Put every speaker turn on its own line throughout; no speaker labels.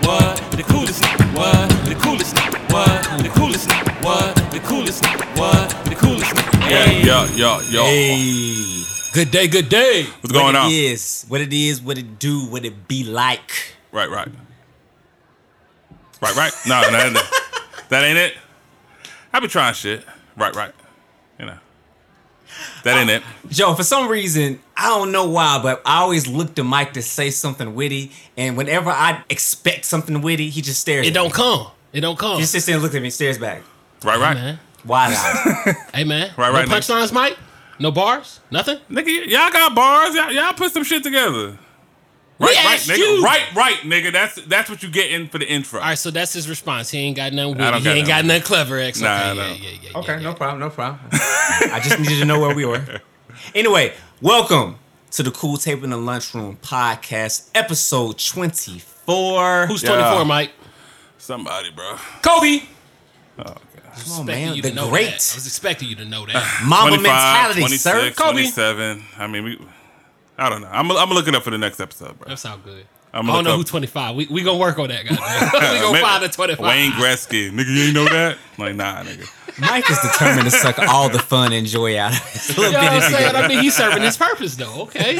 the coolest nigga, what? The coolest nigga, what? The coolest nigga, what? The coolest nigga, what? The coolest nigga.
Yeah,
ayy.
yeah, yeah, yeah.
Hey,
Good day, good day.
What's going
what
on?
it is, what it is, what it do, what it be like.
Right, right. Right, right. No, no, that, ain't- that ain't it. I be trying shit. Right, right. You know. That ain't it.
Joe, for some reason, I don't know why, but I always look to Mike to say something witty, and whenever I expect something witty, he just stares.
It
at
don't
me.
come. It don't come.
He sits there and looks at me, and stares back.
Right, right.
man.
Wide eyed.
Hey man.
Right, right,
No
nigga.
punchlines, Mike. No bars. Nothing.
Nigga, y- y'all got bars. Y'all, y'all put some shit together. Right, right,
asked
nigga.
you.
Right, right, nigga. That's that's what you get in for the intro.
All right, so that's his response. He ain't got nothing.
I don't
Witty. He
got
ain't got
nothing.
nothing clever. X.
Nah,
okay,
I
yeah,
don't.
yeah, yeah, yeah,
Okay,
yeah.
no problem, no problem. I just needed to know where we were. Anyway, welcome to the Cool Table in the Lunchroom podcast, episode 24.
Who's
Yeah.
24, Mike?
Oh,
Somebody, bro.
Kobe?
Come
on, man, the
know
great.
That. I was expecting you to know that.
Mama
25,
mentality, sir.
26,
Kobe.
27. I mean, we. I don't know. I'm I'm gonna look it up for the next episode, bro.
That's all good.
I'm
I
gonna
don't know
look
who
up-
25. We we gonna work on that, goddamn. we gonna
Man,
find the 25.
Wayne Gretzky, nigga, you ain't know that? Like, nah, nigga.
Mike is determined to suck all the fun and joy out of this little
You know
bit
what
of
I'm saying?
together.
I mean, he's serving his purpose though. Okay,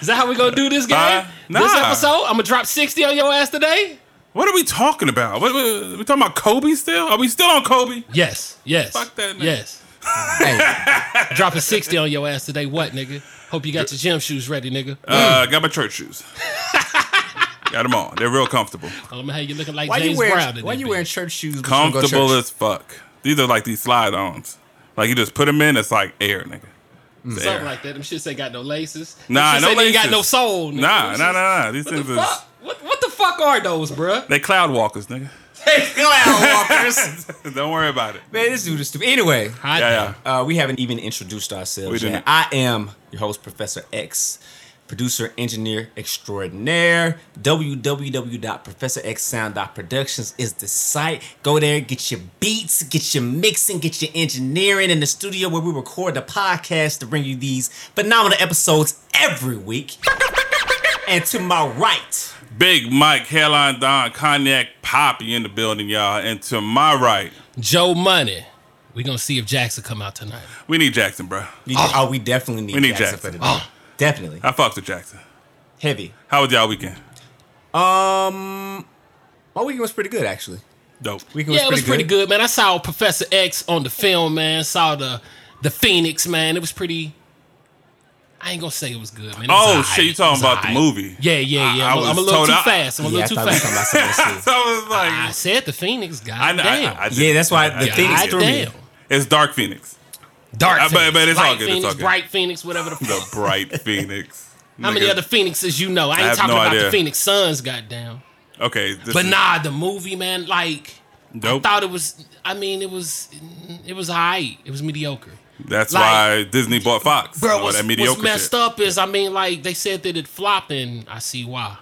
is that how we gonna do this game?
Uh,
This
nah.
episode, I'm gonna drop 60 on your ass today.
What are we talking about? What, what- we talking about Kobe still? Are we still on
Mm.
Kobe?
Yes, yes,
Fuck that, nigga.
yes.
Hey,
Dropping 60 on your ass today. What, nigga? Hope you got your gym shoes ready, nigga.
Uh, got my church shoes. got them on. They're real comfortable.
I don't know how you looking like
why
James
you wearing
Brown. in
why
that
you
bitch.
wearing church shoes? but you don't go to
Comfortable
church?
as fuck. These are like these slide-ons. Like you just put them in. It's like air, nigga. It's air.
Mm. something like that? Them shits ain't got no laces. Them
Nah,
shits
no
ain't even got
laces.
no soul. Nigga.
nah,
Them
nah, nah,
shits-
nah. These
What
things
the
is
fuck? What, what the fuck are those, bruh?
they cloud walkers, nigga.
Cloud walkers.
Don't worry about it.
Man, this dude is stupid. Anyway,
Hot
Yeah,
damn.
yeah.
uh, we haven't even introduced ourselves
We
yet.
didn't.
I am your host, Professor X, producer, engineer extraordinaire. www.professorxsound.productions is the site. Go there, get your beats, get your mixing, get your engineering in the studio where we record the podcast to bring you these phenomenal episodes every week. and to my right,
Big Mike, Hairline Don, Cognac Poppy in the building, y'all. And to my right,
Joe Money. We gonna see if Jackson come out tonight.
we need Jackson, bro.
we, oh, we definitely need,
We need
Jackson,
Jackson. Oh.
for today. Definitely.
I fucked with Jackson.
Heavy.
How was y'all weekend?
My weekend was pretty good, actually.
Dope.
Weekend
yeah, it was pretty good. man. I saw Professor X on the film, man. Saw the the Phoenix, man. It was pretty. I ain't gonna say it was good, man. It was
Oh,
alright.
shit, you
It
talking
was
about the
alright.
movie.
Yeah, yeah, yeah.
I- I
I, am
was
a little
told
too
I-
fast. I'm a
Yeah, I
little
thought we
too
were
fast.
talking about something else,
so I was like,
I said the Phoenix. God
I, know-
damn.
I, I, I
too. yeah, that's why the
I-
Phoenix
God
threw me.
damn.
It's Dark Phoenix.
Dark
I- but-
Phoenix,
but it's all
Light
good, it's
Phoenix,
all good.
bright Phoenix, whatever the
The
fuck.
bright Phoenix.
How many
Nigga.
other Phoenixes you know? I ain't
have
talking
no
about
idea.
the Phoenix Suns, goddamn.
Okay. This
But
is
nah, the movie, man, like
Dope.
thought it was. I mean, it was, it was high. It was mediocre.
That's
like-
why Disney bought Fox.
Bro,
All
what's,
that
what's
mediocre
messed
shit.
up is, I mean, like they said that it flopped, and I see why.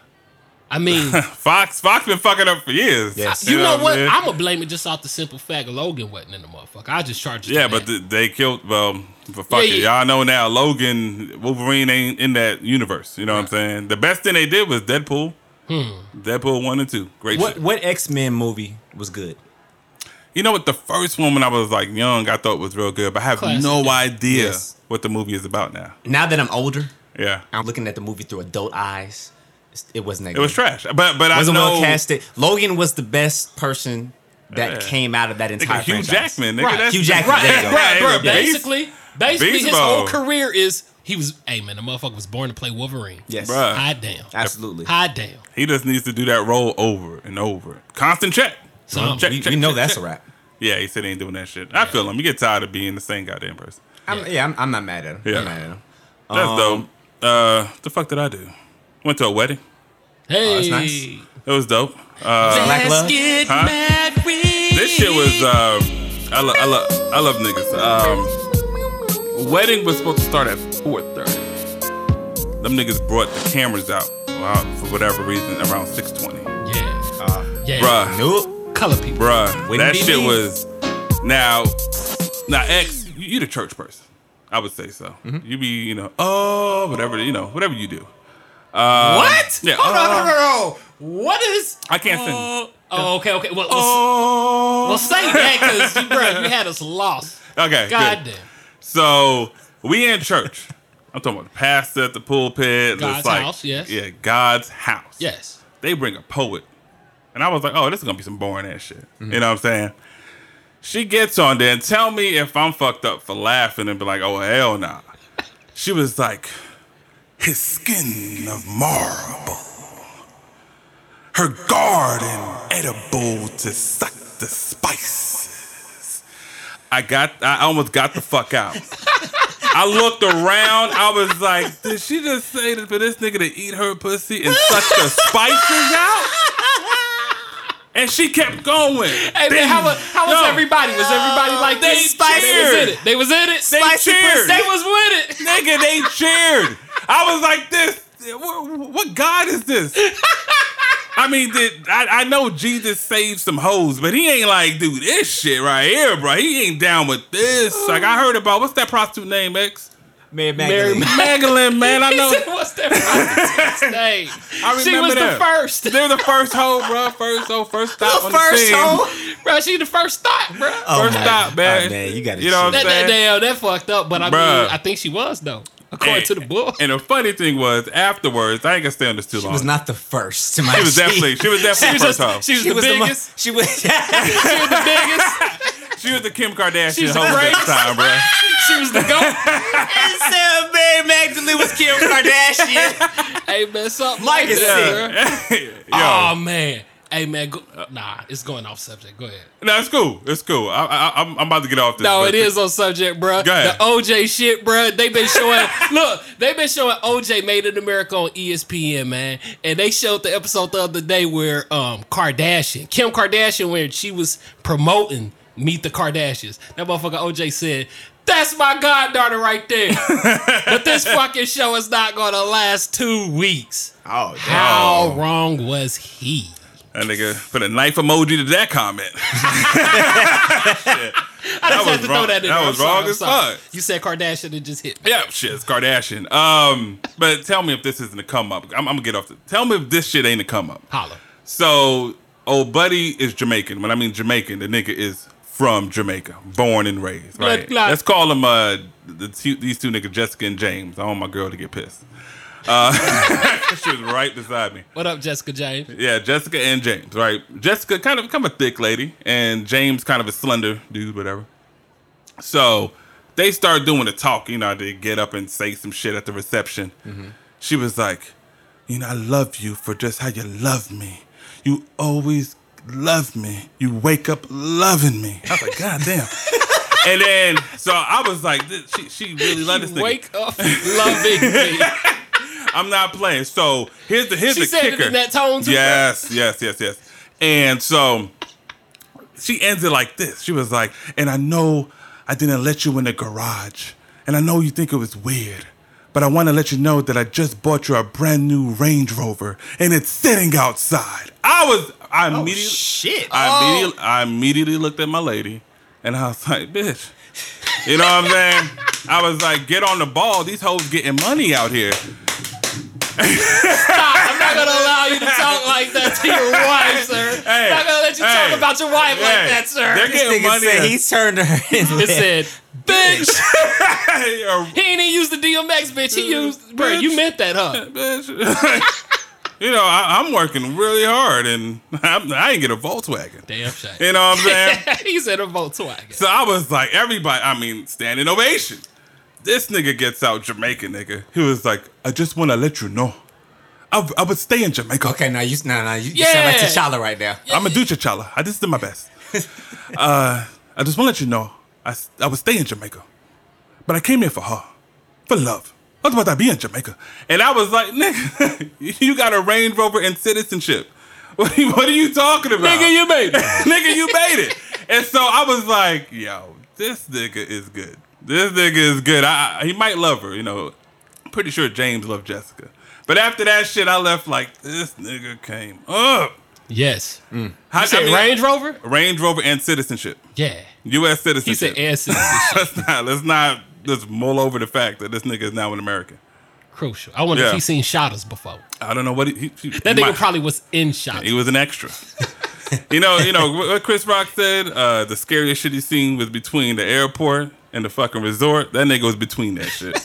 I mean,
Fox, Fox been fucking up for years.
Yes.
you know what?
I'm saying?
I'm gonna blame it just off the simple fact Logan wasn't in the motherfucker. I just charged. it
Yeah,
to
but
that.
th- they killed. Well, for fuck
Yeah,
it,
yeah.
y'all know now. Logan, Wolverine ain't in that universe. You know what I'm saying? The best thing they did was Deadpool.
Hmm.
Deadpool one and two, great
What
shit.
what X Men movie was good?
You know what? The first one when I was like young, I thought was real good, but I have
Classic.
no idea
Yes.
what the movie is about now.
Now that I'm older,
Yeah,
I'm looking at the movie through adult eyes. It's- It wasn't that.
it was trash, but but
Wasn't
I know
well casted. Logan was the best person that
Yeah.
came out of that entire
Nigga, Hugh
franchise.
Jackman, nigga,
Right.
that's
Hugh Jackman,
Right,
there you go.
Yeah,
right,
he
bro.
was beast.
Basically, basically,
Beast
his
mode.
whole career is he was. Hey man, the motherfucker was born to play Wolverine.
Yes,
Bruh.
high damn,
absolutely.
high damn.
He just needs to do that role over and over. Constant check.
So
check,
We,
check,
we know
check,
that's a
check.
wrap.
Yeah, he said he ain't doing that shit. I feel him. You get tired of being the same goddamn person.
I'm, yeah, I'm, I'm not mad at him.
Yeah.
I'm not mad at him.
That's
Um,
dope. Uh, the fuck did I do? Went to a wedding.
hey,
Oh, that's nice.
It was dope. Uh,
Black love.
get married.
this shit was. Um, I, lo- I, lo- I love niggas. Um, wedding was supposed to start at four thirty. Them niggas brought the cameras out well, for whatever reason around six twenty.
yeah,
Uh,
yeah,
Bruh,
Nope.
color people.
bruh,
Wouldn't
that
be
shit
me.
was. Now, now, ex, you, you the church person. I would say so.
Mm-hmm.
You be, you know, oh, whatever, you know, whatever you do.
what?
yeah,
Hold on,
uh,
hold on, hold on. What is?
I can't sing.
Uh, Oh, okay, okay. Well, well,
Oh.
well say that because, bro, you had us lost.
Okay.
God
good.
damn.
So we in church. I'm talking about the pastor at the pulpit.
God's
it's like,
house, yes.
Yeah, God's house.
Yes.
They bring a poet. And I was like, oh, this is gonna be some boring ass shit.
Mm-hmm.
You know what I'm saying? She gets on there and tell me if I'm fucked up for laughing and be like, oh hell nah. She was like, his skin of marble, her garden edible to suck the spices. I got, I almost got the fuck out. I looked around. I was like, did she just say that for this nigga to eat her pussy and suck the spices out? And she kept going.
Hey, man, how, wa- how was
No.
everybody? Was everybody like
They
this? Spicy was
cheered.
in it. They was in it.
They
Spicy Prince,
cheered.
They was with it.
nigga, they cheered. I was like, this, what, what God is this? I mean, did, I, I know Jesus saved some hoes, but he ain't like, do this shit right here, bro. He ain't down with this. Like, I heard about, what's that prostitute name, X?
Mary
Mary
Magdalene.
Magdalene, man. I
He
know.
said, What's that? Rocket's name?
I remember
She was
that.
the first.
They're the first hoe, bro. First hoe, first
The
stop on the
first
scene.
hoe.
Bro, she the first thought, bro.
Oh,
First
my-
stop, man.
oh, man, you gotta
You know what I'm
chill.
that, that, that, that fucked up, but I
Bruh.
mean, I think she was, though, according
And-
to the book.
And the funny thing was, afterwards, I ain't gonna stay on this too
She
long.
was not the first. To my
She was definitely, she was definitely
She was
first hoe.
just- she was
She
the
was the mo-
biggest.
She was.
She was the biggest.
She was the Kim Kardashian
She's the
hoe at
greatest.
the time, bro.
She was the goat.
And Sarah Mary Magdalene was Kim Kardashian.
hey man, something
Mike
like
is
that, bro.
Yo,
Oh man. Hey man, go, nah, it's going off subject. Go ahead.
no, it's cool. It's cool. I, I, I'm, I'm about to get off this.
No,
but-
it is on subject, bro.
Go ahead.
The OJ shit, bro. They been showing. look, they been showing OJ Made in America on E ESPN, man. And they showed the episode the other day where um Kardashian, Kim Kardashian, where she was promoting Meet the Kardashians. That motherfucker OJ said. That's my goddaughter right there. but this fucking show is not gonna last two weeks.
Oh,
How wrong was he?
That nigga put a knife emoji to that comment.
I
was
just had to
wrong-
throw that in
that
there.
was
I'm sorry,
wrong
I'm
as
sorry.
fuck.
You said Kardashian and just hit me.
yeah, shit, it's Kardashian. Um, but tell me if this isn't a come up. I'm, I'm gonna get off. The, tell me if this shit ain't a come up.
Holla.
So, old buddy is Jamaican. When I mean Jamaican, the nigga is from Jamaica, born and raised.
Blood
Right?
clot.
Let's call him uh, the two, these two niggas, Jessica and James. I want my girl to get pissed. Uh, she was right beside me.
What up, Jessica James?
Yeah, Jessica and James. Right, Jessica kind of become a thick lady, and James kind of a slender dude, whatever. So they start doing the talk. You know, they get up and say some shit at the reception. She was like, "You know, I love you for just how you love me. You always love me. You wake up loving me." I was like, "God damn." and then, so I was like, this- "She, she really loved this nigga."
Wake up, loving me.
I'm not playing. So here's the here's
She
the
said
kicker.
it in that tone too.
Yes, yes, yes, yes. And so she ends it like this. She was like, and I know I didn't let you in the garage. And I know you think it was weird. But I want to let you know that I just bought you a brand new Range Rover and it's sitting outside. I was I
Oh,
immediately
shit.
I immediately I immediately looked at my lady and I was like, bitch. You know what I'm saying? I was like, get on the ball. These hoes getting money out here.
I'm not gonna allow you to talk like that to your wife, sir.
Hey,
I'm not gonna let you
hey,
talk about your wife
hey,
like that, sir.
they're
This
getting
nigga
money
said
and-
he turned to her and
it said, bitch.
Hey, uh, a
He ain't even used the DMX, bitch. He used, bro. You meant that, huh?
bitch. you know, I, I'm working really hard, and I'm, I ain't get a Volkswagen.
Damn shame.
You know what I'm saying?
he said a Volkswagen.
so I was like, everybody. I mean, standing ovation. This nigga gets out Jamaican nigga. He was like, I just want to let you know, I, I would stay in Jamaica.
Okay, now you, no, no, you, you sound like
Yeah.
T'Challa right now.
I'm gonna do T'Challa. I just did my best. uh, I just want to let you know, I, s- I was staying in Jamaica, but I came here for her, for love. What about I be in Jamaica? And I was like, nigga, you got a Range Rover and citizenship. What, are you- what are you talking about?
Nigga, you made it.
nigga, you made it. And so I was like, yo, this nigga is good. This nigga is good. I, I- he might love her, you know. Pretty sure James loved Jessica. But after that shit, I left like, this nigga came up.
Yes.
Mm. How,
I said
I mean,
Range Rover.
Range Rover and citizenship.
Yeah.
U.S.
He
citizenship.
said ass.
let's not let's not let's mull over the fact that this nigga is now an American.
Crucial. I wonder
Yeah.
if he seen shotters before.
I don't know what he. he, he
That
he
nigga
might-
probably was in shotters.
He was an extra. you know, you know what Chris Rock said. Uh, the scariest shit he's seen was between the airport and the fucking resort. That nigga was between that shit.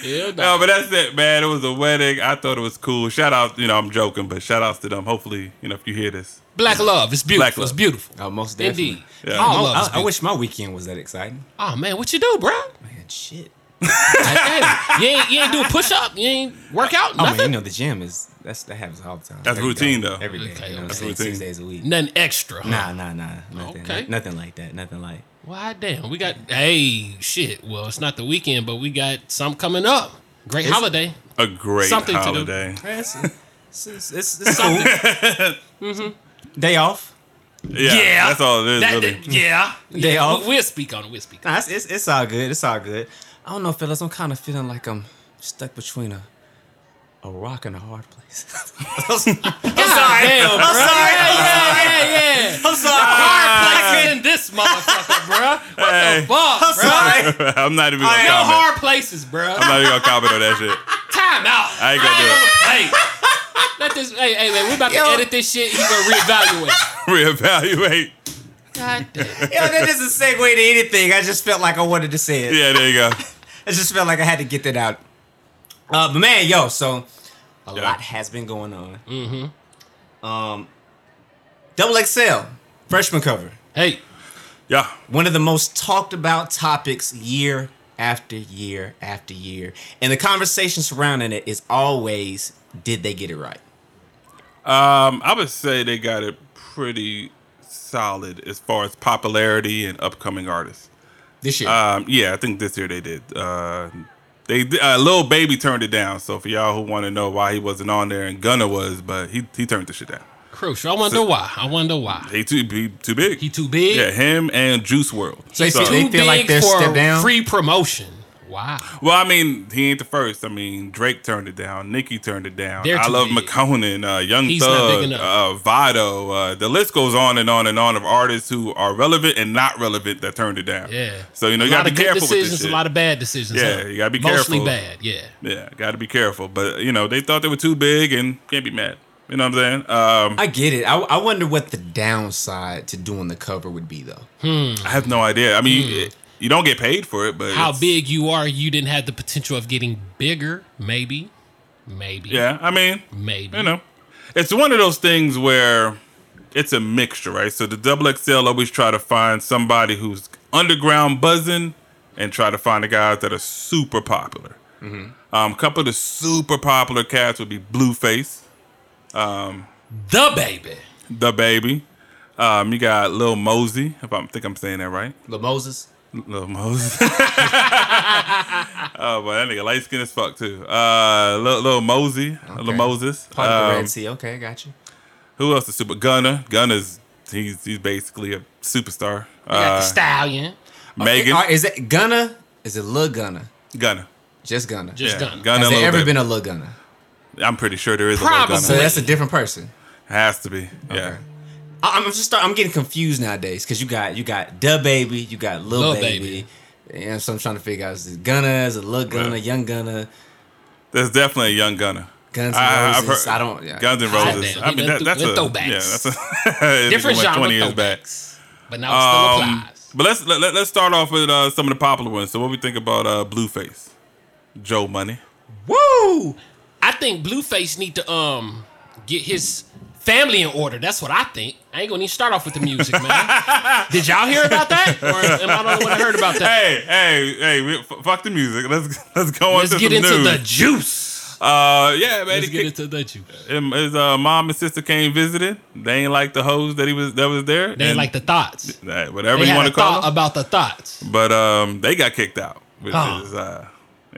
Yeah, dog.
no, but that's it, man. It was a wedding. I thought it was cool. Shout out, you know, I'm joking, but shout outs to them. Hopefully, you know, if you hear this,
Black love. It's beautiful.
Black love.
It's beautiful.
Oh, most definitely.
Indeed.
Yeah.
All
Oh,
love is
I, I
beautiful.
wish my weekend was that exciting.
Oh man, what you do, bro?
Man, shit.
Hey, you ain't you ain't do a push up. You ain't work out.
Oh man,
Nothing.
you know the gym is that's that happens all the time.
That's
Every
routine,
day.
though.
Every day,
Okay,
you know, what I'm
that's
saying? six
routine.
days a week.
Nothing extra. Huh?
Nah, nah, nah, nothing,
Okay.
nothing like that, nothing like.
Why damn? We got hey shit. Well, it's not the weekend, but we got some coming up. Great holiday.
a great
Something to do.
holiday.
It's, it's, it's, it's cool. Day off.
Yeah, that's all it is,
That-
really.
Yeah.
Day
Yeah,
off.
we- We'll speak on it. We'll speak. on it.
Nah, it's, it's it's all good. It's all good. I don't know, fellas. I'm kind of feeling like I'm stuck between a a rock and a hard place. I'm sorry.
God damn,
I'm
bro.
sorry.
Yeah, yeah, yeah.
I'm sorry.
Hard place in this motherfucker, bro. What
Hey.
the fuck, bro?
sorry.
I'm not even gonna
I
comment.
am
No hard places, bro.
I'm not even gonna comment on that shit.
Time out.
I ain't gonna do it.
Hey, let this. Hey, hey, man, we about
Yo.
to edit this shit. He gonna reevaluate.
Reevaluate.
God damn.
Yo, that doesn't segue to anything. I just felt like I wanted to say it.
Yeah, there you go.
I just felt like I had to get that out. Uh, but man, yo, so a
Yeah.
lot has been going on. Mm-hmm. Um, Double XL freshman cover,
Hey,
Yeah.
one of the most talked about topics year after year after year, and the conversation surrounding it is always, did they get it right?
Um, I would say they got it pretty solid as far as popularity and upcoming artists.
This year,
Um, yeah, I think this year they did. Uh, they uh, little baby turned it down. So for y'all who want to know why he wasn't on there and Gunna was, but he he turned the shit down.
crucial. I wonder why. I wonder why.
He too he too big.
He too big.
Yeah, him and Juice World.
So they
So,
feel-
Too
feel like
big
they're
for
stepped down?
free promotion. Wow.
well, I mean, he ain't the first. I mean, Drake turned it down. Nicki turned it down.
They're
I
too
love
big.
McConan, uh, Young
He's not big
Thug,
enough.
uh, Vado. Uh, the list goes on and on and on of artists who are relevant and not relevant that turned it down.
Yeah.
So you know
A
you
lot
gotta be
of good
careful with
decisions.
this shit.
A lot of bad decisions.
Yeah,
huh?
you gotta be
Mostly
careful.
bad. Yeah.
Yeah, got to be careful. But you know, they thought they were too big and can't be mad. You know what I'm saying? Um,
I get it. I, I wonder what the downside to doing the cover would be, though.
I have no idea. I mean, you, you don't get paid for it, but
Hmm. How
it's-
big you are, you didn't have the potential of getting bigger. Maybe. Maybe.
Yeah, I mean,
Maybe.
you know, it's one of those things where it's a mixture, right? So the double XL always try to find somebody who's underground buzzing and try to find the guys that are super popular. Um, a couple of the super popular cats would be Blueface,
The baby.
the baby. Um, you got Lil Mosey, if I am think I'm saying that right.
Lil Moses.
Little Moses. oh boy, that nigga light skin as fuck too. Uh, little, little Mosey, little Moses.
Part of the
Um,
Red Sea. Okay, I got you.
who else is super? Gunner. Gunner's he's he's basically a superstar.
You got
Uh,
the stallion.
Megan
Are- Is it Gunna? Is it Lil Gunna?
Gunner.
Just Gunna.
Just
Yeah,
Gunna.
Gunna.
Has there
Lil
ever
Baby.
been a Lil Gunna?
I'm pretty sure there is
Probably.
a
So
Lil Gunner.
that's a different person.
Has to be. Yeah.
Okay. I, I'm just start, I'm getting confused nowadays because you got you got Da Baby, you got Lil,
Lil
Baby. And so I'm trying to figure out is it Gunna, is it Lil Gunna,
Yeah.
Young Gunna,
There's definitely a young Gunner.
Guns N'
I- I've
Roses.
heard-
I don't. Yeah.
Guns and
Hot
Roses.
damn,
I
he
mean,
done
that,
threw-
that's a
went throwbacks.
yeah, that's a
Different
went
genre.
20 years
throwbacks.
back.
But now it's still
Um,
applies.
but let's let, let- let's start off with uh, some of the popular ones. So what we think about uh, Blueface, Joe Money?
Woo! I think Blueface need to um get his family in order. That's what I think. I ain't gonna even start off with the music, man. Did y'all hear about that? Or am I the only one that heard about that?
Hey hey hey! We, f- fuck the music. Let's let's go on
Let's
to
get
some
into
news.
the juice.
uh, yeah, man.
Let's
he
get
kicked-
into the juice.
him- his uh, mom and sister came visiting. They ain't like the hoes that he was that was there.
They
and-
like the thoughts.
Hey, whatever
They
you
had
want
a
to call
thought
them.
about the thoughts.
But um, they got kicked out. Which
Huh.
is, uh,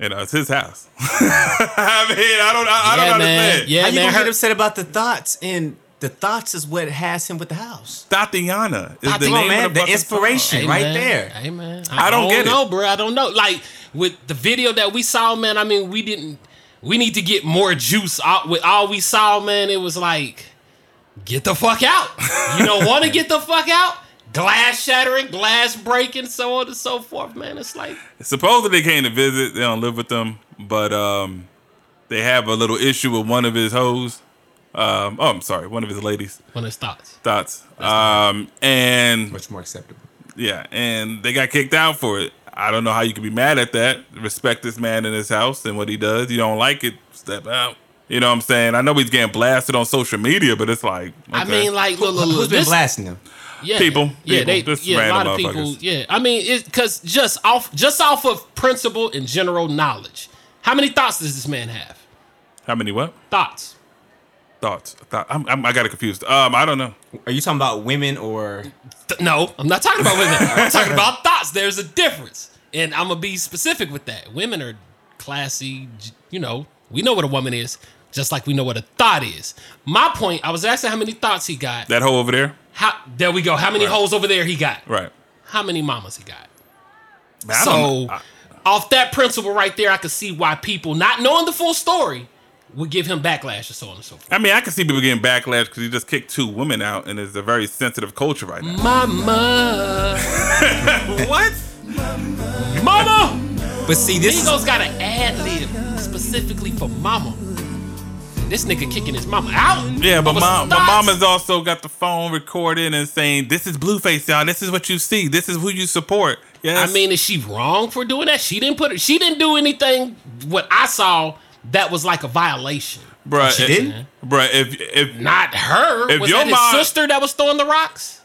you know, it's his house. I mean, I don't I, I
yeah,
don't
man.
understand.
Yeah,
How you
man.
gonna get
Her,
upset about the thoughts? And the thoughts is what has him with the house.
Tatiana is the name
Come on, man.
of the,
The
fucking song.
inspiration right
Amen.
there.
Amen.
I don't get it.
know, bro. I don't know. Like with the video that we saw, man. I mean, we didn't. We need to get more juice out with all we saw, man. It was like, get the fuck out. You don't want to get the fuck out. Glass shattering, glass breaking, so on and so forth, man. It's like,
supposedly they came to visit. They don't live with them, but um, they have a little issue with one of his hoes. Uh, Um, oh, I'm sorry, one of his ladies'
When it starts.
thoughts. Um, and
Much more acceptable.
yeah, and they got kicked out for it. I don't know how you can be mad at that. Respect this man in his house and what he does. You don't like it, step out. You know what I'm saying? I know he's getting blasted on social media, but it's like
I
okay.
mean, like, look, look,
Who's
look,
been
this-
blasting him?
yeah,
People,
yeah,
people,
they,
just
yeah, a lot
random
of people,
motherfuckers.
yeah. I mean, it's because just off, just off of principle and general knowledge, how many thoughts does this man have?
how many what
Thoughts?
thoughts? Thought, I'm, I'm, I got it confused. Um, I don't know.
Are you talking about women or
Th- no, I'm not talking about women. I'm talking about thoughts. There's a difference, and I'm gonna be specific with that. Women are classy. j- You know, we know what a woman is, just like we know what a thought is. My point, I was asking how many thoughts he got.
That hole over there,
How there we go. How many holes over there he got?
right?
How many mamas he got?
Man, I don't
So,
know. I-
off that principle right there, I could see why people, not knowing the full story, would give him backlash and so on and so forth.
I mean, I can see people getting backlash because he just kicked two women out, and it's a very sensitive culture right
Mm.
now.
Mama,
what?
mama.
But see this is,
Migos got an ad lib specifically for mama. This nigga kicking his mama out.
Yeah, but
Over
mom, but
thoughts.
mama's also got the phone recording and saying, "This is Blueface, y'all. This is what you see. This is who you support."
I
Yes.
mean, is she wrong for doing that? She didn't put. her- She didn't do anything. What I saw that was like a violation.
bruh,
She
if-
didn't?
Bruh, if if
Not her.
If
was
your
that his
mom-
sister that was throwing the rocks?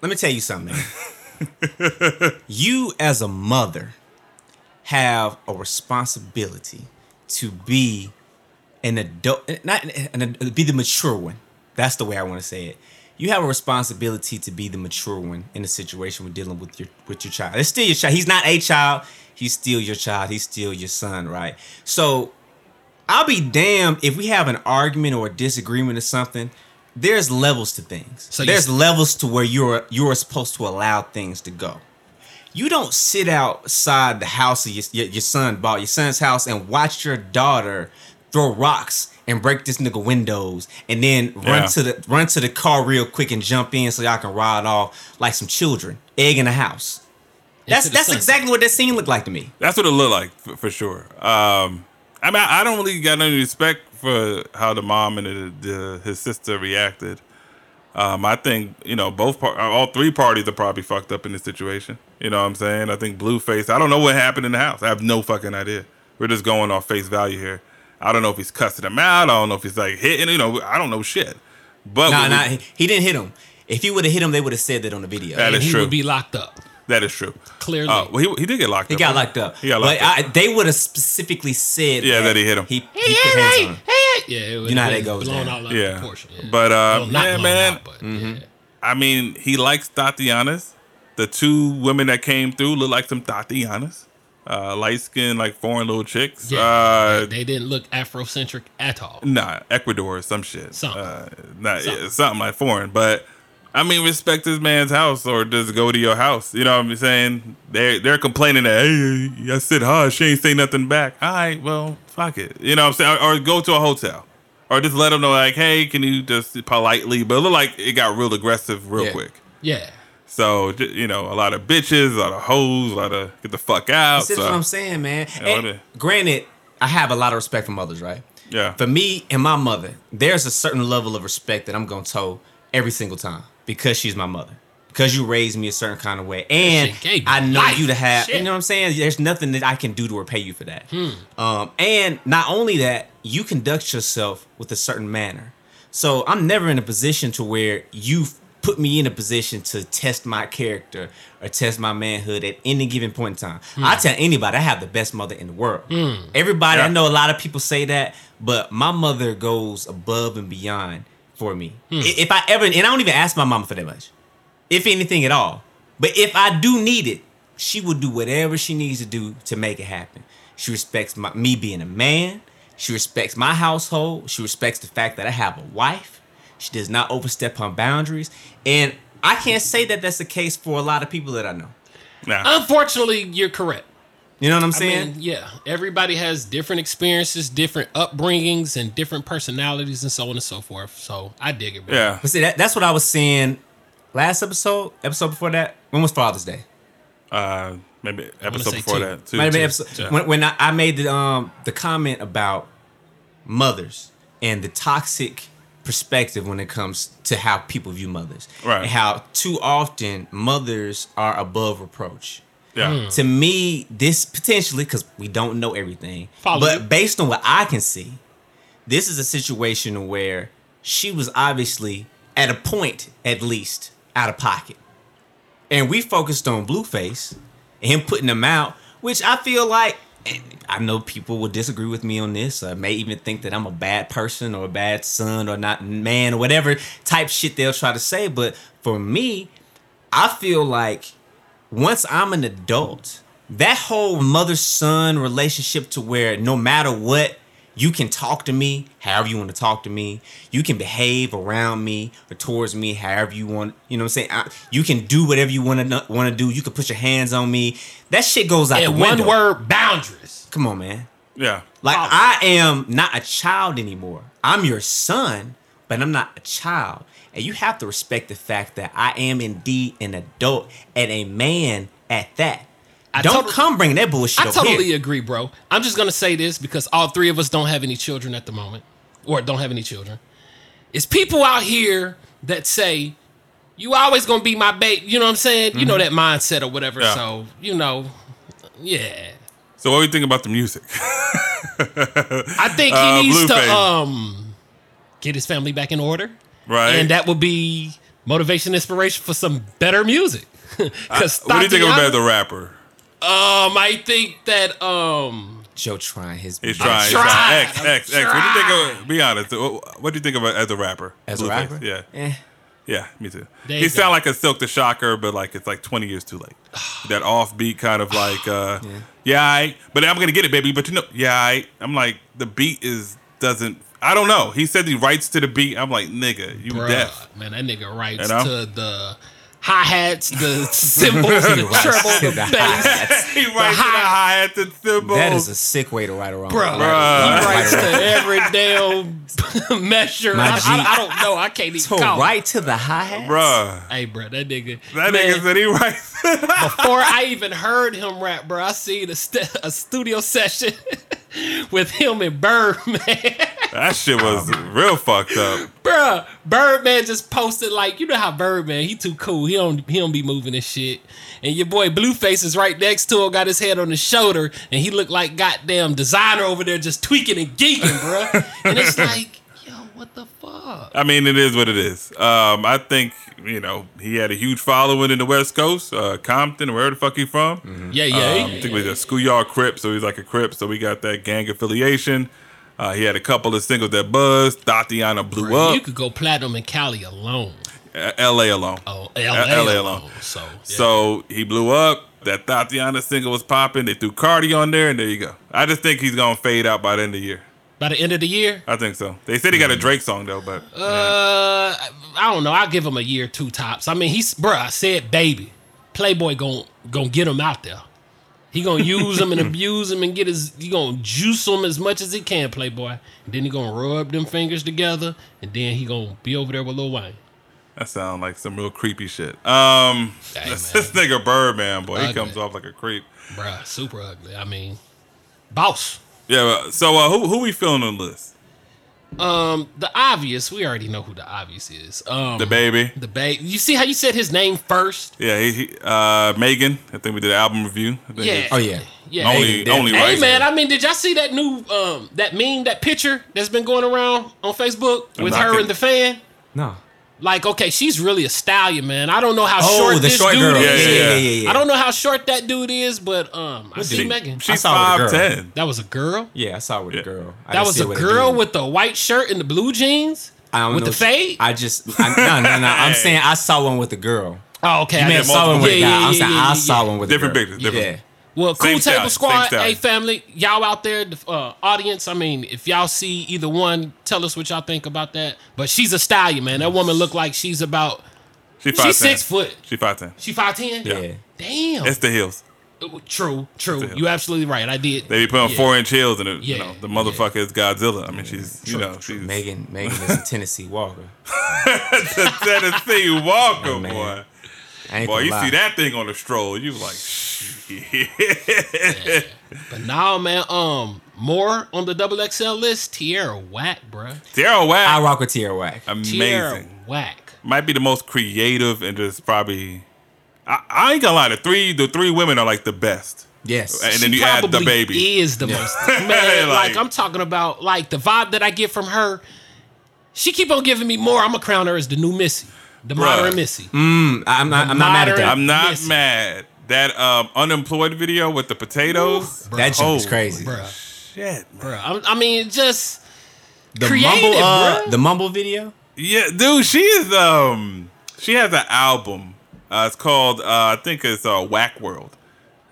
let me tell you something. man. you as a mother have a responsibility to be an adult not an, an- be the mature one. That's the way I want to say it. You have a responsibility to be the mature one in a situation when dealing with your with your child. It's still your child. He's not a child. He's still your child. He's still your son, right? So I'll be damned if we have an argument or a disagreement or something. There's levels to things.
So
So
you-
there's levels to where you're you're supposed to allow things to go. You don't sit outside the house of your, your, your son bought your son's house and watch your daughter throw rocks and break this nigga windows and then
Yeah.
run to the run to the car real quick and jump in so y'all can ride off like some children, egg in the house. That's
Into the
that's
sunset.
exactly what that scene looked like to me.
that's what it looked like for, for sure. Um, I mean, I I don't really got any respect for how the mom and the, the, his sister reacted. Um, I think you know both par- all three parties are probably fucked up in this situation. You know what I'm saying? I think Blueface. I don't know what happened in the house. I have no fucking idea. We're just going off face value here. I don't know if he's cussing him out. I don't know if he's like hitting. You know, I don't know shit. But
Nah,
what
nah,
we-
he, he didn't hit him. If he would have hit him, they would have said that on the video.
That
And
is
he
true.
would be locked up.
that is true.
Clearly.
Uh, well, he, he did get locked
He
up.
got
right?
locked up.
He got
but
locked up.
I, they would have specifically said
Yeah, that he hit him.
He, he
Hey,
put
hey,
hands
hey,
on him.
hey, hey. Yeah, it
You know how
was
that goes
Blown
down.
out of
Yeah.
proportion. yeah.
But, uh,
Well, not
yeah,
blown
man.
out, but, yeah.
I mean, he likes Tatianas. The two women that came through look like some Tatianas. Uh, light skinned, like foreign little chicks.
Yeah.
Uh,
They didn't look Afrocentric at all.
nah, Ecuador or some shit.
Something.
Uh, not,
Something.
something. something like foreign. But I mean, respect this man's house or just go to your house. You know what I'm saying? They're, they're complaining that, hey, I said hi. She ain't say nothing back. All right, well, fuck it. You know what I'm saying? Or, or go to a hotel. Or just let them know, like, hey, can you just politely? But it looked like it got real aggressive real
Yeah.
quick.
Yeah.
So j- you know, a lot of bitches, a lot of hoes, a lot of get the fuck out.
That's just
so-
what I'm saying, man.
what
And
it-
granted, I have a lot of respect for mothers, right?
yeah,
For me and my mother, there's a certain level of respect that I'm gonna toe every single time because she's my mother. Because you raised me a certain kind of way, and
shit gave me
I know
life.
you to have,
Shit. Hmm.
you know what I'm saying. There's nothing that I can do to repay you for that. Um, and not only that, you conduct yourself with a certain manner. So I'm never in a position to where you've put me in a position to test my character or test my manhood at any given point in time.
Hmm.
I tell anybody I have the best mother in the world. Everybody, I
Yeah.
know a lot of people say that, but my mother goes above and beyond for me.
Hmm.
I- If I ever, and I don't even ask my mama for that much, if anything at all. But if I do need it, she will do whatever she needs to do to make it happen. She respects my, me being a man. She respects my household. She respects the fact that I have a wife. She does not overstep her boundaries. And I can't say that that's the case for a lot of people that I know.
Um,
nah.
Unfortunately, you're correct.
You know what I'm
I
saying?
mean, yeah, everybody has different experiences, different upbringings, and different personalities, and so on and so forth. So I dig it, bro.
yeah.
but see, that, that's what I was saying last episode, episode before that. When was Father's Day?
Uh, maybe episode
say
before
two.
that too.
Might have been
too.
episode
Yeah.
when, when I, I made the um the comment about mothers and the toxic perspective when it comes to how people view mothers.
Right.
And how too often mothers are above reproach.
Yeah.
To
Hmm.
me, this potentially, because we don't know everything,
Follow
but
you.
based on what I can see, this is a situation where she was obviously, at a point at least, out of pocket. And we focused on Blueface and him putting them out, which I feel like, and I know people will disagree with me on this, or may even think that I'm a bad person or a bad son or not man or whatever type shit they'll try to say. But for me, I feel like once I'm an adult, that whole mother son relationship to where no matter what, you can talk to me however you want to talk to me. You can behave around me or towards me however you want. You know what I'm saying? I, you can do whatever you want to want to do. You can put your hands on me. That shit goes out
And
the
one
window.
word, boundaries.
Come on, man.
Yeah.
Like I am not a child anymore. I'm your son, but I'm not a child. And you have to respect the fact that I am indeed an adult and a man at that. Don't
totally-
come bring that bullshit
I
up
totally
here.
agree, bro. I'm just gonna say this because all three of us don't have any children at the moment, or don't have any children. It's people out here that say, "You always gonna be my baby." You know what I'm saying? You know that mindset or whatever.
Mm-hmm. Yeah.
So you know, yeah.
So what do you think about the music?
I think he
Uh,
needs
Blueface.
to um get his family back in order,
Right.
and that would be motivation, inspiration for some better music. Because
Uh, what do you think about the rapper?
Um, I think that um
Joe trying his
He's
best.
trying. he's
tried.
trying. X, X,
I'm
X. What do you think of? Be honest. What, what do you think about as a rapper?
as a
Blueface,
rapper.
Yeah.
Eh.
Yeah. Me too.
There
he
you
sound
go.
like a Silk the Shocker, but like it's like 20 years too late. that offbeat kind of like, uh, yeah, aight, but I'm gonna get it, baby. But you know, yeah, aight. I'm like the beat is doesn't. I don't know. He said he writes to the beat. I'm like, nigga, you
bruh,
deaf.
man, that nigga writes
You know?
to the hi hats, the cymbals, the treble, the bass.
he writes to the hi
hi-
hat, the cymbal.
That is a sick way to write around.
Bruh.
Bruh.
He writes to every damn measure.
My
I,
G.
I, I don't know. I can't even
To
call.
right to the hi hat.
bruh.
Hey, bro, that nigga.
That
man,
nigga said he writes.
before I even heard him rap, bro, I seen a, st- a studio session with him and Birdman.
that shit was
Um,
real fucked up.
Bruh, Birdman just posted like, you know how Birdman, he too cool. He don't he don't be moving and shit. And your boy Blueface is right next to him, got his head on his shoulder, and he looked like goddamn designer over there just tweaking and geeking, bruh. and it's like, yo, what the fuck?
I mean, it is what it is. Um, I think you know he had a huge following in the West Coast, uh, Compton, where the fuck he from.
Yeah, yeah.
Um,
yeah,
I think we a schoolyard crip, so he's like a crip, so we got that gang affiliation. Uh, he had a couple of singles that buzzed. Tatiana blew
Bruh, you
up.
could go platinum in Cali alone.
uh, L.A. alone.
Oh, LA,
LA
alone.
alone.
So, yeah.
So he blew up. That Tatiana single was popping. They threw Cardi on there, and there you go. I just think he's gonna fade out by the end of the year.
by the end of the year,
I think so. They said he got
Mm.
a Drake song though, but
Uh, I don't know. I'll give him a year, two tops. I mean, he's bruh, I said baby. Playboy gon' gon' get him out there. He gonna use him and abuse him and get his he gonna juice him as much as he can, Playboy. And then he gonna rub them fingers together and then he gonna be over there with Lil Wayne.
That sound like some real creepy shit. Um,
Hey,
this,
man.
this nigga Birdman boy, he
Ugly.
comes off like a creep.
Bruh, super ugly. I mean, boss.
Yeah. but- So uh, who who we feeling on the list?
Um, the obvious, we already know who the obvious is. Um
The baby.
the baby. You see how you said his name first?
Yeah. He, he uh Megan. I think we did an album review. I think
Yeah.
it's
Oh yeah.
Yeah.
Only
Megan,
only
Hey
right.
man, I mean, did y'all see that new um that meme, that picture that's been going around on Facebook with
not
her
kidding.
and the fan?
No.
Like, okay, she's really a stallion, man. I don't know how
Oh,
short
the
this
short
dude
girl.
Yeah,
is.
yeah, yeah.
I don't know how short that dude is, but um, I
What
see
did he-
Megan.
I
She's
saw
five
with a girl.
ten.
that was a girl.
Yeah, I saw it with
Yeah.
a girl. I
That
didn't
was
see it
a
with
girl
dude.
with the white shirt and the blue jeans
I don't
with
know
the
what you-
fade.
I just I, no no no. I'm
Hey.
saying I saw one with a girl.
oh, okay. I
You may
didn't-
have saw one with a
Yeah,
guy.
yeah,
I'm
yeah,
saying
yeah,
I
yeah,
saw
yeah.
one with a
Different
girl.
pictures, different.
Well, Cool
Same
Table
stallion,
Squad,
same
hey
stallion.
family, y'all out there, the uh, audience. I mean, if y'all see either one, tell us what y'all think about that. But she's a stallion, man. That woman look like she's about
She five ten.
six foot.
She five ten.
she five ten.
Yeah. Yeah.
Damn. Uh,
It's the heels.
true. True.
hell.
You absolutely right. I did.
They be putting
Yeah.
four inch heels in it. You
Yeah,
know, the
yeah.
motherfucker is Godzilla. I mean, she's you know she's
Megan Megan is a Tennessee Walker.
Tennessee Walker
Oh, man.
boy.
I ain't
Boy,
gonna
you
lie.
see that thing on the stroll, you like shit.
But now, man, um, More on the double XL list, Tierra Whack, bruh.
Daryl
I
Wow.
rock with Tierra Whack.
Amazing.
Tierra Whack.
Might be the most creative and just probably. I, I ain't gonna lie. The three the three women are like the best.
Yes.
And then you add the
Probably
baby.
is the most man. like,
Like-
I'm talking about, like the vibe that I get from her. She keep on giving me more. I'm gonna crown her as the new Missy, the modern Missy.
Mm.
I'm not, I'm not mad at that.
I'm not
Listen.
mad. That um, unemployed video with the potatoes.
Bruh.
That shit is
Oh,
crazy.
bruh,
Shit.
bruh. I'm- I mean, just
The
Creative,
mumble, uh,
bruh.
the mumble video.
Yeah, dude, she is um she has an album. Uh, it's called uh, I think it's uh, Whack World,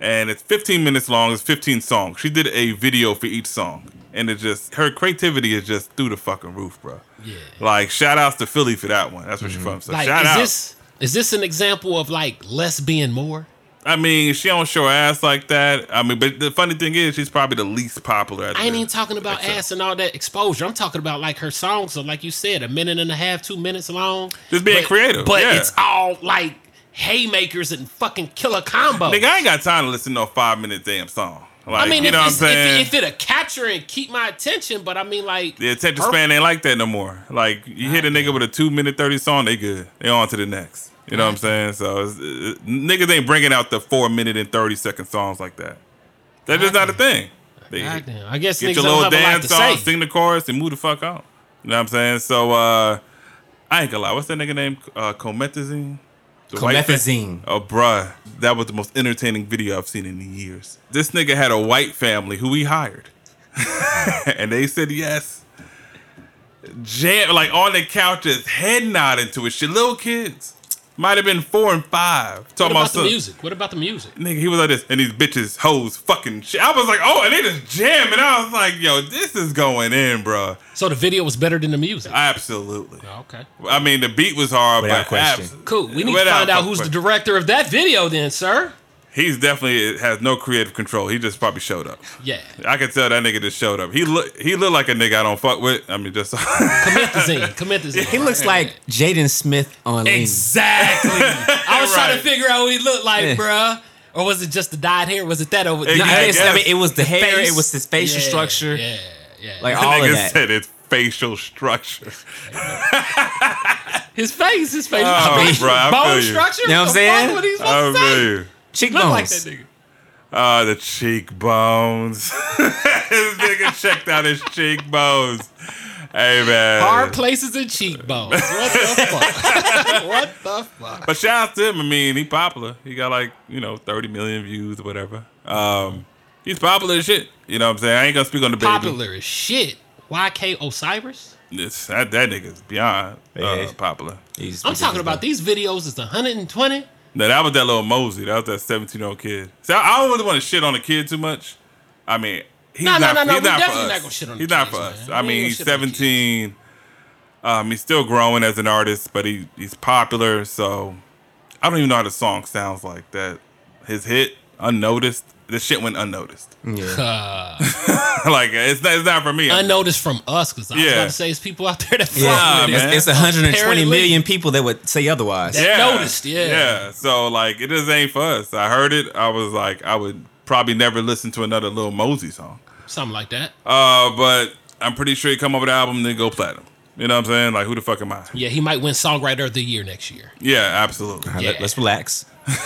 and it's 15 minutes long. It's 15 songs. She did a video for each song, and it's just her creativity is just through the fucking roof, bro.
Yeah. Mm-hmm.
Like shout outs to Philly for that one. That's where she from. So
like
shout
is
out.
this is this an example of like less being more?
I mean, she don't show her ass like that. I mean, but the funny thing is, she's probably the least popular. At
I ain't
the-
even talking about
Except-
ass and all that exposure. I'm talking about like her songs are like you said, a minute and a half, two minutes long.
Just being
But-
creative,
But
yeah.
it's all like haymakers and fucking killer combo.
Nigga, I ain't got time to listen to a five minute damn song. Like,
I mean,
you
if,
know what I'm
it's,
saying?
if, if it'll capture and keep my attention, but I mean, like,
The attention
her-
span ain't like that no more. Like you hit a nigga with a two minute thirty song, they good. They on to the next. You know what I'm saying? So it's, it, niggas ain't bringing out the four minute and thirty second songs like that. That's just not a thing. They
Goddamn, I guess
get
niggas
your
don't
little
have a lot
dance
to
song,
say.
sing the chorus, and move the fuck out. You know what I'm saying? So uh, I ain't gonna lie. What's that nigga name? Uh, Comethazine. The white fa-
Comethazine.
Oh, bruh, that was the most entertaining video I've seen in years. This nigga had a white family who he hired, and they said yes. Jam like on the couches, head nodding to it. Shit, little kids might have been four and five.
What
Talking
about the
some-
music? What about the music?
Nigga, he was like this, and these bitches, hoes, fucking shit. I was like, oh, and they just jamming. I was like, yo, this is going in, bruh.
So the video was better than the music. Oh,
Absolutely.
okay.
I mean, the beat was hard,
Without
but
question.
abs-
Cool. We need to
without
find out
fucking
who's the
question.
director of that video, then, sir.
He's definitely has no creative control. He just probably showed up.
Yeah.
I could tell that nigga just showed up. He look he looked like a nigga I don't fuck with. I mean, just
Comethazine. Comethazine.
He looks like Jaden Smith on Lean.
Exactly. I was trying to
Right.
figure out what he looked like,
Yeah.
bruh. Or was it just the dyed hair? Was it that over
Hey,
No,
Yeah,
I
I
guess- I
guess.
mean, it was the, hair,
face.
it was his facial
Yeah,
structure,
Yeah, yeah.
like
the
all of
nigga
that.
said it's facial structure.
his face, his face.
Oh, bruh, I feel
Bone
you.
structure?
You know what I'm
the fuck?
saying?
What he's supposed
I
to say?
feel you.
Look
Cheekbones.
like that nigga.
Ah, the cheekbones. this nigga checked out his cheekbones. Hey man.
Hard places and cheekbones. What the fuck? what the fuck?
But shout out to him. I mean, he popular. He got like you know thirty million views or whatever. Um, he's popular as shit. You know what I'm saying? I ain't gonna speak on the baby.
Popular as shit. YK Osiris?
It's, that that nigga's beyond
Yeah.
uh, popular.
He's-
I'm talking about these videos is 120.
No, that was that little Mosey. That was that 17 year old kid. So I, I don't really want to shit on the kid too much. I mean, he's
No, no,
not,
no, no,
He's
we
not
definitely
for us.
not gonna shit on the
he's not
kids,
for
man.
us.
We
I
ain't
mean,
gonna
he's
shit on the kids.
17. Um, he's still growing as an artist, but he he's popular. So I don't even know how the song sounds like. That his hit unnoticed. This shit went unnoticed.
Yeah.
Uh,
like it's not, it's not for me.
unnoticed from us, because I was
Yeah.
about to say it's people out there that fuck
Nah,
with it.
man.
It's, it's 120
Apparently.
million people that would say otherwise.
That- noticed, yeah.
Yeah. So like it just ain't for us. I heard it. I was like, I would probably never listen to another little Mosey song.
Something like that.
Uh, but I'm pretty sure he come up with an album and then go platinum. You know what I'm saying? Like, who the fuck am I?
Yeah, he might win Songwriter of the Year next year.
Yeah, absolutely.
All right, let-
Yeah.
Let's relax.
no,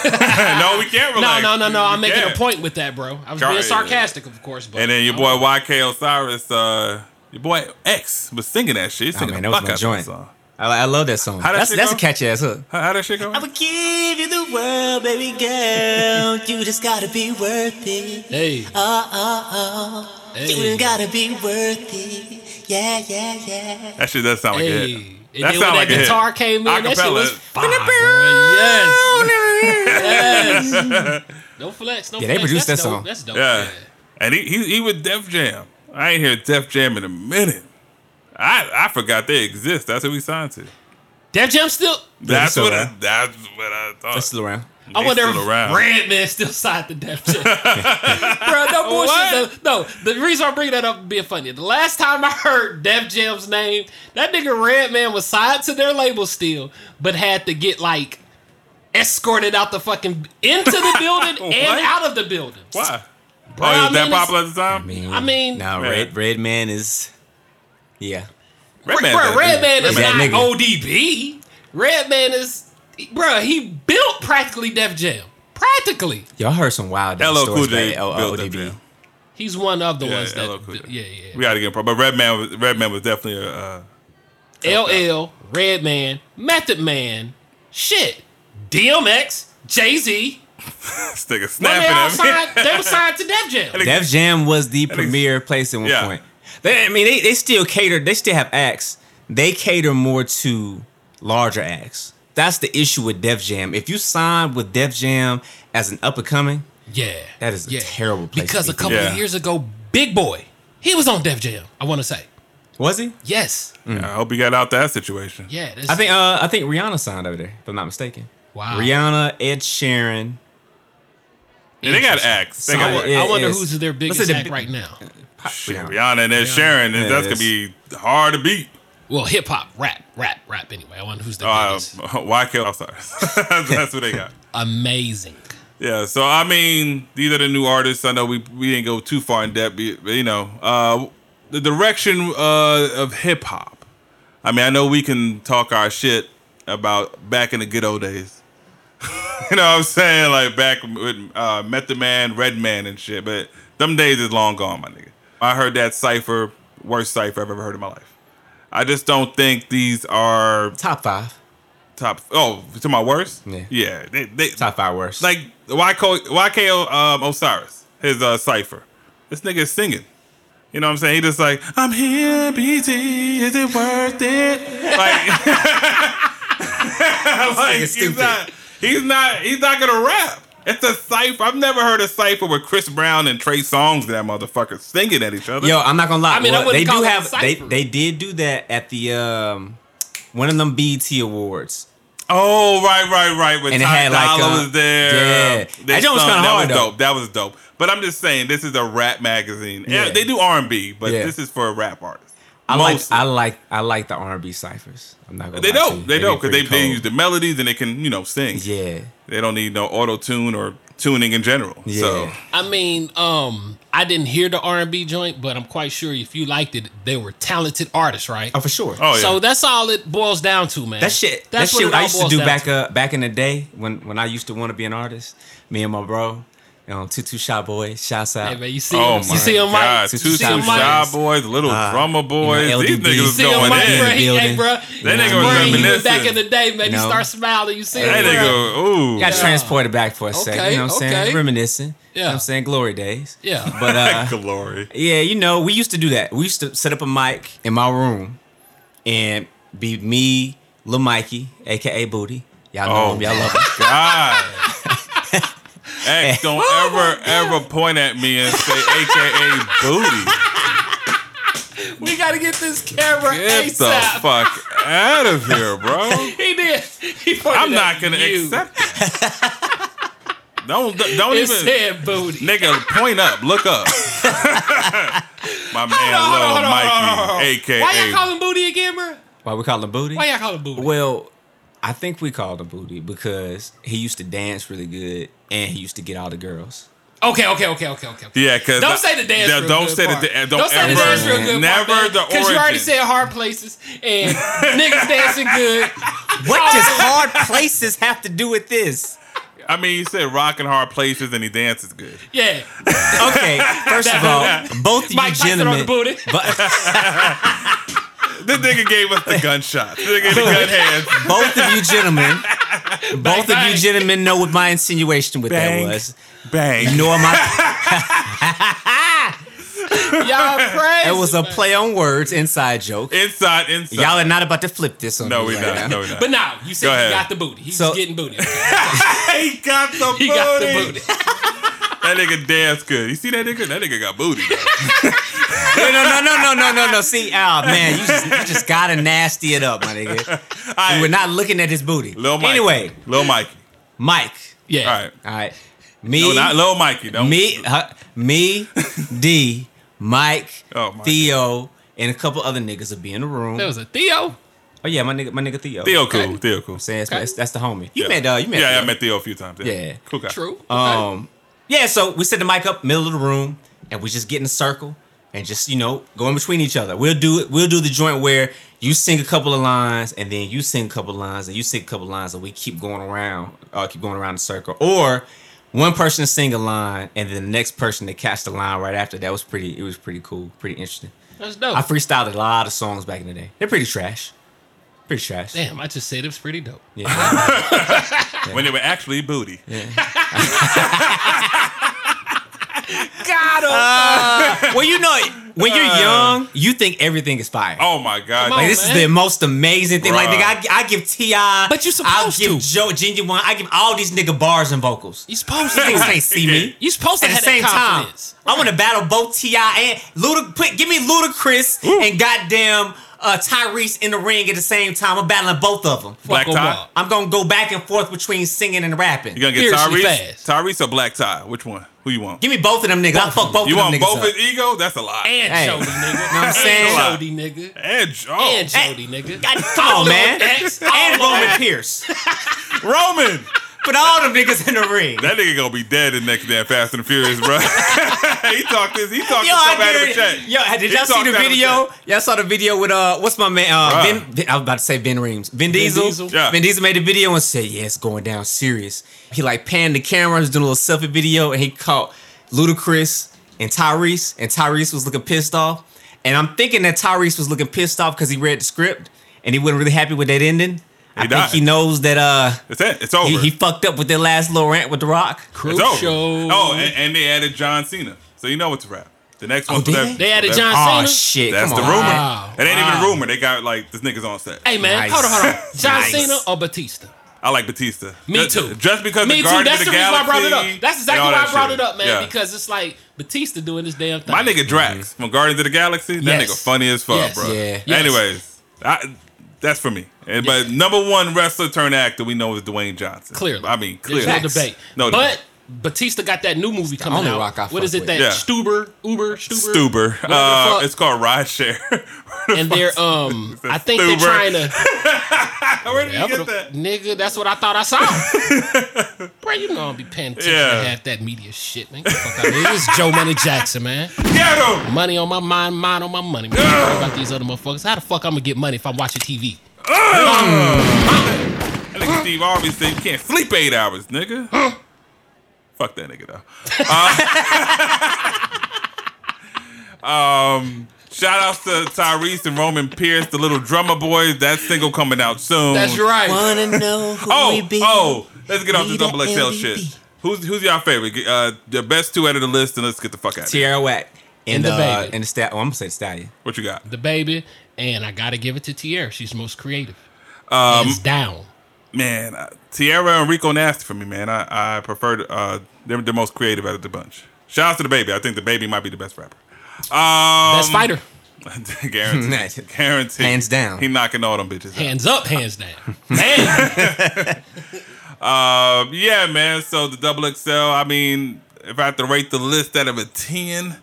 we can't
No,
relate.
no, no, no. I'm
We
making a
can't.
point with that, bro. I was
Gar-
being sarcastic, of course. But
And then your
I'm-
boy YK Osiris, uh, your boy X was singing that shit. He's
Oh
singing
man,
the
that was
fuck
my
out
joint.
That song.
I, I love that song.
How that
that's
shit
that's a
go?
catchy ass hook.
How, how that shit going?
I would give you the world, baby girl. You just gotta be worth it.
Hey,
Oh, oh, oh. You
Hey.
just gotta be worth it. Yeah, yeah, yeah.
That shit does sound like a
hey.
hit.
And
That
then when
sound
that
like a hit.
guitar came in, that shit
Acapella.
was fire, bro. Yes, yes. No flex, no
Yeah,
flex.
they produced
That's
that
dope.
song.
That's dope.
Yeah.
Yeah.
And he, he he with Def Jam. I ain't hear Def Jam in a minute. I I forgot they exist. That's who we signed to.
Def Jam still.
That's
so,
what
uh,
I, that's what I thought.
That's still around.
I
They
wonder if
still around.
Redman still signed the Def Jam. bro, no bullshit. No, no, the reason I bring that up being funny. The last time I heard Def Jam's name, that nigga Redman was signed to their label still, but had to get like escorted out the fucking into the building and
What?
out of the building.
Why?
Bro,
Oh, he
I
was that
mean, it's-
popular at the time?
I mean-
now
Yeah.
Red Red Man is, yeah.
Redman's
Bro,
that
Redman
nigga.
is
That nigga.
not ODB. Redman is, bro, he built practically Def Jam. Practically.
Y'all heard some wild ass
LL Cool
stories
J
about
built
L-
that
ODB.
jam.
He's one of the
Yeah,
ones that,
LL Cool J.
yeah,
We
yeah.
gotta get him. But Redman was Redman was definitely a uh,
LL, Redman, Method Man, shit, DMX, Jay Z.
this nigga
When they
snapping
all signed,
at me.
they were signed to Def Jam.
Def Jam was the premier place at one
Yeah.
point. They, I mean, they, they still cater. They still have acts. They cater more to larger acts. That's the issue with Def Jam. If you sign with Def Jam as an up and coming,
Yeah,
That is a
yeah.
terrible place
Because
to
a
be.
couple
Yeah.
of years ago, Big Boy, he was on Def Jam. I want to say
was he?
yes,
I hope he got out that situation.
yeah. That's,
Mm. I think uh, I think Rihanna signed over there, if I'm not mistaken.
Wow.
Rihanna, Ed Sheeran.
Yeah, they got acts. They
So-
got
I,
acts.
wa-
Yeah,
I wonder
it's-
who's their
What's
biggest
the
act
big-
right now.
Shit,
Rihanna.
Rihanna and Ed Sharon.
Yeah,
that's gonna
it's-
be hard to beat.
Well, hip hop, rap, rap, rap. Anyway, I wonder who's their
Uh,
biggest.
why kill? I'm sorry. that's what they got.
Amazing.
Yeah, so I mean, these are the new artists. I know we we didn't go too far in depth, but you know, uh, the direction uh, of hip hop. I mean, I know we can talk our shit about back in the good old days. you know what I'm saying? Like back with uh, Method Man, Red Man, and shit. But them days is long gone, my nigga. I heard that cipher, worst cipher I've ever heard in my life. I just don't think these are
Top five.
top. Oh, to my worst.
Yeah.
yeah. They, they,
Top five worst.
like YK, YK um, Osiris, his uh, cipher. This nigga is singing. You know what I'm saying? He just like, I'm here, BT, is it worth it? Like, like he's
stupid.
not, he's not, he's not gonna rap. It's a cipher. I've never heard a cipher with Chris Brown and Trey Songz and that motherfucker singing at each other.
Yo, I'm not gonna lie.
I mean, I
Well,
wouldn't
they
call
do
it a
have they,
cipher.
they did do that at the um one of them BT awards.
Oh, right, right, right. With
And it
Ty
had, like,
Dolla
uh,
was there.
yeah.
They
That joint was
sung-
kinda hard,
That was
though.
dope. That was dope. But I'm just saying, this is a rap magazine. Yeah.
Yeah.
they do R and B, but
Yeah.
this is for a rap artist.
I like
Mostly.
I like I like the R&B ciphers. I'm not gonna.
They
lie to you.
don't. They
be
don't because they,
pretty
they
cold.
use the melodies and they can you know sing.
Yeah,
They don't need no auto tune or tuning in general.
yeah.
So
I mean, um, I didn't hear the R and B joint, but I'm quite sure if you liked it, they were talented artists, right?
oh, for sure.
oh yeah.
So that's all it boils down to, man.
That shit.
That's
that shit.
what it all
I used to
boils
do
down
back uh back in the day when when I used to want to be an artist. Me and my bro, you know, Tutu Shot Boy, shouts out.
Hey, man, you see,
Oh
him,
my
you see him,
God!
Mike.
Two
You see him, Mike.
shy boys, little drummer boys.
Ah. you know,
These
LDB.
niggas was
See him,
going
Mike, bro.
in.
He, hey,
building.
bro.
That nigga
bro,
was
he
reminiscent.
back in the day, man.
No.
You start smiling. You see him,
That
bro.
nigga, ooh,
Got transported back for a second. You know what I'm
Okay,
saying?
okay.
Reminiscing. You know what
Yeah.
I'm saying? Glory days.
Yeah.
But uh,
glory.
Yeah, you know, we used to do that. We used to set up a mic in my room and be me, Lil Mikey, aka Booty. Y'all know
Oh.
him, y'all love him.
God. X, don't ever, ever point at me and say AKA booty.
We gotta get this camera
Get the
ASAP.
fuck out of here, bro.
He did. He pointed
I'm
at
not gonna
you.
accept it. Don't don't
It
even
said booty.
nigga point up, look up. My man Lil
on, hold on, hold on, hold on, hold on.
Mikey,
Why y'all
aka
call him booty again, bro?
Why we call him Booty?
Why y'all call him booty?
Well, I think we called him Booty because he used to dance really good and he used to get all the girls.
Okay, okay, okay, okay, okay.
Yeah, cause
Don't say the dance.
Yeah,
real
don't
good
say
part.
the da- don't,
say the
ever-
dance real good
never
part,
the origin.
Because you already said hard places and niggas dancing good.
What
Oh.
does hard places have to do with this?
I mean, you said rocking hard places and he dances good.
Yeah,
Okay, first of all, both of you
Mike Tyson on the
gentlemen.
booty.
but-
This nigga gave us the gunshot. This nigga the gun hands.
both of you gentlemen. Both of you
bang.
gentlemen know what my insinuation with
Bang.
that was.
Bang.
Nor my
Y'all crazy.
It was a
man.
play on words, inside joke.
Inside, inside.
Y'all are not about to flip this on
no,
me
we
right
not.
now.
No, we not.
But now you said
Go ahead.
he got the booty. He's
So-
getting booty.
he got the booty.
He got the booty.
That nigga dance good. You see that nigga? That nigga got booty.
no, no, no, no, no, no, no. See, oh man, you just, you just gotta nasty it up, my nigga.
All
We
right,
We're not looking at his booty.
Lil Mikey.
Anyway,
Lil Mikey.
Mike.
Yeah.
All right.
All right, me,
No, not Lil Mikey. Don't.
me, huh, me, D, Mike,
Oh, my
Theo, and a couple other niggas will be in the room.
That was a
oh
Theo.
yeah, my nigga, my nigga Theo.
Theo
Okay.
cool. Theo cool.
Saying that's,
Okay.
that's the homie. You
Yeah.
met, uh, you met.
Yeah,
Theo.
I met Theo a few times.
Yeah.
Cool guy.
True. Okay.
Um, Yeah, so we set the mic up middle of the room, and we just get in a circle and just you know go in between each other. We'll do it. We'll do the joint where you sing a couple of lines, and then you sing a couple of lines, and you sing a couple of lines, and we keep going around, uh, keep going around the circle. Or one person to sing a line, and then the next person to catch the line right after. That was pretty. It was pretty cool. Pretty interesting.
That's dope.
I freestyled a lot of songs back in the day. They're pretty trash. Pretty trash.
Damn, I just said it was pretty dope.
Yeah.
When they were actually booty.
well, you know, when you're
Uh.
young, you think everything is fire.
Oh my god.
Come on.
Like, this is the most amazing thing. Like, nigga, I, I give T.I.
But you
I'll
supposed
give
to.
Joe, Genuine. I give all these nigga bars and vocals.
You supposed
These
to.
niggas ain't see me.
You supposed to
At the
have
same
that
time,
confidence.
I want to battle both T.I. and Luda. Put, give me Ludacris and goddamn uh, Tyrese in the ring at the same time. I'm battling both of them.
Black
Fuck 'em
tie?
up.
I'm going to go back and forth between singing and rapping.
You gonna get
Fiercely
Tyrese?
fast.
Tyrese or Black Tie? Which one? Who you want?
Give me both of them niggas. I'll fuck both
You
of them
want
niggas.
both
up.
his ego? That's a lie.
And
Hey.
Jody, nigga.
Know what I'm saying?
And Jody, nigga.
And Joe.
And Jody, nigga.
God, come on, man.
X,
and Roman Pierce.
Roman.
Put all them niggas in the ring.
That nigga gonna be dead the next damn Fast and the Furious, bro. he talked this. He talked
Yo,
this so
I
bad of a
did.
check.
Yo, did
He
y'all see
talked
the
out of a
video? Y'all saw the video with uh, what's my man? Uh,
Bruh.
ben, Ben- I was about to say Ben Reams. Ben Diesel.
Diesel.
Yeah.
Ben Diesel made a video and said, "Yeah, it's going down serious." He like panned the camera, was doing a little selfie video, and he caught Ludacris and Tyrese, and Tyrese was looking pissed off. And I'm thinking that Tyrese was looking pissed off because he read the script and he wasn't really happy with that ending. I
He
think
died.
he knows that uh
It's it. It's over.
he, he fucked up with that last little rant with The Rock.
it's over.
Crucial.
Oh, and, and they added John Cena, so you know it's a wrap. The next one.
Oh, did
that-
they?
They added
that's-
John
Oh
Cena?
shit!
That's
come
the
on,
rumor.
man.
Wow.
It ain't even
Wow.
a rumor. They got like this nigga's on set.
Hey, man.
Nice.
Hold on, hold on. John
Nice.
Cena or Batista?
I like Batista.
Me
just,
too.
Just because
Me
the
too.
Guardians
That's
of
the,
the,
reason why I
Galaxy.
brought it up. That's exactly
and all
why
that
I brought
shit.
it up, man.
Yeah.
Because it's like Batista doing this damn thing.
my nigga Drax from Guardians of the Galaxy. That
Yes.
nigga funny as fuck,
Yes.
bro.
Yeah.
Yes.
Anyways, I, that's for me. And, But number one wrestler turned actor we know is Dwayne Johnson.
Clearly.
I mean clearly.
There's no debate.
No
but
debate.
Batista got that new movie coming
only
out.
rock I
what
fuck
is it
with.
that
Yeah.
Stuber, Uber, Stuber,
Stuber.
the
Uh,
fuck?
it's called Rideshare. Where the
and
fuck-
they're um. I think they're
Stuber.
trying to.
Where did you
Whatever
get
the-
that?
Nigga, that's what I thought I saw. Bro, you know I'm be paying attention
Yeah.
to half that media shit, man. Get the fuck out of here. This is Joe Money Jackson, man.
Get him!
Money on my mind, mind on my money. Man. I don't care about these other motherfuckers. How the fuck I'm gonna get money if I'm watching TV?
That nigga Steve Harvey said you can't sleep eight hours, nigga. Fuck that nigga though. Uh, um, shout outs to Tyrese and Roman Pierce, the little drummer boys. That single coming out soon.
That's right.
Wanna know who we
Oh,
be?
oh, let's get off
We
this
the
double XL shit.
LVP.
Who's who's y'all favorite? Get, Uh, the best two out of the list, and let's get the fuck out. of here.
Tierra Whack and,
And the
uh,
baby.
and the stat. Oh, I'm gonna say the stallion.
What you got?
The baby, and I gotta give it to Tierra. She's the most creative. Um, down.
Man, uh, Tierra and Rico nasty for me, man. I I prefer uh they're the most creative out of the bunch. Shout out to the baby. I think the baby might be the best rapper. Um,
Best fighter.
guaranteed.
Nice.
Guaranteed.
Hands down.
He knocking all them bitches. out.
Hands up, hands down. Man,
Um, yeah, man. So the double XL. I mean, if I had to rate the list out of a ten,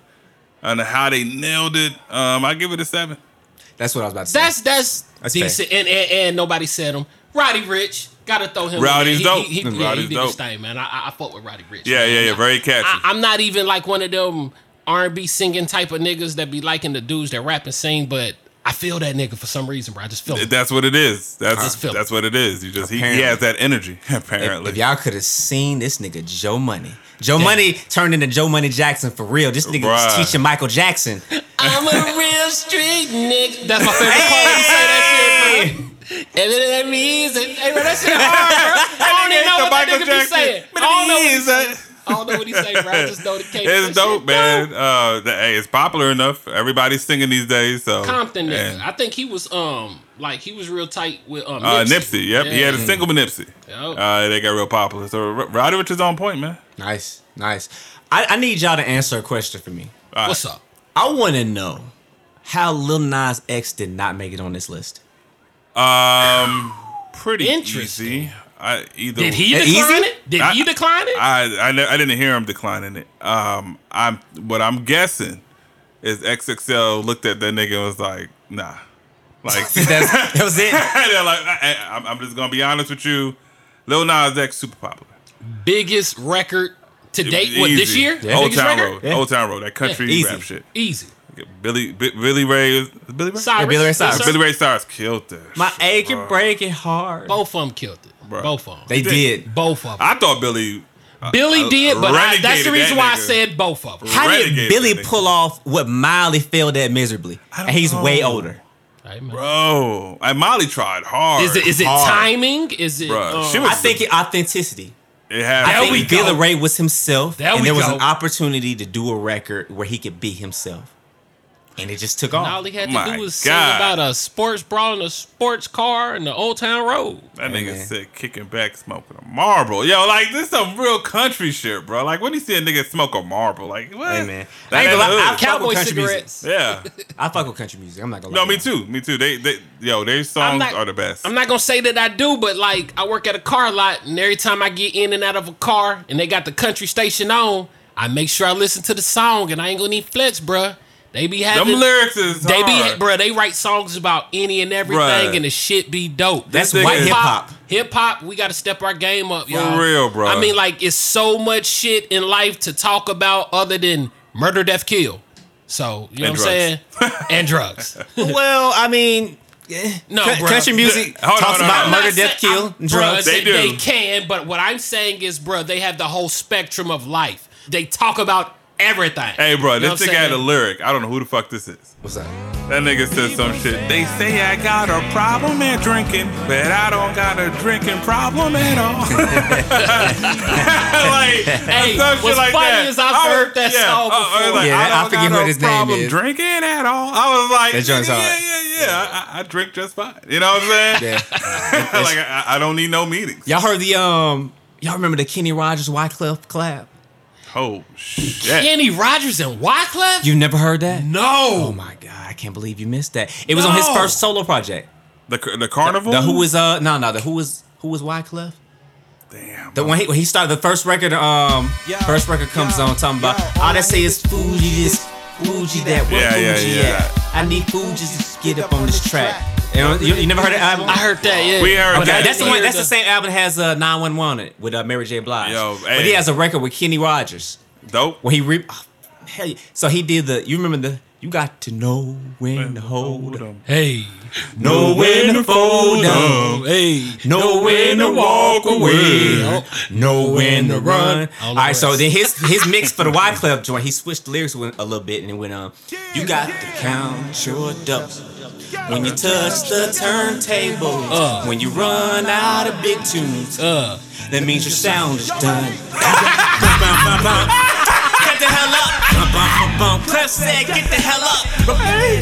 on how they nailed it, um, I give it a seven.
That's what I was about to say.
that's that's,
That's
decent. And, and and nobody said him. Roddy Rich, gotta throw him. in there.
Rowdy's
He-
dope.
He, he,
Mm,
yeah,
Rowdy's
he did
dope.
his thing, man. I, I, I fuck with Roddy Rich.
Yeah,
man.
yeah, yeah. Very catchy.
I, I'm not even like one of them R&B singing type of niggas that be liking the dudes that rap and sing, but I feel that nigga for some reason, bro. I just feel it.
that's what it is. That's
Just feel it.
that's what it is. You just he, he
Apparently.
has that energy
if,
apparently.
if y'all could have seen this nigga Joe Money. Joe Money turned into Joe Money Jackson for real. This nigga was
Bruh.
teaching Michael Jackson.
I'm a real street nigga. That's my favorite part. when You say that shit, bro. And then that means it. Hey, bro, that shit hard, bro. I don't even know what that nigga be saying. I don't know. What he say. I don't know what he say, bro. I just know the case.
It's
That
dope,
shit
man. Uh, the, hey, it's popular enough. Everybody's singing these days. So
Compton nigga.
and,
I think he was um like he was real tight with um
uh,
Nipsey.
Nipsey. Yep, he had a
Yeah.
single with Nipsey.
Dope.
Uh, they got real popular. So R- Roddy Rich is on point, man.
Nice, nice. I, I need y'all to answer a question for me.
All right.
What's up?
I want to know how Lil Nas X did not make it on this list.
Um, pretty
Interesting.
easy. I either
Did he
That
decline
easy?
it? Did
I-
he decline it?
I I, ne- I didn't hear him declining it. Um, I'm what I'm guessing is XXL looked at that nigga and was like, nah, like
That's, that was it.
they're like I, I, I'm- I'm just gonna be honest with you, Lil Nas X super popular.
biggest record To date, what this
Easy.
year?
Yeah. Old
Biggest
Town
record?
Road,
Yeah.
Old Town Road, that country
Yeah.
rap
Easy.
shit.
Easy.
Billy, B- Billy Ray, is it Billy Ray,
Cyrus,
Billy Ray
yes,
Cyrus.
sir.
Billy Ray Cyrus killed that.
My
shit,
ache
bro.
and break it hard.
Oh,
Both of them killed it.
Bruh.
Both of them.
They did.
both of them.
I thought Billy.
Billy did, but I, that's the
Renegaded that
reason why I
nigga.
said both of them.
How
Renegade
did Billy
that nigga.
pull off what Miley failed at miserably?
don't
And he's way
know.
older.
Bro, oh, and Molly tried hard.
Is it is it
hard.
timing? Is it?
Bruh,
um,
she was-
I think it, authenticity.
It
I
There
had.
think
we
Billy
go.
Ray was himself,
There
and
we
there was
go.
an opportunity to do a record where he could be himself, and it just took
all
off.
he had to
Oh My
do was sing
God.
about a sports brawl and a sports car and the Old Town Road.
That
Hey,
nigga
man.
said kicking back, smoking a marble. Yo, like this some real country shit, bro. Like when you see a nigga smoke a marble, like what?
Hey man,
That
I ain't gonna lie, I
ain't
fuck
Cowboy
with country
cigarettes.
hood. Yeah.
music. I fuck with country music. I'm not gonna.
No,
lie.
me too. Me too. They, they, yo, their songs
I'm not-
are the best.
I'm not gonna say that I do, but like I work at a car lot, and every time I get in and out of a car, and they got the country station on, I make sure I listen to the song, and I ain't gonna need flex, bruh. They be
Them
having
lyrics is
They be,
hard.
bruh, They write songs about any and everything,
Bruh.
and the shit be dope.
That's
This
white
nigga-
hip hop.
Hip hop, we got to step our game up, y'all.
real, bruh.
I mean, like it's so much shit in life to talk about other than murder, death, kill. So you know
And
what I'm saying? and drugs.
Well, I mean,
No,
cu-
bruh.
country music
Hold on,
talks
hold on,
about
hold on.
murder, death, kill, and drugs.
They
They,
do.
they can, but what I'm saying is, bruh, they have the whole spectrum of life. They talk about everything.
Hey, bro,
You know
this
what
nigga
I'm
had a
saying?
lyric. I don't know who the fuck this is.
What's up?
That nigga said some shit. They say I got a problem at drinking, but I don't got a drinking problem at all. like,
Hey,
some shit
what's
like
funny
that.
is I've
I was-
heard that song
I- I was
before.
like,
Yeah,
I,
I
don't
forget
got
what
no
his name
problem
is.
Drinking at all. I was like,
That joint's
yeah,
hard.
yeah, yeah, yeah. I, I drink just fine. You know what I'm saying?
Yeah.
like, I, I don't need no meetings.
Y'all heard the um? Y'all remember the Kenny Rogers Wyclef collab?
Oh shit.
Kenny Rogers and Wyclef.
You've never heard that? Oh
no,
my god, I can't believe you missed that. It was on his
No.
first solo project.
The the carnival.
The who is uh no no the who is who was Wyclef?
Damn.
The when he, when he started the first record um first record comes on talking about all they say is Fuji this Fuji that what
Yeah, yeah,
Fuji
yeah.
at I need Fuji's to get up on this track. You, know, you, you never heard that album?
I heard that. Yeah,
We heard
But
that.
I
That's the
didn't
one. That's
hear
the same album that has uh, 911 on it with uh, Mary J. Blige.
Yo,
But
hey.
he has a record with Kenny Rogers
Dope.
when he re- oh, hell yeah. so he did the you remember the you got to know when to hold up.
Hey,
Know when to fold up.
hey,
Know when to walk away. Know when to run.
All
All
the
right, so
rest.
then his his mix for the Y Club joint, he switched the lyrics with- a little bit and it went um, you got to count your ducks. When you touch the turntable,
Uh.
when you run out of big tunes,
Uh,
that means your sound is done. Get the hell up. Bum, bum, bum, bum. Clef said, get the hell up.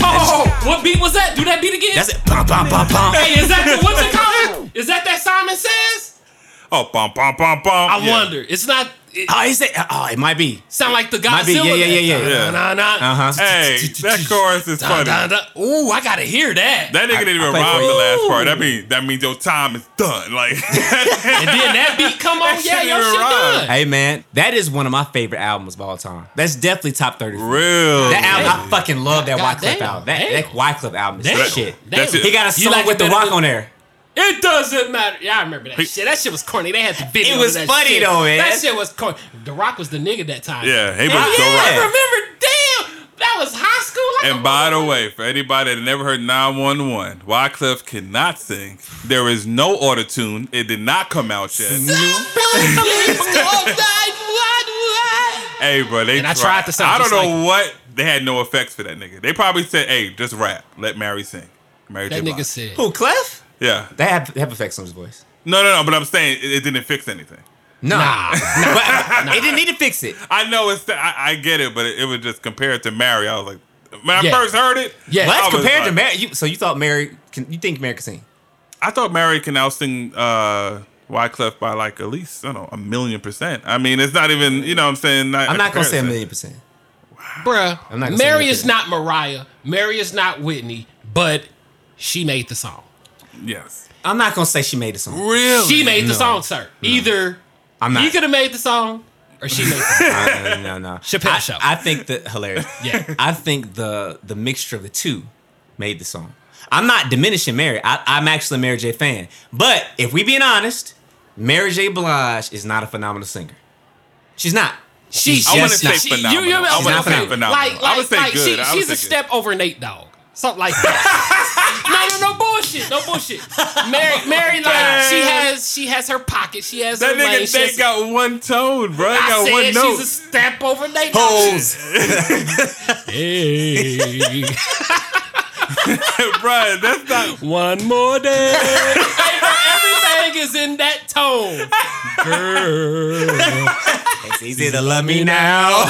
oh, what beat was that? Do that beat again.
That's it. Bum, bum, bum, bum.
hey, is that the, what's it called? Is that that Simon says?
Oh, bum bum bum bum.
I
Yeah.
wonder. It's not. It
Oh, is it? Oh, it might be.
sound like the
Might be.
Godzilla.
Yeah, yeah, yeah,
that
yeah.
time. Nah, nah, nah.
Uh huh.
Hey, that chorus is
Dun,
Uh-huh. funny.
dun, dun. Ooh, I gotta hear that.
That nigga
I-
didn't
I
even
play
rhyme
for
the
you.
last part. That means that means your time is done. Like
and then that beat come on. Oh, yeah,
shit
your
even
shit
rhyme.
done.
Hey man, that is one of my favorite albums of all time. That's definitely top thirty. for me.
real.
That album, I fucking love that
God
Wyclef
damn,
album. That,
damn.
that Wyclef album is
Damn.
shit.
Damn.
That's it.
He got a
You
song
like
with
it
the
better
Rock
than-
on there.
It doesn't matter. Yeah, I remember that
He-
shit. That shit was corny. They had the video.
It was
of that
funny
shit.
though, man.
That shit was corny. The Rock was the nigga that time.
Yeah, he was
Hell
The
yeah, I
Rock.
remember. Damn, that was high school. Like
and by the way, for anybody that never heard 911, Wyclef cannot sing. There is no auto tune. It did not come out
Mm-hmm.
yet. hey, bro, they
And I tried to sound
I don't
just
know what they had no effects for that nigga. They probably said, "Hey, just rap. Let Mary sing." Mary J.
that
Blige.
nigga said.
Who Clef?
"Yeah,
They have, they have effects on his voice.
no, no, no." But I'm saying it, it didn't fix anything.
No,
Nah.
But- it didn't need to fix it.
I know it's. I, I get it, but it, it was just compared to Mary. I was like, when I
Yeah.
first heard it,
Yeah.
Well,
I
that's
was
compared to
like-
Mary. You, so you thought Mary? Can, you think Mary can sing?
I thought Mary can out sing uh, Wyclef by like at least I don't know a million percent. I mean, it's not even. You know, what I'm saying.
I'm not gonna say a
comparison.
million percent.
Bruh,
I'm not gonna say
Mary
nothing.
is not Mariah. Mary is not Whitney, but she made the song.
Yes,
I'm not gonna say she made the song.
really.
She made the
No.
song, sir. Either
I'm not.
he could have made the song, or she made the song.
Uh, no, no.
Chappelle
I,
Show.
I think that hilarious.
Yeah.
I think the the mixture of the two made the song. I'm not diminishing Mary. I, I'm actually a Mary J. fan. But if we being honest, Mary J. Blige is not a phenomenal singer. She's not.
She,
She's
I
I
just
wouldn't
not.
say phenomenal.
You, you,
I wouldn't
She's
say
not
phenomenal.
Like, like,
I would say
like
good.
she,
I would
she's
say
a
good.
step over Nate Dog. Something like that. no, no, no bullshit. No bullshit. Mary, Mary, like, she has, she has her pocket. She has
That
her lane.
nigga
She
they
has-
got one tone, bro. They
I
got
said
one note.
she's a step over Nate Dog.
Hoes.
Hey,
bro, that's not.
one more day. Everything is in that tone.
It's easy to love me now.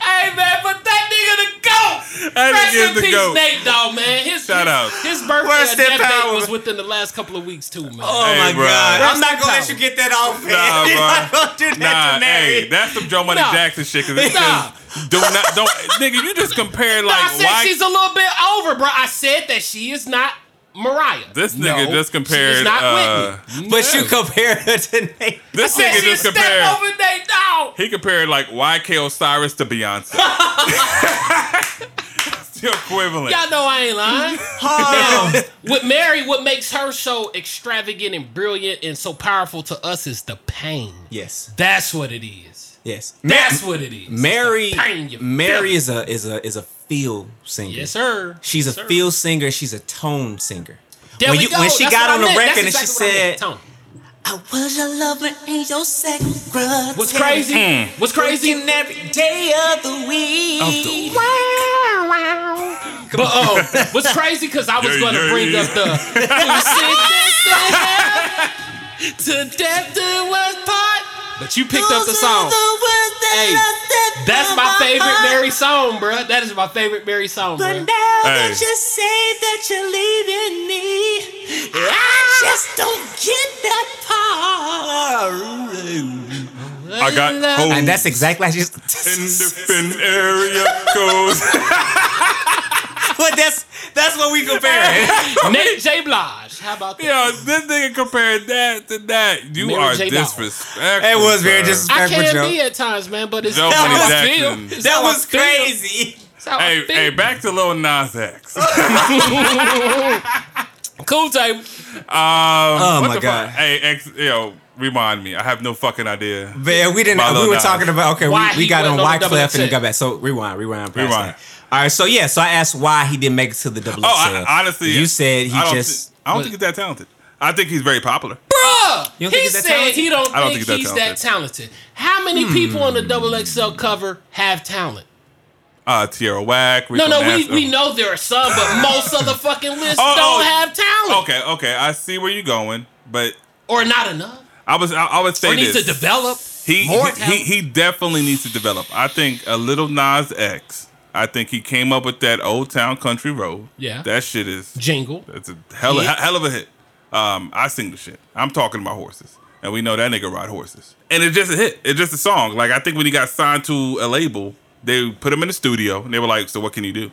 Hey man, but that nigga the goat.
That
Rest
nigga is
in
the
peace,
GOAT.
Nate dog man. His
Shout
his,
out.
His birthday
Rest
or
in
death date
power.
was within the last couple of weeks too, man.
Oh
Hey,
my
bro.
god.
That's
I'm not gonna let you get that off, man.
Nah,
I'm not
bro.
gonna do that
Nah,
to Mary.
hey, that's some Joe Money
Nah.
Jackson shit. Cause it
Nah.
says, do not, don't, nigga, you just compare
No, I
like
said
why
she's a little bit over, bro. I said that she is not Mariah.
this nigga
No,
just compared.
She is not
uh,
Whitney.
but you compare her to Nate.
this
Said
nigga
she a
just
step
compared.
over Nate dog.
He compared like YK Osiris to Beyonce. Still equivalent.
Y'all know I ain't lying.
Oh,
With Mary, what makes her so extravagant and brilliant and so powerful to us is the pain.
yes,
That's what it is.
yes.
That's what it is.
Mary.
Pain you
Mary
feel.
is a is a is a field singer.
Yes, sir.
She's a
Yes, sir.
field singer. She's a tone singer.
There
when
we
you-
go.
when she
That's
got
what
on
I
the
meant.
record and
That's
she
exactly what I meant.
said-
Tony,
I was your lover, ain't your second
"What's crazy?
Hmm.
What's crazy?"
Working every day of the week.
But um, what's crazy? Because I was
Yeah,
gonna
yeah,
bring
yeah.
up the "Who sent this to heaven? to death do us part, but you picked up the song. Hey, That's my favorite Mary song, bruh. That is my favorite Mary song,
But now
bruh.
that
Hey.
you say that you're leaving me, I just don't get that part.
I got hoes
And that's exactly how she's.
in different area codes.
but that's that's what we compare.
Nate J. Blige. How about that?
Yo, this nigga compared that to that. You
Mary
are
J. Blige.
disrespectful.
It was very
sir.
I
disrespectful,
can
Joe.
be at times, man, but it's
Joe
how
Money
I feel.
Jackson.
It's
That
how I
was
feel.
crazy.
It's how I
Hey,
feel.
hey, back to Lil Nas X.
Cool table.
Um,
Oh,
what
my
the
God.
Fuck? Hey, ex, yo, remind me. I have no fucking idea.
Man, we didn't.
By Lil
we were
Nas.
talking about okay.
Why
we, we
he
got on
wasn't on the double
Wyclef and then
upset.
got back. So rewind, rewind, past
Rewind.
that. All right. So yeah. So I asked why he didn't make it to the double
Oh,
upset.
I, honestly,
uh, you said he
I don't
just.
thi- I don't
What?
think he's that talented. I think he's very popular.
Bruh,
You don't think
he
he's that
said
talented? Hmm.
he don't,
I don't
think,
think he's
he's
that
that talented. How many people on the double XL cover have talent?
Uh, Tierra Whack.
No,
Rico
no, we,
Nasty-
we know there are some, but most of the fucking list
Oh,
don't
oh.
have talent
Okay, okay. I see where you're going, but
or not enough
I was I, I would say
or need
this.
to develop.
he,
more
he,
talent.
he he definitely needs to develop. I think a little Nas X. I think he came up with that old town country road.
Yeah.
that shit is
Jingle.
That's a hell,
Yeah.
hell of a hit. Um, I sing the shit. I'm talking about horses, and we know that nigga ride horses. And it's just a hit. It's just a song. Like I think when he got signed to a label, they put him in the studio, and they were like, "So what can you do?"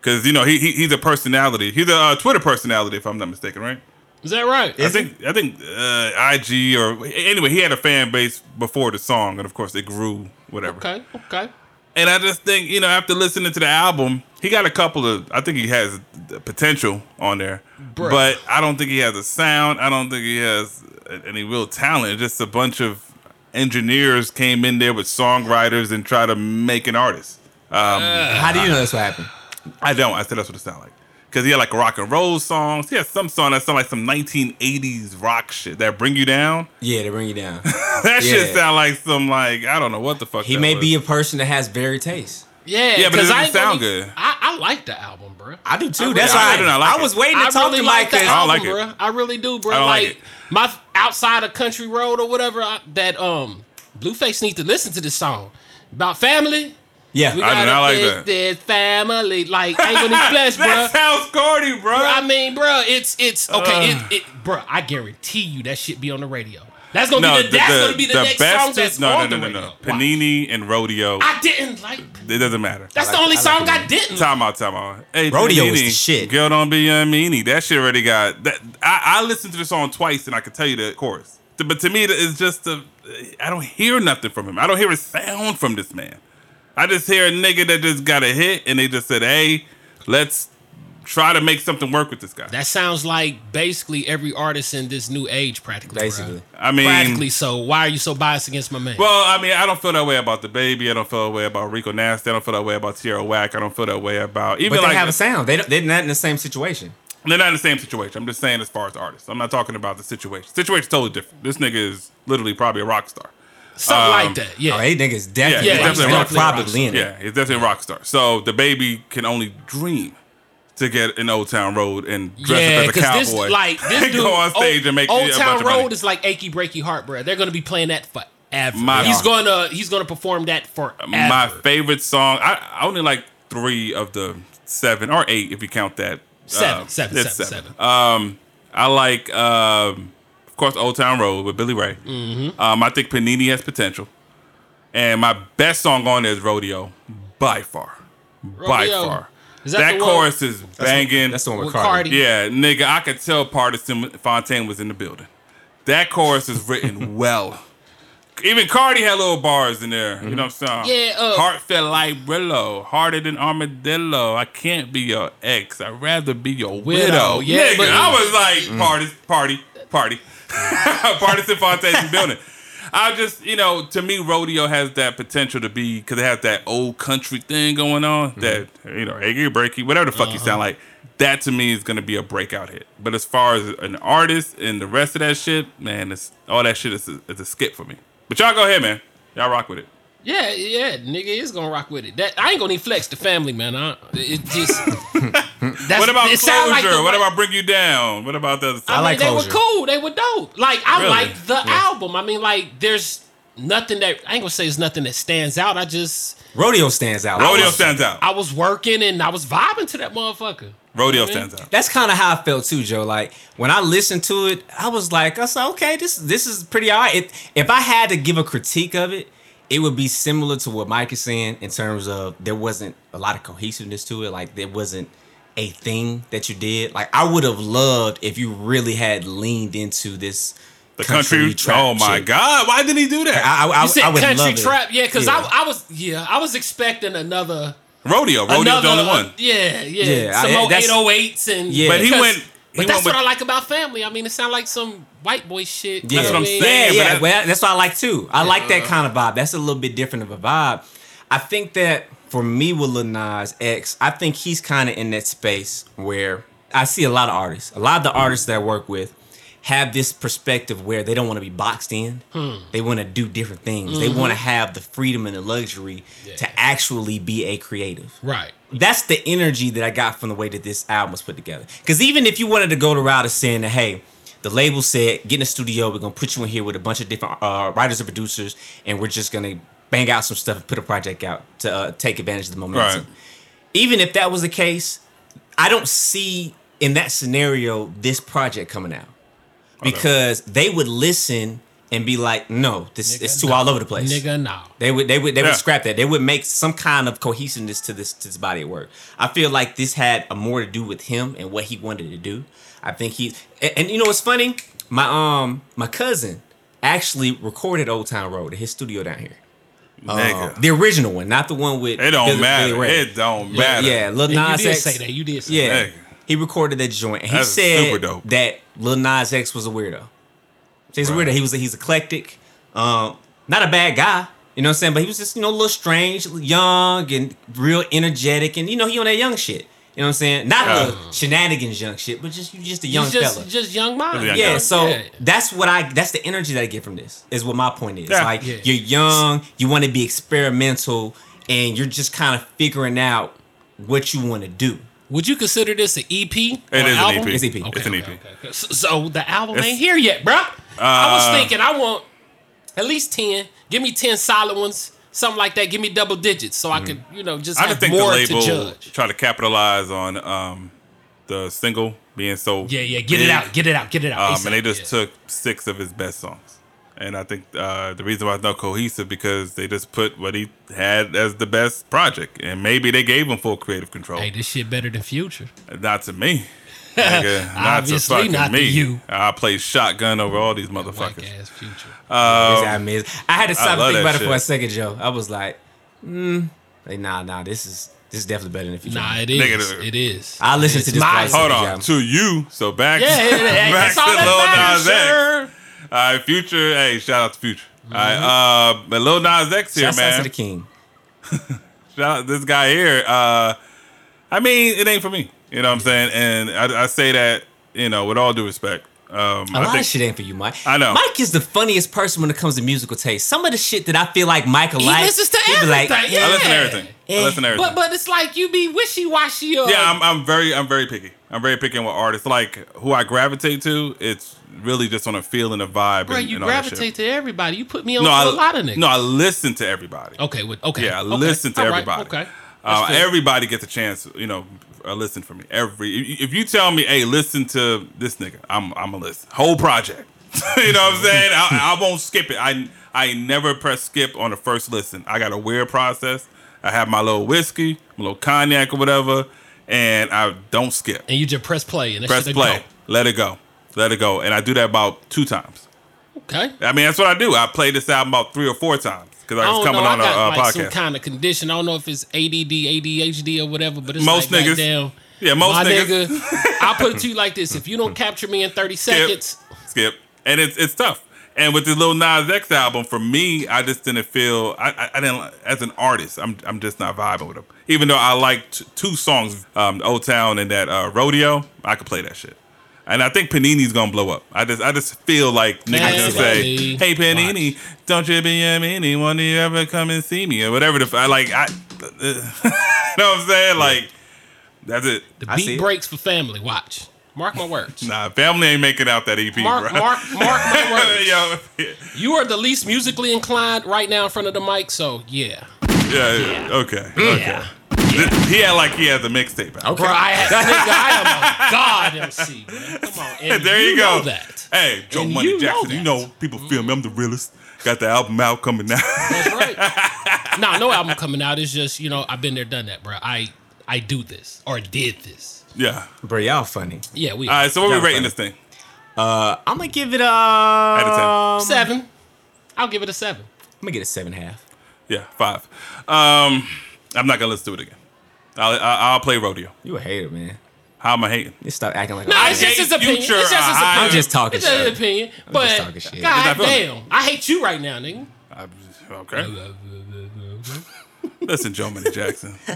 Because you know he, he he's a personality. He's a uh, Twitter personality, if I'm not mistaken, right?
Is that right?
I think I think uh, IG or anyway, he had a fan base before the song, and of course it grew. Whatever.
Okay, okay.
And I just think, you know, after listening to the album, he got a couple of, I think he has the potential on there.
Bruh.
But I don't think he has a sound. I don't think he has any real talent. Just a bunch of engineers came in there with songwriters and try to make an artist.
How
Uh,
do you know that's what happened?
I don't. I said that's what it sounded like. Because he had like rock and roll songs. He had some song that sounded like some 1980s rock shit. That Bring You Down.
Yeah, to bring you down.
That shit
Yeah.
sound like some, like, I don't know what the fuck
He
that
may
was.
be a person that has varied taste.
Yeah,
Yeah, but it
'cause
doesn't
I ain't gonna
sound
be-
good.
I, I like the album, bro.
I do too.
I
that's
really-
why
I
I,
do not like
I
it.
was waiting to
I
talk
really
to Oh,
like
Mike.
that
'cause-
don't
album,
like it.
bruh. I really do, bro.
I don't like
like
it.
my outside of country road or whatever. I, that um, Blueface need to listen to this song about family.
yeah.
We
I do
gotta
not like
fix
that.
This family, like ain't gonna flesh,
that
bro.
sounds corny, bro.
I mean, bro, it's it's okay,
Ugh.
it, it, bro. I guarantee you that shit be on the radio. That's gonna
No,
be the, that's gonna be the, next song that's
no,
on
no,
the
no, no,
radio.
no.
Why?
Panini and Rodeo.
I didn't like.
it doesn't matter.
That's
I
the
like-
only
I like
song I
Panini.
didn't.
Time out, time out. Hey,
Rodeo
Panini,
is the shit.
Girl, don't be a meanie. That shit already got that. I, I listened to the song twice, and I could tell you the chorus. T- But to me, it's just a. I don't hear nothing from him. I don't hear a sound from this man. I just hear a nigga that just got a hit, and they just said, "Hey, let's try to make something work with this guy.
That sounds like basically every artist in this new age, practically.
Basically.
Basically,
I mean-
practically. So why are you so biased against my man?
Well, I mean, I don't feel that way about the baby. I don't feel that way about Rico Nasty. I don't feel that way about Tierra Whack. I don't feel that way about even
But they
like
have a sound. They don't, they're not in the same situation.
they're not in the same situation. I'm just saying as far as artists. I'm not talking about the situation. Situation's totally different. This nigga is literally probably a rock star.
Something
um,
like that. Yeah.
Oh, they niggas definitely,
Yeah, he's
yeah,
definitely a rock star.
probably in it.
Yeah, he's definitely a rock star. So the baby can only dream to get in Old Town Road and dress up as a
this
cowboy.
like this
and
dude
go on stage
Old,
and make
Old
a
Town
bunch
Road
of money.
is like achy breaky heart, bro. They're gonna be playing that forever.
My-
he's gonna he's gonna perform that forever.
my favorite song. I, I only like three of the seven or eight if you count that.
Seven,
Uh,
seven,
it's
seven, seven.
Um, I like, um, of course, Old Town Road with Billy Ray.
Mm-hmm.
Um, I think Panini has potential, and my best song on there is Rodeo by far, by
Rodeo.
far.
Is
that
that the one-
chorus is banging.
That's the one with
With
Cardi.
Cardi.
Yeah, nigga, I could tell Partisan Fontaine was in the building. That chorus is written well. Even Cardi had little bars in there. You know what I'm saying?
Mm-hmm. Yeah, uh,
Heartfelt like Brillo, harder than armadillo. I can't be your ex. I'd rather be your widow.
Widow, yeah,
nigga,
but- Mm.
I was like, party, party, party. Partisan Fontaine's in the building. I just, you know, to me, rodeo has that potential to be because it has that old country thing going on.
Mm-hmm.
That you know, eggy breaky, whatever the fuck
Uh-huh.
you sound like. That to me is gonna be a breakout hit. But as far as an artist and the rest of that shit, man, it's, all that shit is a, is a skip for me. But y'all go ahead, man. Y'all rock with it.
Yeah, yeah, nigga is gonna rock with it. That I ain't gonna even flex the family, man. I, it just that's,
What about closure?
it sound like the
what
right-
about bring you down? What about the other
I,
side?
like
mean, they
Closure.
were cool. They were dope. Like I
Really?
like the album. I mean, like there's nothing that I ain't gonna say it's nothing that stands out. I just
Rodeo stands out.
Rodeo stands out.
I was working and I was vibing to that motherfucker.
Rodeo
man.
stands out.
That's kind of how I felt too, Joe. Like when I listened to it, I was like, I said, okay, this this is pretty all right. If if I had to give a critique of it, it would be similar to what Mike is saying in terms of there wasn't a lot of cohesiveness to it. Like there wasn't a thing that you did. Like I would have loved if you really had leaned into this
The country.
trap
oh my
shit.
god! Why did he do that?
I, I, I,
You said
I would
country
love
trap,
it.
yeah, because I, I was yeah I was expecting another
rodeo. Rodeo's
another
Oh, the only one.
yeah yeah,
Yeah,
some
I-
old
that's-
eight oh eights and
Yeah. But he
because-
went- he
but that's
went
what
with-
I like about family. I mean, it sound like some white boy shit.
Yeah.
you know
That's what I'm
mean?
saying,
Yeah,
but
yeah.
that-
well, that's what I like too. I like that kind of vibe. That's a little bit different of a vibe. I think that for me with Lil Nas X, I think he's kind of in that space where I see a lot of artists. A lot of the artists that I work with have this perspective where they don't want to be boxed in. They want to do different things. They want to have the freedom and the luxury to actually be a creative
Right.
that's the energy that I got from the way that this album was put together. Because even if you wanted to go the route of saying that, hey, the label said, get in the studio, we're gonna put you in here with a bunch of different uh, writers and producers, and we're just gonna bang out some stuff and put a project out to uh, take advantage of the momentum.
Right.
Even if that was the case, I don't see in that scenario this project coming out because they would listen and be like, no, this it's too
no.
all over the place.
Nigga, no.
They would they would they
Yeah.
would scrap that. They would make some kind of cohesiveness to this to this body of work. I feel like this had a more to do with him and what he wanted to do. I think he and, and you know what's funny? My um my cousin actually recorded Old Town Road at his studio down here.
Oh.
Nigga.
Um, the original one, not the one with
It don't
Billy- Billy
matter.
Ray.
It don't
yeah,
matter.
yeah, Lil
Yeah,
Nas
you did
X.
say that. You did say
Yeah,
that.
Nigga.
he recorded that joint. And he
That's
said
super dope.
that Lil Nas X was a weirdo. He's
Right.
a weirdo. He was he's eclectic. Um, not a bad guy. You know what I'm saying? But he was just you know a little strange, young and real energetic, and you know he on that young shit. You know what I'm saying? Not
Yeah.
the shenanigans young shit, but just you just a
He's
young
just,
fella.
Just young mind.
Yeah,
yeah,
yeah.
so
Yeah.
that's what I that's the energy that I get from this. Is what my point is.
Yeah.
Like
Yeah.
you're young, you want to be experimental, and you're just kind of figuring out what you want to do.
Would you consider this an E EP? It
It is an E EP.
It's
E
EP.
It's an E EP.
So, so the album
It's-
ain't here yet, bruh. I
Uh,
was thinking I want at least ten. Give me ten solid ones, something like that. Give me double digits, so I could, you know, just
Mm-hmm. I just
have
think the
more
label
to judge.
try to capitalize on um, the single being so
Yeah, yeah. Get
big.
it out. Get it out. Get it out.
Um, and they
ASAP,
just
yeah.
took six of his best songs. And I think uh, the reason why it's not cohesive because they just put what he had as the best project, and maybe they gave him full creative control.
Hey, this shit better than Future.
Not to me, nigga. not to
Obviously
fucking
not to
me.
you.
I play shotgun over all these
Whack
motherfuckers.
ass Future.
Uh,
I mean, I had to stop
Um, love
and think
that
about it for
shit.
a second, Joe. I was like, mm, like, hmm. nah, nah, this is This is definitely better than if you.
Nah,
Nah,
it is.
Nigga,
It is.
I listened to
It's
this.
my-
twice.
Hold on
Yeah.
to you. So back,
Yeah, yeah, yeah,
back
that's all
to
that
Lil
matters,
Nas X.
sir.
All right, Future. Hey, shout out to Future. All right,
Mm-hmm.
uh, but Lil Nas X here,
Shouts out
man.
to the king.
Shout out this guy here. Uh, I mean, it ain't for me. You know what I'm saying? And I, I say that, you know, with all due respect. Um,
A
I
lot
think,
of shit ain't for you, Mike.
I know.
Mike is the funniest person when it comes to musical taste. Some of the shit that I feel like Michael
He
likes,
listens to
he be like,
everything,
I listen to
Yeah.
everything. I listen to everything.
But but it's like you be wishy washy.
yeah, I'm, I'm very I'm very picky. I'm very picky with artists. Like who I gravitate to, it's really just on a feel and a vibe.
bro.
and,
You
and all that shit.
gravitate to everybody. You put me on
no,
to
I,
a lot of niggas.
no, I listen to everybody.
Okay. With, okay.
Yeah, I
okay.
listen to
all right,
everybody.
Okay.
Uh,
That's fair.
everybody gets a chance, you know, uh, listen for me. Every if you- if you tell me, hey, listen to this nigga, I'm I'm a listen. Whole project. you know what I'm saying? I, I won't skip it. I I never press skip on the first listen. I got a weird process. I have my little whiskey, my little cognac or whatever, and I don't skip.
And you just press play and that
Press
shit
play. Let it go. Let it go. And I do that about two times.
Go. Okay.
I mean, that's what I do. I play this album about three or four times because I
I
was
don't
coming
know.
on
I
a
got
uh,
like
podcast.
some kind of condition. I don't know if it's ADD, ADHD, or whatever. But it's
Most
like,
niggas.
goddamn,
Yeah, most
my
niggas.
nigga. I'll put it to you like this: If you don't capture me in thirty seconds,
Skip. And it's it's tough. And with this little Nas X album, for me, I just didn't feel I, I, I didn't as an artist. I'm I'm just not vibing with him. Even though I liked two songs, um, Old Town and that uh, Rodeo, I could play that shit. And I think Panini's gonna blow up. I just I just feel like niggas gonna say,
Absolutely.
"Hey Panini, don't you be a mini? When do you ever come and see me or whatever?" The f- I like I, you know what I'm saying? Like that's it.
the
I see
beat
it.
breaks for family. Watch. Mark my words.
Nah, family ain't making out that EP,
Mark,
bro.
mark, mark my words.
Yo,
You are the least musically inclined right now in front of the mic, so yeah.
Yeah, yeah. Okay. Okay. Th- He had like he had the mixtape out.
Bro, I, have, nigga, I am a god MC, man. Come on, and
There you, go.
Know that.
Hey, Joe
And
Money
you know
Jackson. you
that.
know people feel me. I'm the realest. Got the album out coming out.
That's right. nah, no album coming out. It's just you know I've been there, done that, bro. I I do this or did this.
yeah.
Bro, y'all funny.
Yeah, we
All right. So what
Yeah,
we rating
fine.
this thing?
I'm gonna give it a. I'm
Out of ten.
seven. I'll give it a seven.
gonna get a seven and a half.
Yeah, five. Um, I'm not gonna listen to it again. I'll I'll, I'll play rodeo.
You a hater, man.
How am I hating?
Just stop acting like. a
Nah,
hater.
it's just his opinion.
Future
It's just his
a
opinion.
I'm just talking
It's just an
shit.
opinion,
just
but
talking shit.
god
It's not feeling
damn, I hate you right now, nigga.
I- Okay. Listen, Joe Money Jackson.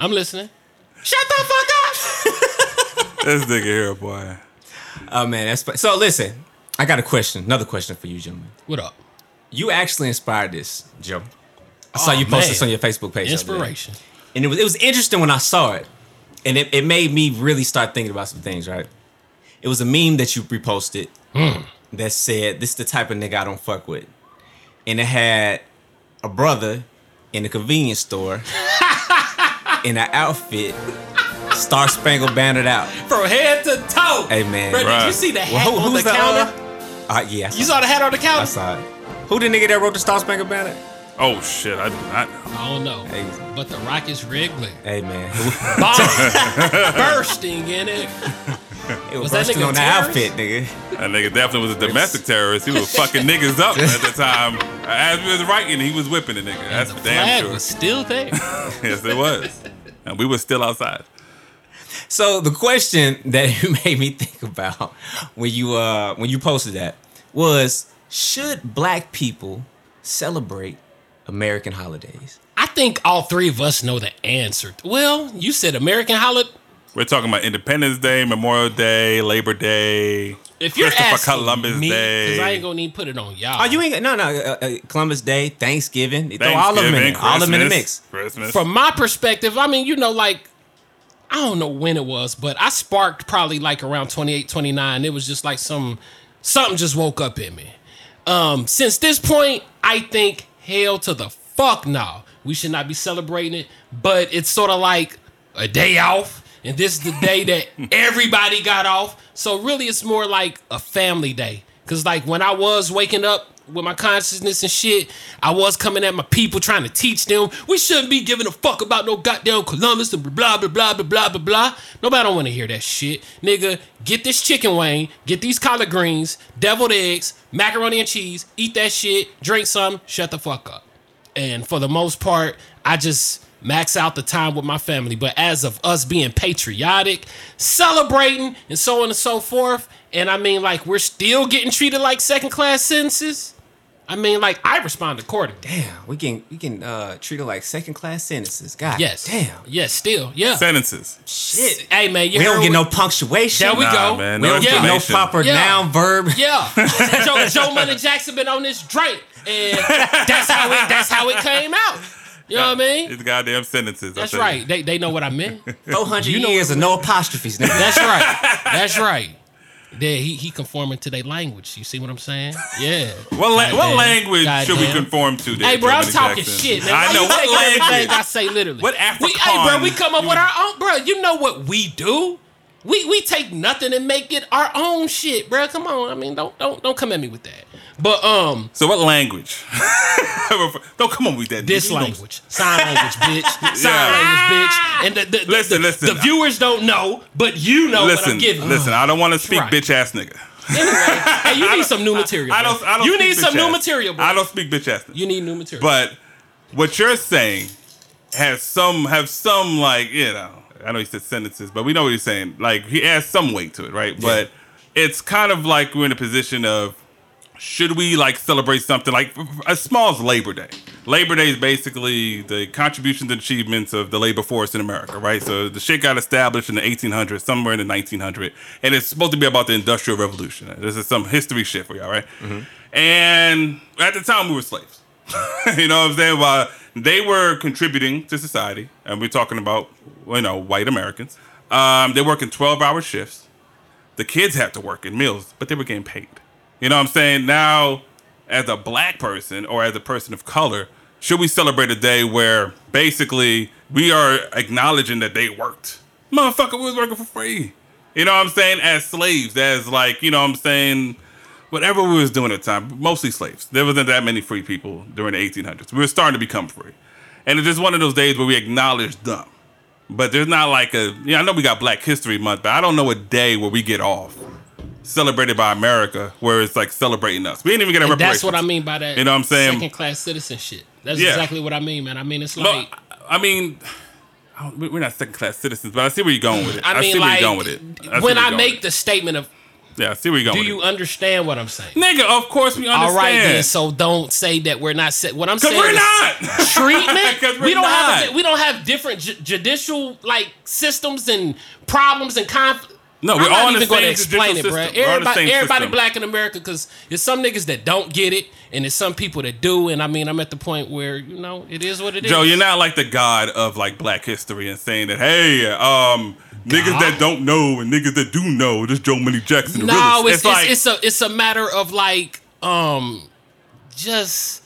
I'm listening. Shut the fuck up.
this nigga here, boy.
Oh man, that's fu- so. Listen, I got a question. Another question for you, gentlemen.
What up?
You actually inspired this, Joe. I saw you post
Oh, man.
this on your Facebook page. the other day.
Inspiration.
and it was it was interesting when I saw it, and it, it made me really start thinking about some things. Right, it was a meme that you reposted
Hmm.
that said, "This is the type of nigga I don't fuck with," and it had a brother in a convenience store in an outfit, Star Spangled Bannered out.
From head to toe.
Hey, man.
Bro, did
Right.
you see the hat
Well, who-
on
who's
the,
the, uh,
counter?
Uh, yeah, I saw,
you saw the hat on the
I
counter?
saw it. Who the nigga that wrote the Star Spangled Banner?
Oh shit! I do not.
I don't know.
Hey.
But the Rockets regular.
Hey man,
Bomb bursting in it.
it was,
Was that
bursting
nigga
on that outfit,
terrorist?
nigga.
That nigga definitely was a domestic terrorist. He was fucking niggas up at the time. As we was writing, he was whipping the nigga. That's
the
for
flag
damn sure.
was still there.
Yes, it was. And we were still outside.
So the question that you made me think about when you uh when you posted that was should black people celebrate American holidays?
I think all three of us know the answer. Well, you said American holiday.
We're talking about Independence Day, Memorial Day, Labor Day.
If you're
Christopher
asking
Columbus
me,
Day.
because I ain't gonna need to put it on y'all.
Oh, you ain't no no uh, uh, Columbus Day, Thanksgiving, they throw all of them in,
Thanksgiving,
there, all of them in the
Christmas,
mix.
Christmas.
From my perspective, I mean, you know, like I don't know when it was, but I sparked probably like around 28, 29. It was just like some something just woke up in me. Um, since this point, I think hell to the fuck no. We should not be celebrating it, but it's sort of like a day off, and this is the day that everybody got off. So really, it's more like a family day. Cause like when I was waking up with my consciousness and shit, I was coming at my people trying to teach them we shouldn't be giving a fuck about no goddamn Columbus and blah blah blah blah blah blah blah. Nobody don't want to hear that shit, nigga. Get this chicken wing, get these collard greens, deviled eggs, macaroni and cheese. Eat that shit, drink some, shut the fuck up. And for the most part, I just max out the time with my family. But as of us being patriotic, celebrating, and so on and so forth, and I mean, like, we're still getting treated like second class citizens. I mean, like, I respond accordingly.
Damn, we can we can uh, treat it like second class sentences. God
Yes.
damn.
Yes, still. Yeah.
Sentences.
Shit.
Hey, man. You
we don't
heard
get no
what-
punctuation.
There we
Nah,
go.
man.
We
No
don't get no
information.
proper
Yeah.
noun verb.
Yeah, Joe, Joe Money Jackson been on this drink, and that's how it that's how it came out. You know what I mean?
It's goddamn sentences. I
That's
tell you.
right. They they know what I meant.
400
You know
years of no apostrophes. nigga.
That's right. That's right. Then he he conforming to their language. You see what I'm saying? Yeah.
What, la- what
Goddamn.
language should we
Goddamn.
conform to? there,
Hey, bro, I'm
Jermaine
talking
Jackson?
shit, man. Why
I know
you taking
what
everything I
language.
say literally.
What
we, Hey, bro,
Afrikaans
we come up
you-
with our own, bro. You know what we do? We we take nothing and make it our own shit, bro. Come on, I mean, don't don't don't come at me with that. But um,
So what language? Don't come on with that.
this
You know-
language, sign language, bitch, sign
Yeah.
language, bitch. And the, the,
Listen,
the,
listen.
the viewers don't know, but you know what I'm
Listen,
giving.
listen. I don't want to speak
right.
bitch ass nigga.
Anyway, hey, you need some new material.
I
bro.
don't. I don't.
you
speak
need some
bitch
new
ass.
material, bro.
I don't speak bitch ass.
you need new material.
But what you're saying has some have some like you know. I know he said sentences, but we know what he's saying. Like he adds some weight to it, right? But it's kind of like we're in a position of should we like celebrate something like as small as Labor Day? Labor Day is basically the contributions and achievements of the labor force in America, right? So the shit got established in the 1800s, somewhere in the 1900s, and it's supposed to be about the Industrial Revolution. This is some history shit for y'all, right? And at the time, we were slaves. you know what I'm saying? Well, they were contributing to society, and we're talking about you know white Americans. Um, they're working 12-hour shifts the kids have to work in meals, but they were getting paid. You know what I'm saying? Now, as a black person or as a person of color, should we celebrate a day where basically we are acknowledging that they worked? Motherfucker, we was working for free. You know what I'm saying? As slaves, as like, you know what I'm saying? Whatever we was doing at the time, mostly slaves. There wasn't that many free people during the 1800s. We were starting to become free. And it's just one of those days where we acknowledge them. But there's not like a yeah, I know we got Black History Month, but I don't know a day where we get off celebrated by America where it's like celebrating us. We didn't even get a
And
reparations.
that's what I mean by that.
You know what I'm saying?
Second class citizen shit. That's
Yeah.
exactly what I mean, man. I mean, it's
No,
like.
I- I mean, I don't- we- we're not second class citizens, but I see where you're going with it. I,
I mean,
see where
like,
you're going with it. see
when
where
I
you're going
make
with
the statement of,
it. yeah, I see where you're
do
going.
you
with
understand what I'm saying?
it. nigga? Of course we understand.
All right, then. So don't say that we're not. Se- what I'm
because
saying
we're
is-
not.
treatment.
'Cause we're
we don't have
not.
a, we don't have different ju- judicial like systems and problems and conflict.
No, we're
I'm
all in the
not even gonna
same
explain it,
judicial
bro.
system. We're all in the
Everybody,
same
everybody
system.
black in America, because there's some niggas that don't get it, and there's some people that do. And I mean, I'm at the point where you know it is what it is.
Joe, you're not like the god of like black history and saying that, hey, um, niggas that don't know and niggas that do know, this Joe Money Jackson. the
No,
realest.
it's it's, it's, a it's a matter of like um just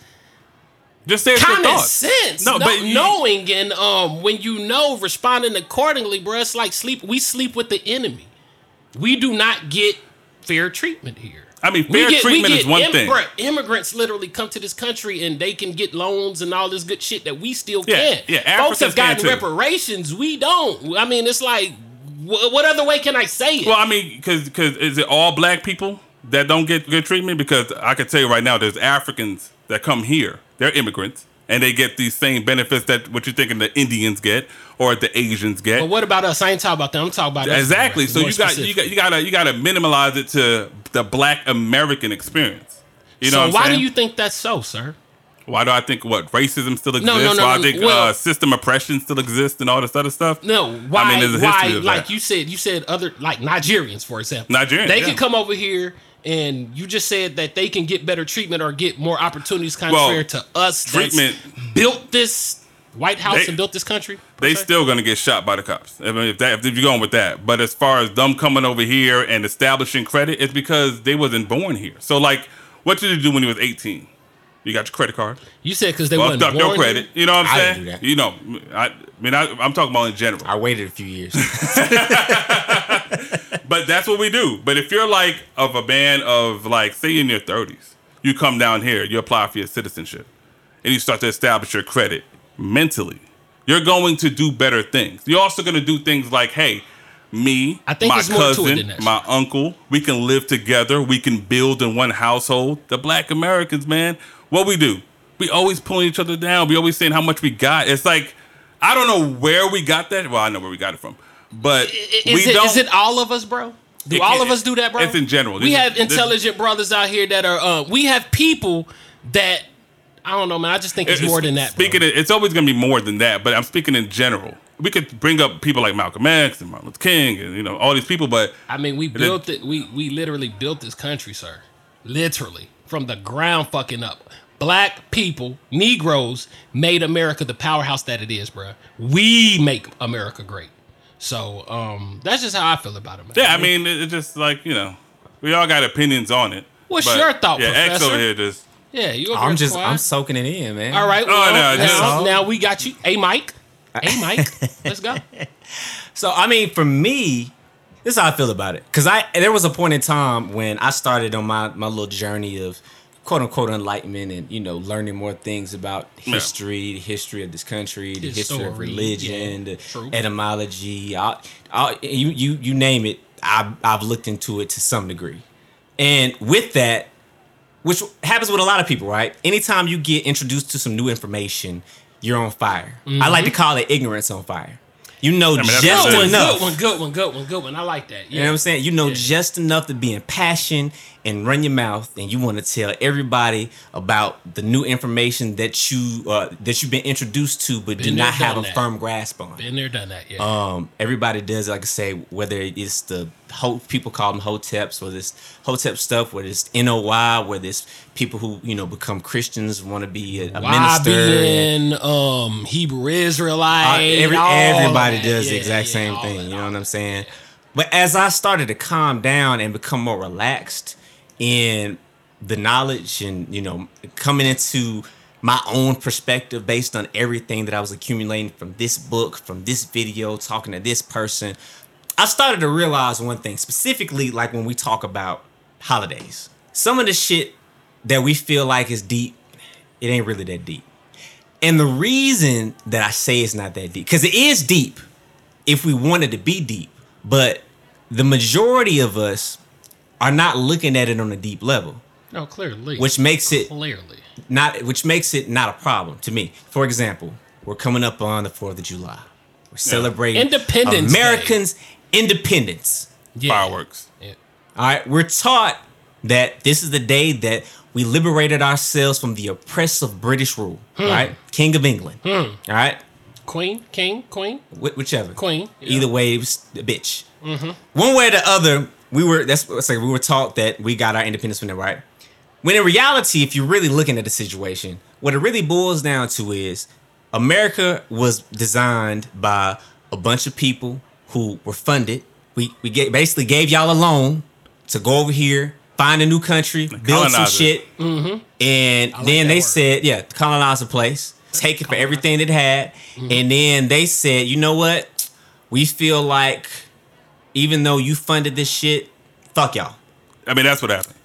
just say it's your
common
thoughts.
sense. No,
No, but you-
knowing and um when you know responding accordingly, bro. It's like sleep. We sleep with the enemy. We do not get fair treatment here.
I mean, fair treatment is one thing.
immigrant- Immigrants literally come to this country and they can get loans and all this good shit that we still
Yeah,
can't.
yeah, Africans
Folks have gotten
can too.
reparations. We don't. I mean, it's like, wh- what other way can I say it?
Well, I mean, because is it all black people that don't get good treatment? Because I can tell you right now, there's Africans that come here, they're immigrants, and they get these same benefits that what you're thinking the Indians get or the Asians get.
but what about us? I ain't talking about them. I'm talking about us.
exactly. So
More
you got,
specific.
you got you gotta you gotta minimize it to the black American experience. You know
so
what I'm
why
saying?
do you think that's so, sir?
why do I think what racism still exists?
no, no,
why I
no,
think
well-
uh, system oppression still exists and all this other stuff?
No, why?
there's a
why?
history of
Like
that.
you said, you said other like Nigerians, for example.
Nigerians,
they
yeah.
can come over here, and you just said that they can get better treatment or get more opportunities contrary
Well,
to us. that's
treatment-
built this White House
They-
and built this country. per
they
se?
still gonna get shot by the cops. I mean, if that if you're going with that, but as far as them coming over here and establishing credit, it's because they wasn't born here. So like, what did you do when you was 18? You got your credit card,
You said because they
buffed
wasn't
up
born
your
here.
credit. You know what I'm
I
saying?
didn't do that.
You know, I, I mean, I, I'm talking about in general.
I waited a few years.
But that's what we do. But if you're like of a band of like, say in your 30s, you come down here, you apply for your citizenship, and you start to establish your credit mentally, you're going to do better things. You're also going to do things like, hey, me,
I think
my
it's more to it
cousin,
than that.
my uncle, we can live together. We can build in one household. The black Americans, man, what we do, we always pulling each other down. We always saying how much we got. It's like, I don't know where we got that. Well, I know where we got it from, but we
Is, it,
don't.
is it all of us, bro? Do
It
all
can't-
of us do that, bro?
it's in general.
We
This is-
have
this-
intelligent brothers out here that are. Uh, we have people that I don't know, man. I just think it's,
It's-
more than that. bro.
Speaking, of- it's always going to be more than that. But I'm speaking in general. We could bring up people like Malcolm X and Martin Luther King and you know all these people, but
I mean, we built it. We we literally built this country, sir. Literally from the ground fucking up. Black people, Negroes, made America the powerhouse that it is, bro. We make America great. So um, that's just how I feel about it, man.
yeah, I mean it- it's just like you know we all got opinions on it.
What's
But,
your thought,
yeah, X
Professor?
over here just
yeah. You over
I'm
here
just
quiet?
I'm soaking it in, man.
All right.
Oh,
well,
no,
now,
just-
now we got you. Hey, Mike. Hey, Mike. Let's go.
So I mean, for me, this is how I feel about it. Cause I there was a point in time when I started on my my little journey of quote unquote enlightenment and you know learning more things about
Yeah.
history, the history of this country, the history of
History,
religion,
yeah,
the
true.
etymology, all, all, you you you name it. I I've looked into it to some degree, and with that, which happens with a lot of people, right? Anytime you get introduced to some new information, you're on fire. I like to call it ignorance on fire. You know
that's
just
what it is.
enough.
Mm-hmm. Good one. Good one. Good one. Good one. I like that. Yeah.
You know what I'm saying? You know just enough to be impassioned and run your mouth, and you want to tell everybody about the new information that you uh, that you've been introduced to, but do
Been there,
not have
done
a
that.
firm grasp on.
Been there, done that. Yeah.
Um, everybody does, like I say, whether it's the ho- people call them hoteps, whether it's hotep stuff, whether it's NOY, whether it's people who you know become Christians want to be a, a
Why
minister. and-
being um, Hebrew Israelite.
Uh, every-
all of
everybody
that.
does the
Yeah,
exact
yeah,
same
all
thing.
that,
You
all
know what
that.
I'm saying? But as I started to calm down and become more relaxed in the knowledge and, you know, coming into my own perspective based on everything that I was accumulating from this book, from this video, talking to this person, I started to realize one thing, specifically like when we talk about holidays. Some of the shit that we feel like is deep, it ain't really that deep. And the reason that I say it's not that deep, because it is deep if we wanted to be deep, but the majority of us are not looking at it on a deep level,
No, clearly.
which makes it
clearly.
not which makes it not a problem to me. For example, we're coming up on the 4th of July. We're celebrating
Independence Day.
Americans independence.
Yeah.
fireworks.
Yeah.
All right, we're taught that this is the day that we liberated ourselves from the oppressive British rule,
Hmm.
right? King of England. All right?
Queen, king, queen,
Wh- whichever.
queen. Yeah.
Either way, it was a bitch. Mm-hmm. One way or the other, we were that's what I say, we were taught that we got our independence from them, right? When in reality, if you're really looking at the situation, what it really boils down to is America was designed by a bunch of people who were funded. We we ga- basically gave y'all a loan to go over here, find a new country, build some
colonize it.
shit, and
like
then
that
they
word.
said, yeah, colonize the place, take it for everything it had.
Mm-hmm.
And then they said, you know what? We feel like even though you funded this shit, fuck y'all.
I mean that's what happened.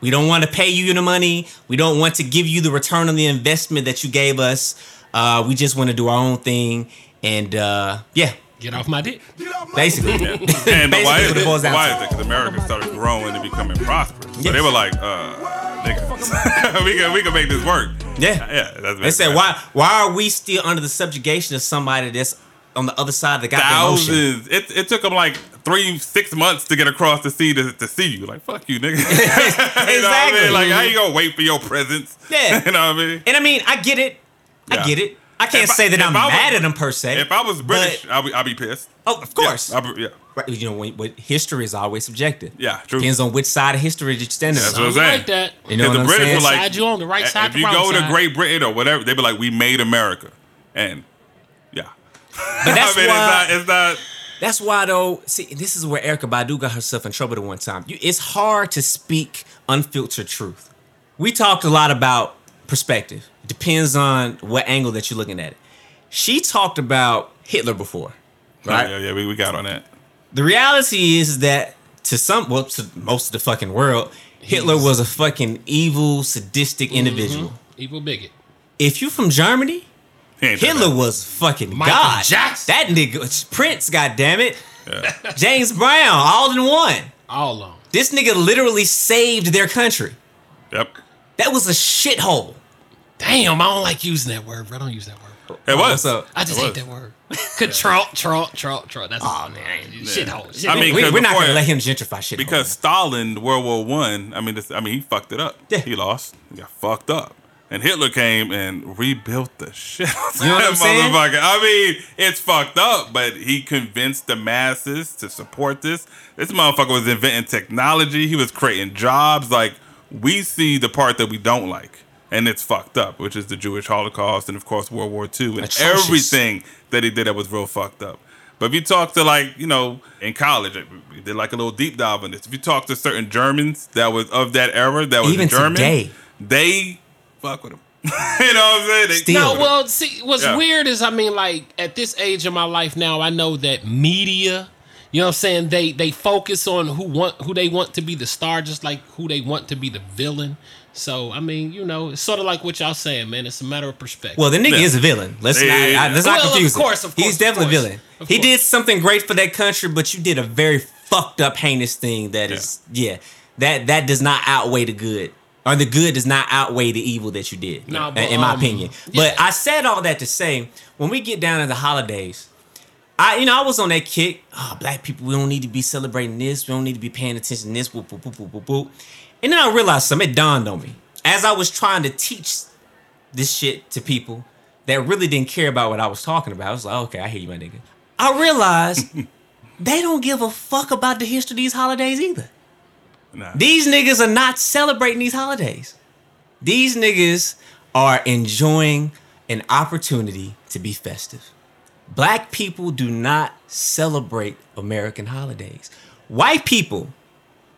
We don't want to pay you the money. We don't want to give you the return on the investment that you gave us. Uh, we just want to do our own thing. And uh, yeah,
Get off my dick.
basically.
Yeah. And but why is
Basically,
it?
it boils down
Why
to-
is it? Because America started growing and becoming prosperous. So
Yes.
they were like, uh, nigga, we can we can make this work.
Yeah.
yeah. That's
They said, why why are we still under the subjugation of somebody that's on the other side of the goddamn ocean?
thousands. It, it took them like three, six months to get across the sea to, to see you. Like, fuck you, nigga. exactly.
Exactly.
Like, how you gonna wait for your presence?
Yeah.
you know what I mean?
And I mean, I get it.
Yeah.
I get it. I can't
If I-
say that
if
I'm
I was-
mad at them per se.
If I was British,
but-
I'd be, I'd be pissed.
oh, of course.
Yeah, I'd be- yeah.
Right, you know, when, when history is always subjective.
Yeah, true.
Depends on which side of history you stand on.
That's what I'm
Something
saying.
like that.
You
Because
know what
the
I'm
British
saying?
were like,
Side you on the right
if
side, the
you
wrong
go
side.
to Great Britain or whatever, they'd be like, we made America, and yeah.
but that's
I mean,
why.
it's not. It's not
That's why though. See, this is where Erica Badu got herself in trouble the one time. You, it's hard to speak unfiltered truth. We talked a lot about perspective. Depends on what angle that you're looking at it. She talked about Hitler before, right?
Yeah, yeah, we, we got on that.
The reality is that to some, well, to most of the fucking world, Hitler was a fucking evil,
Mm-hmm.
sadistic individual.
Evil bigot.
If you from Germany,
He ain't done
Hitler
that.
was fucking
Michael
god.
Jackson.
That nigga Prince, goddamn it,
Yeah.
James Brown, all in one.
All on.
This nigga literally saved their country.
Yep.
That was a shithole.
Damn, I don't like using that word, bro. Don't use that word.
It was.
Oh, What's up?
I just
It was. Oh,
hate that word. Control, troll, troll, troll. That's all, man. Shithole. Shit.
I mean,
We,
'cause
we're not
before-
gonna let him gentrify shit.
Because Stalin, World War One, I, mean, this, I mean, he fucked it up.
Yeah.
He lost. He got fucked up. And Hitler came and rebuilt the shit out of
You know what
that
I'm saying?
motherfucker. I mean, it's fucked up, but he convinced the masses to support this. This motherfucker was inventing technology. He was creating jobs. Like, we see the part that we don't like, and it's fucked up, which is the Jewish Holocaust and, of course, World War II and
Atrocious.
everything that he did that was real fucked up. But if you talk to like you know in college, we did like a little deep dive on this. If you talk to certain Germans that was of that era, that was
Even
German,
today.
they fuck with them. you know what I'm saying? They,
Still.
No, well, see, what's
Yeah.
weird is, I mean, like at this age of my life now, I know that media, you know, what I'm saying they they focus on who want who they want to be the star, just like who they want to be the villain. So, I mean, you know, it's sort of like what y'all saying, man. It's a matter of perspective.
Well, the nigga
Yeah.
is a villain. Let's
Yeah,
not
yeah, yeah.
I- let's
Well,
not
of
confuse him.
course, of course,
He's
of
definitely
course,
a villain.
of
He
course.
did something great for that country, but you did a very fucked up, heinous thing. That is, yeah, that that does not outweigh the good, or the good does not outweigh the evil that you did.
Nah,
in-
but,
in my
um,
opinion.
yeah.
But I said all that to say, when we get down to the holidays, I you know I was on that kick. Oh, black people, we don't need to be celebrating this. We don't need to be paying attention to this. Boop, boop, boop, boop, boop, boop. And then I realized something. It dawned on me as I was trying to teach this shit to people that really didn't care about what I was talking about. I was like, okay, I hear you, my nigga. I realized they don't give a fuck about the history of these holidays either.
nah.
These niggas are not celebrating these holidays. These niggas are enjoying an opportunity to be festive. Black people do not celebrate American holidays. White people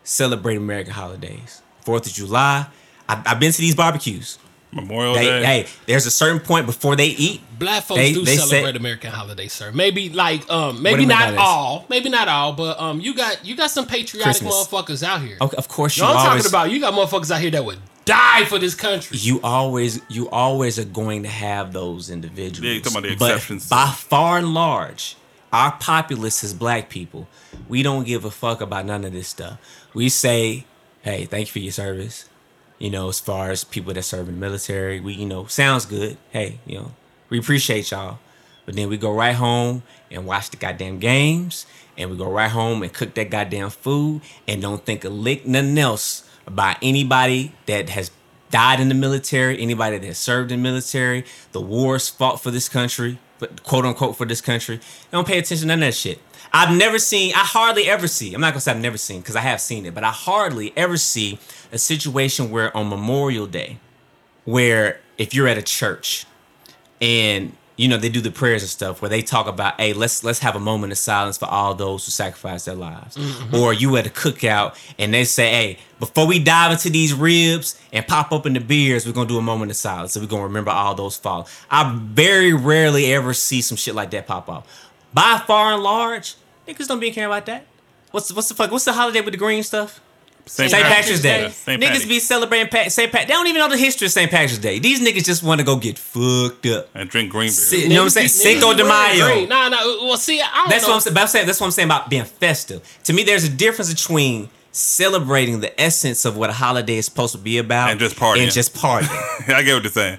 celebrate American holidays. Fourth of July. I, I've been to these barbecues.
Memorial
They,
Day.
hey, there's a certain point before they eat.
Black folks
They-
do
they
celebrate
say-
American holidays, sir. Maybe like um
What
maybe
do you mean by
not
this?
all, maybe not all, but um you got you got some patriotic
Christmas.
motherfuckers out here.
Okay, of course, you
No, I'm
always,
talking about you got motherfuckers out here that would die for this country.
you always you always are going to have those individuals.
Yeah, you're talking about the
But
exceptions.
by far and large, our populace is black people. We don't give a fuck about none of this stuff. We say, "Hey, thank you for your service." You know, as far as people that serve in the military, we you know sounds good. Hey, you know, we appreciate y'all. But then we go right home and watch the goddamn games, and we go right home and cook that goddamn food, and don't think a lick nothing else about anybody that has died in the military, anybody that has served in the military, the wars fought for this country, but quote unquote for this country. Don't pay attention to none of that shit. I've never seen, I hardly ever see, I'm not gonna say I've never seen, because I have seen it, but I hardly ever see a situation where on Memorial Day, where if you're at a church and you know they do the prayers and stuff where they talk about hey let's let's have a moment of silence for all those who sacrificed their lives
Mm-hmm.
or you at a cookout and they say hey before we dive into these ribs and pop open the beers we're gonna do a moment of silence and we're gonna remember all those fallen i very rarely ever see some shit like that pop off by far and large niggas don't be caring about that what's what's the fuck what's the holiday with the green stuff
St.
St. Patrick's Day.
Yeah, St.
niggas
Patty.
be celebrating pa- St. Pat. They don't even know the history of St. Patrick's Day. These niggas just want to go get fucked up.
and drink green beer.
Si- you know what I'm saying?
Niggas be-
Cinco
niggas be
de
wearing green.
Mayo.
Nah, nah. Well, see, I don't
That's
know.
what I'm saying. But I'm saying that's what I'm saying about being festive. To me, there's a difference between celebrating the essence of what a holiday is supposed to be about
And just partying.
And just partying.
I get what you're saying. I get what you're saying.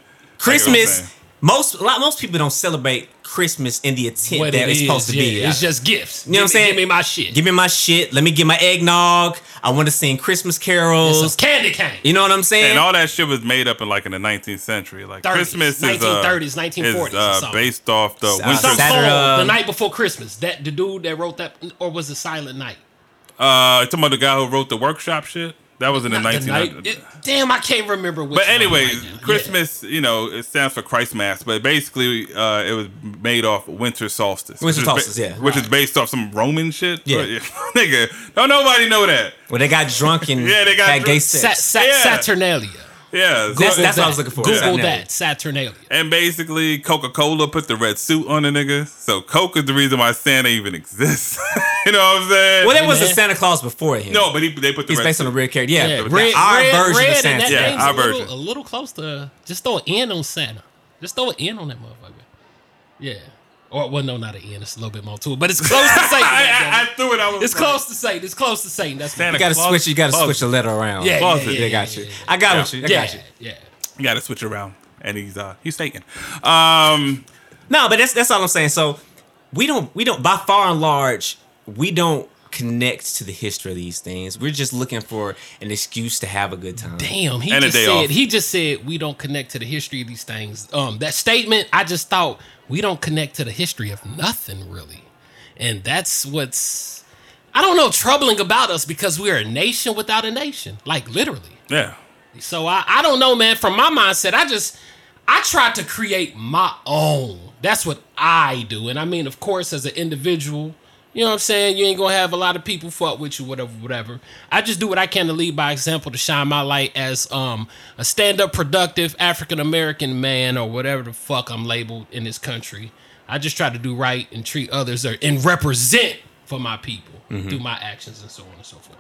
Christmas. Most a lot most people don't celebrate Christmas in the intent
What
that
it
it's
is,
supposed to be.
yeah, It's just gifts.
You know what I'm saying?
Give me my shit.
Give me my shit. Let me get my eggnog. I want to sing Christmas carols.
some candy cane.
you know what I'm saying?
And all that shit was made up in like in the 19th century. Like
30s,
Christmas is uh,
1930s, 1940s
is,
or
uh,
something.
based off the
Sa-
Winthrop.
Some
Saturday- uh,
poem,
Saturday-
the night before Christmas. That the dude that wrote that, or was it Silent Night?
Uh, you talking about the guy who wrote the workshop shit. That was in the
Not the
1900s.
night. It- damn, I can't remember. Which
But
one
anyway,
right now. Yeah.
Christmas, you know, it stands for Christmas, but basically, uh, it was made off winter solstice.
Winter
which is
solstice,
ba-
yeah.
which is based off some Roman shit.
Yeah.
nigga, don't nobody know that.
Well, they got drunk and
Yeah, they got
had gay
drunk.
sex.
Sa- sa-
Yeah.
Saturnalia.
Yeah, so-
That's- that's what I was looking for.
Google
Saturnalia.
that Saturnalia.
and basically, Coca Cola put the red suit on the nigga, so Coke is the reason why Santa even exists. you know what I'm saying?
Well, there was a
Amen.
Santa Claus before him.
no, but he, they put the
he's
red
based on
suit.
a real character. Yeah,
Yeah,
but
red,
our
red,
version
red,
of
and
Santa.
that
Yeah,
name's
our
a little,
version.
A little close to just throw an N on Santa. Just throw an N on that motherfucker. Yeah. Or well, no, not an N. It's a little bit more to it, but it's close to
I,
Satan.
I, I
goddamn it.
threw it. I was
it's
like,
close to Satan. It's close to Satan. That's
Santa
You gotta
Claus-
switch. You gotta
Claus-
switch a letter around.
Yeah,
Closet.
yeah, yeah,
they
yeah,
got you.
yeah, yeah.
I got
Yeah.
what you. I
yeah,
got you.
yeah.
You gotta switch around, and he's uh he's Satan. Um,
No, but that's that's all I'm saying. So we don't we don't by far and large we don't connect to the history of these things. We're just looking for an excuse to have a good time.
Damn, he
And a
just
day
said
off.
he just said we don't connect to the history of these things. Um, that statement, I just thought we don't connect to the history of nothing really, and that's what's I don't know troubling about us because we are a nation without a nation, like literally.
Yeah.
So I I don't know, man. From my mindset, I just I tried to create my own. That's what I do, and I mean, of course, as an individual. You know what I'm saying? You ain't gonna have a lot of people fuck with you, whatever, whatever. I just do what I can to lead by example to shine my light as um a stand-up, productive African American man or whatever the fuck I'm labeled in this country. I just try to do right and treat others or, and represent for my people through my actions and so on and so forth.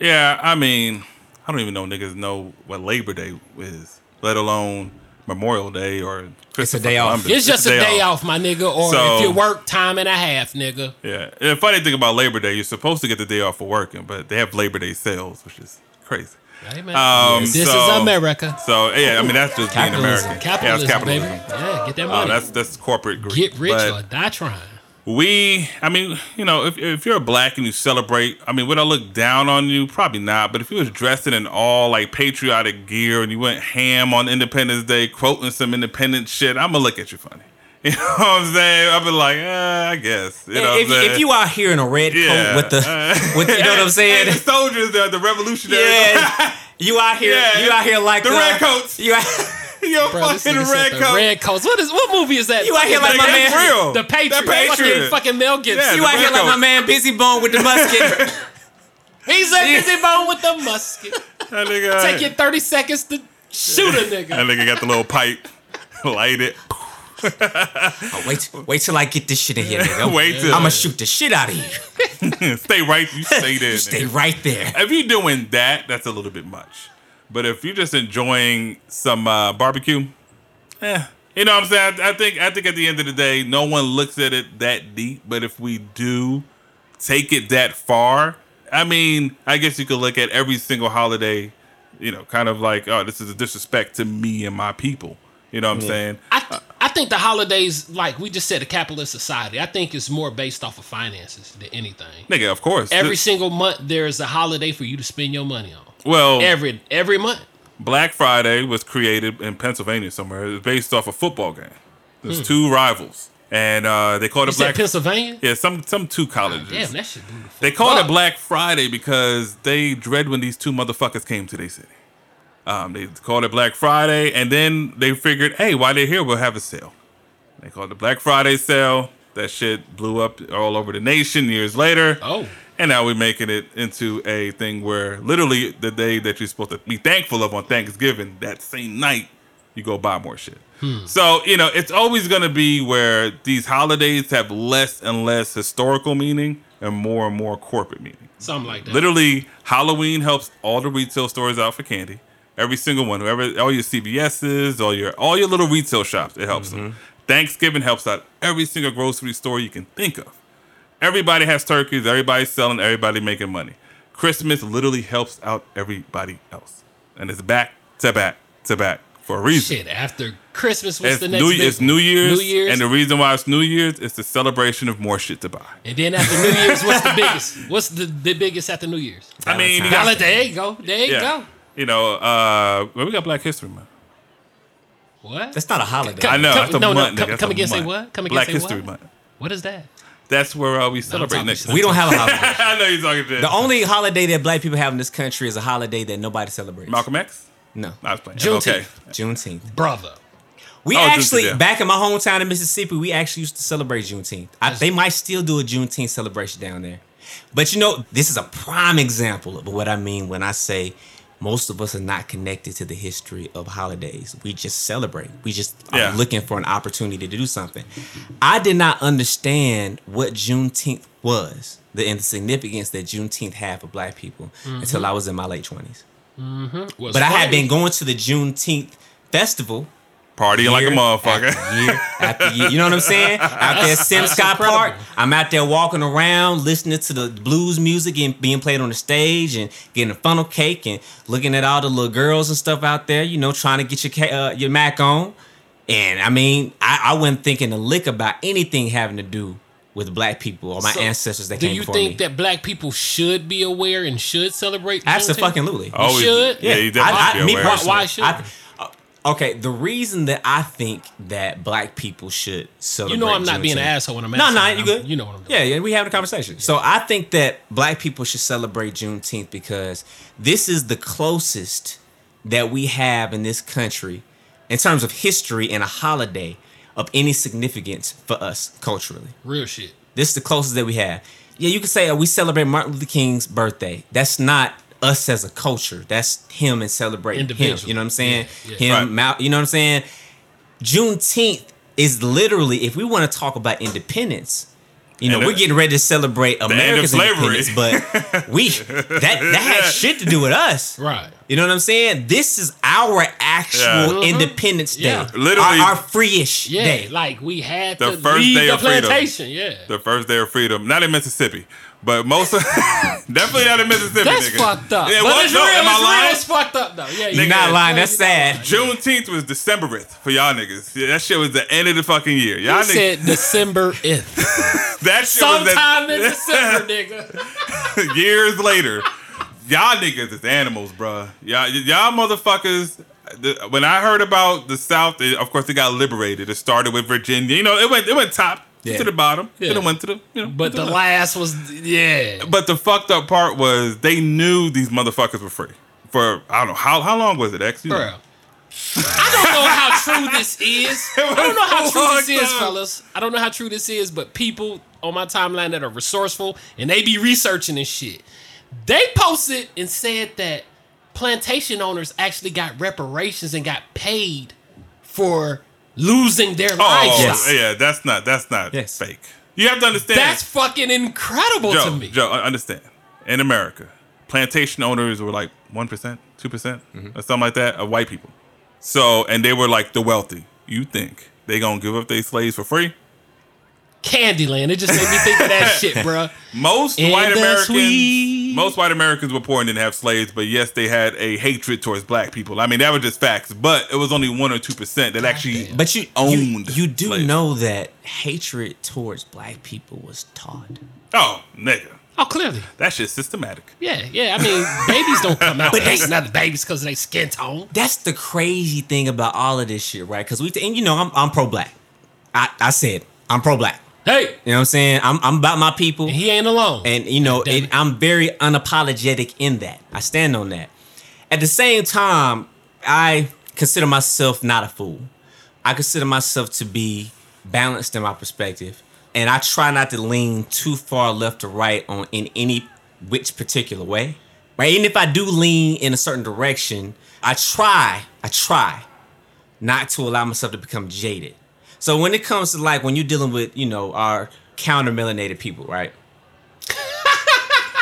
Yeah, I mean, I don't even know niggas know what Labor Day is, let alone Memorial Day or Christopher
day off.
Columbus.
It's just a day off, my nigga. Or
So-
if you work time and a half, nigga.
Yeah. And the funny thing about Labor Day, you're supposed to get the day off for working, but they have Labor Day sales, which is crazy.
Hey, man.
Um,
this
so-
is America.
So yeah, I mean that's just being
Capitalism.
American.
Capitalism,
yeah, it's capitalism.
baby. Yeah, get that
Uh,
money.
that's that's corporate greed.
get rich
But-
or die trying.
we i mean you know if, if you're black and you celebrate i mean would i look down on you probably not but if you was dressing in all like patriotic gear and you went ham on independence day quoting some independent shit i'm gonna look at you funny you know what i'm saying i'll be like uh, i guess you know what
if,
I'm saying?
if you out here in a red
Yeah.
coat with the
Uh,
with the, you know what I'm saying?
and the soldiers the, the revolutionaries
Yeah. You out here,
Yeah.
you out here like
The
uh,
redcoats.
You out,
you're
Bro, this
fucking
nigga said
red
the
coat
red coats. What is what movie is that?
You out here like my
That's
man-
real.
The Patriot.
The Patriot.
Fucking, fucking Mel Gibson.
Yeah,
you
the
out here like my
redcoats.
man Busy Bone with the musket.
He's a busy bone with the musket.
that nigga,
Take your 30 seconds to shoot a
that
nigga.
nigga got the little pipe light it
oh, wait, wait till I get this shit in here, nigga.
wait till
I'm gonna shoot the shit out of you.
stay right you stay there
Stay
nigga.
right there.
if you're doing that, that's a little bit much. But if you're just enjoying some uh, barbecue, eh, you know what I'm saying. I, I think I think at the end of the day, no one looks at it that deep. But if we do take it that far, I mean, I guess you could look at every single holiday, you know, kind of like, oh, this is a disrespect to me and my people. You know what I'm saying?
I, th- I think the holidays, like we just said, a capitalist society, I think it's more based off of finances than anything.
Nigga, of course.
Every
Th-
single month, there is a holiday for you to spend your money on.
well,
Every every month.
Black Friday was created in Pennsylvania somewhere. It was based off a football game. There's two rivals, and uh, they called
Hmm. You
it
said
Black.
Pennsylvania?
yeah, some some two colleges.
Damn, that shit blew the fuck
they called
up.
it Black Friday because they dread when these two motherfuckers came to their city. Um, they called it Black Friday, and then they figured, hey, while they're here, we'll have a sale. They called it Black Friday sale. That shit blew up all over the nation years later.
Oh.
And now we're making it into a thing where literally the day that you're supposed to be thankful of on Thanksgiving, that same night, you go buy more shit. So, you know, it's always going to be where these holidays have less and less historical meaning and more and more corporate meaning.
Something like that.
Literally, Halloween helps all the retail stores out for candy. Every single one, whoever, all your CVS's, all your all your little retail shops, it helps
Mm-hmm.
them. Thanksgiving helps out every single grocery store you can think of. Everybody has turkeys. Everybody's selling. Everybody making money. Christmas literally helps out everybody else, and it's back to back to back for a reason.
Shit, after Christmas, what's
It's
the next
New,
big
it's
one?
New Year's,
New Year's.
and the reason why it's New Year's is the celebration of more shit to buy.
And then after New Year's, what's the biggest? What's the, the biggest after New Year's?
I mean, you
Valentine.
got,
There you go. There you
yeah,
go.
you know, uh, well, we got Black History Month.
What?
That's not a holiday.
I know.
Come-
that's a
no, no,
month, nigga.
come-
That's
come
a
again, say
month.
what? Come again,
Black
say
History
what?
Month.
what is that?
That's where uh, we celebrate
talking
next.
shit.
we don't have a holiday.
I know you're talking shit.
The only holiday that black people have in this country is a holiday that nobody celebrates.
Malcolm X.
No,
I was playing.
Juneteenth.
Okay.
Juneteenth.
Brother.
We
Oh, Juneteenth,
actually
yeah.
back in my hometown in Mississippi, we actually used to celebrate Juneteenth. I, they might still do a Juneteenth celebration down there, but you know this is a prime example of what I mean when I say most of us are not connected to the history of holidays. We just celebrate. We just
Yeah.
are looking for an opportunity to do something. I did not understand what Juneteenth was, the, and the significance that Juneteenth had for Black people until I was in my late twenties.
What's
But I had
funny-
been going to the Juneteenth festival
Partying like a
year
motherfucker.
After year after year. You know what I'm saying? Out there at Sim Scott Park. I'm out there walking around, listening to the blues music and being played on the stage and getting a funnel cake and looking at all the little girls and stuff out there, you know, trying to get your ca- uh, your Mac on. And I mean, I, I wasn't thinking a lick about anything having to do with black people or my
So,
ancestors that
Do
came
you
before
think
me.
that black people should be aware and should celebrate? Juneteenth?
Absolutely.
Oh, Always-
should?
yeah, you definitely should be
me
aware. Why-
personally,
why should
I
we?
th- uh, okay, the reason that I think that black people should celebrate.
You know I'm not being an
Juneteenth-
asshole when I'm
No,
asking.
no, you
I'm-
good.
You know what I'm doing.
Yeah, yeah, we having a conversation. So I think that black people should celebrate Juneteenth because this is the closest that we have in this country in terms of history and a holiday of any significance for us culturally.
Real shit.
This is the closest that we have. Yeah, you could say oh, we celebrate Martin Luther King's birthday. That's not us as a culture. That's him and celebrating him.
Individually.
You know what I'm saying?
Yeah, yeah.
Him, Mal- you know what I'm saying? Juneteenth is literally, if we want to talk about independence, you know,
And
we're
the-
getting ready to celebrate
of
America's
slavery.
independence, but we that that has shit to do with us.
Right.
You know what I'm saying? This is our actual
Yeah. Mhm.
Independence Day.
Mm-hmm. Yeah.
Literally-
our, our free-ish
Yeah.
day.
Like we had
The
to
first
leave
day
the
of freedom.
plantation. Yeah.
The first day of freedom, not in Mississippi, but most of definitely not in Mississippi.
That's
nigga.
fucked up.
Yeah,
but
what?
it's
No,
real.
am
it's real.
I lying?
It's fucked up though. Yeah.
You're not lying.
yeah,
That's
you're not
sad.
lying.
Juneteenth was Decembereth for y'all niggas. Yeah, that shit was the end of the fucking year. Y'all
I
niggas,
said December 8th.
that shit was
Sometime in
that,
December, nigga.
years later. Y'all niggas is animals, bruh. Y'all, y'all motherfuckers. The, when I heard about the South, it- of course it got liberated. It started with Virginia. You know, it went it went top
Yeah.
to the bottom. Then
Yeah.
it went to the you know.
But
to
the last was, yeah.
But the fucked up part was they knew these motherfuckers were free for I don't know how how long was it? X. You know.
Bro. I don't know how true this is. I don't know how true this is, fellas. I don't know how true this is, but people on my timeline that are resourceful and they be researching and shit, they posted and said that plantation owners actually got reparations and got paid for losing their
Oh
lives.
Yes.
yeah, that's not that's not
Yes.
fake. You have to understand.
That's fucking incredible
Joe,
to me.
Joe, I understand. In America, plantation owners were like 1%, 2%, percent
Mm-hmm.
or something like that of white people. So, and they were like the wealthy. You think they going to give up their slaves for free?
Candyland. It just made me think of that shit, bruh.
Most
In
white
the
Americans,
sweet-
most white Americans were poor and didn't have slaves, but yes, they had a hatred towards black people. I mean, that was just facts, but it was only 1 or 2% that actually
But you
owned
You, you do
slavery.
know that hatred towards black people was taught.
Oh, nigga.
Oh, clearly.
That shit's systematic.
Yeah, yeah. I mean, babies don't come out
But they-
hating other babies because of their skin tone.
That's the crazy thing about all of this shit, right? Because we and you know I'm I'm pro black. I I said I'm pro black.
Hey,
You know what I'm saying? I'm I'm about my people,
he ain't alone.
and you know it, I'm very unapologetic in that. I stand on that. At the same time, I consider myself not a fool. I consider myself to be balanced in my perspective, and I try not to lean too far left or right on in any which particular way. Right, and if I do lean in a certain direction, I try, I try not to allow myself to become jaded. So when it comes to like when you're dealing with you know our counter melanated people, right?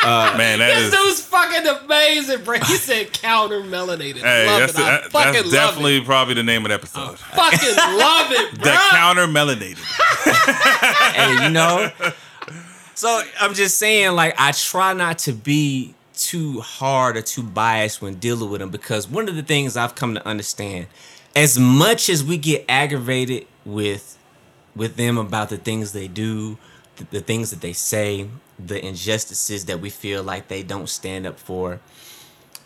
Man, that is
This dude's fucking amazing, bro. He said counter melanated.
Hey,
love
that's,
it. I
that-
fucking
that's
love
definitely
it. Oh,
probably the name of the episode.
Fucking love it,
the
bro.
counter melanated.
hey, you know. So I'm just saying, like, I try not to be too hard or too biased when dealing with them because one of the things I've come to understand, as much as we get aggravated with with them about the things they do, the, the things that they say, the injustices that we feel like they don't stand up for,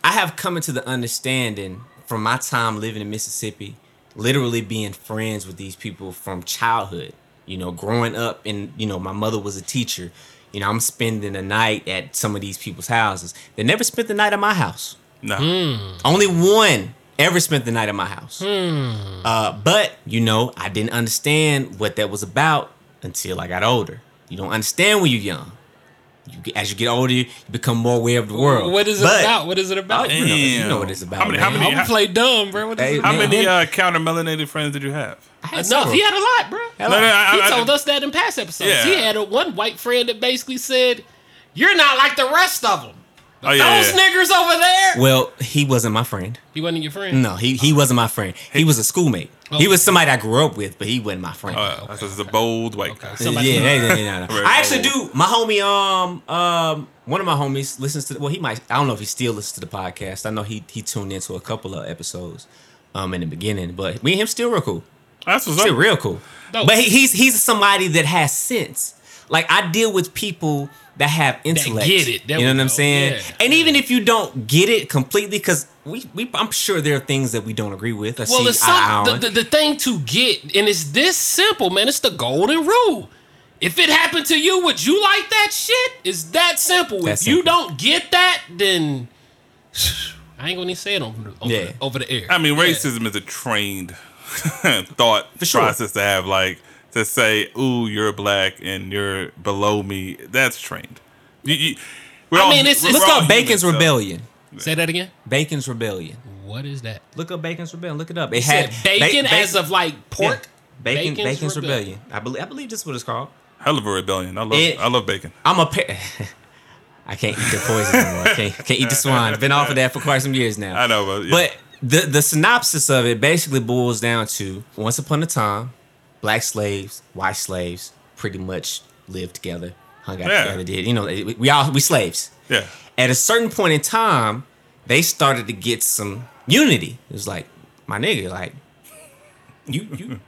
I have come into the understanding from my time living in Mississippi, literally being friends with these people from childhood. You know, growing up, and you know, my mother was a teacher. You know, I'm spending the night at some of these people's houses. They never spent the night at my house.
No.
Hmm?
Only one ever spent the night at my house.
Hmm.
Uh, but you know, I didn't understand what that was about until I got older. You don't understand when you're young. You get, as you get older, you become more aware of the world.
What is it
But-
about? What is it about?
Oh, you, know, you
Damn.
know what it's about.
How many- how
man.
I'm
many-
gonna play dumb, bro. What is
Hey,
it
How
about?
man,
many
then-
uh, counter melanated friends did you have?
I had
Enough.
several.
He had a lot, bro.
No, no, I-
he
I-
told
I-
us that in past episodes.
Yeah.
He had a, one white friend that basically said, "You're not like the rest of them.
Oh yeah,
Those
yeah.
niggers over there."
Well, he wasn't my friend.
he wasn't your friend.
No, he he wasn't my friend. He was a schoolmate. He was somebody I grew up with, but he wasn't my friend.
Uh, that's just a bold white guy.
So- somebody-
yeah, yeah, yeah, yeah, yeah.
Right.
I actually do. My homie, um, um, one of my homies listens to. Well, he might. I don't know if he still listens to the podcast. I know he he tuned into a couple of episodes, um, in the beginning. But me and him still real cool.
That's what's
Shit,
up.
real cool.
Dope.
But he, he's he's somebody that has sense. Like I deal with people that have intellect.
get it. There
you know
we
what I'm
go.
saying?
Yeah.
And even if you don't get it completely, because we, we I'm sure there are things that we don't agree with. Or
Well,
see
it's
eye
some,
on.
the, the, the thing to get, and it's this simple, man. It's the golden rule. If it happened to you, would you like that shit? It's that simple.
That
if you
simple.
don't get that, then I ain't gonna even say it over the, over,
Yeah.
the, over the air.
I mean, racism is a trained thought
sure.
process to have. Like to say, "Ooh, you're black and you're below me." That's trained. You, you, we're
I
all-
mean, it's-
we're
it's
Look
all
up
humans,
Bacon's
so-
Rebellion.
say that again.
Bacon's Rebellion.
What is that?
Look up Bacon's Rebellion. Look it up. It
Said
had
bacon
ba-
as of like
yeah.
pork.
Bacon, Bacon's, Rebellion.
rebellion.
I believe I believe this is what it's called.
Hell of a rebellion. I love.
It-
I love bacon.
I'm a pa- I can't eat the poison anymore. I can't, can't eat the swine. I've been off of that for quite some years now.
I know, but, yeah.
but the the synopsis of it basically boils down to once upon a time, black slaves, white slaves, pretty much lived together, hung out
Yeah.
together. Did you know we, we all we slaves?
Yeah.
At a certain point in time, they started to get some unity. It was like my nigga, like you you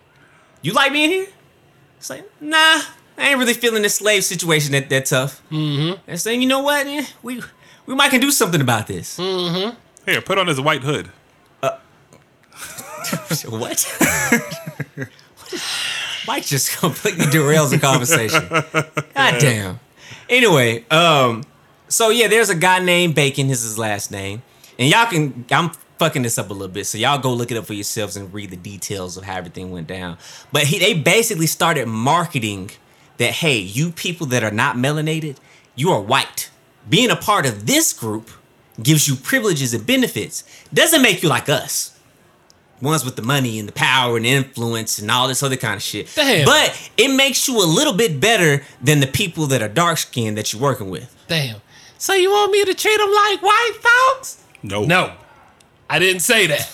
you like being here? It's like, nah, I ain't really feeling this slave situation that, that tough. Mm-hmm. And saying, you know what, eh, we we might can do something about this.
Here, put on his white hood.
What? What is- Mike just completely derails the conversation. God damn. Anyway, um, so yeah, there's a guy named Bacon, is his last name. And y'all can I'm fucking this up a little bit, so y'all go look it up for yourselves and read the details of how everything went down. But he they basically started marketing that hey, you people that are not melanated, you are white. Being a part of this group gives you privileges and benefits. Doesn't make you like us ones with the money and the power and influence and all this other kind of shit.
Damn.
But it makes you a little bit better than the people that are dark skinned that you're working with.
Damn. So you want me to treat them like white folks?
No.
No, I didn't say that.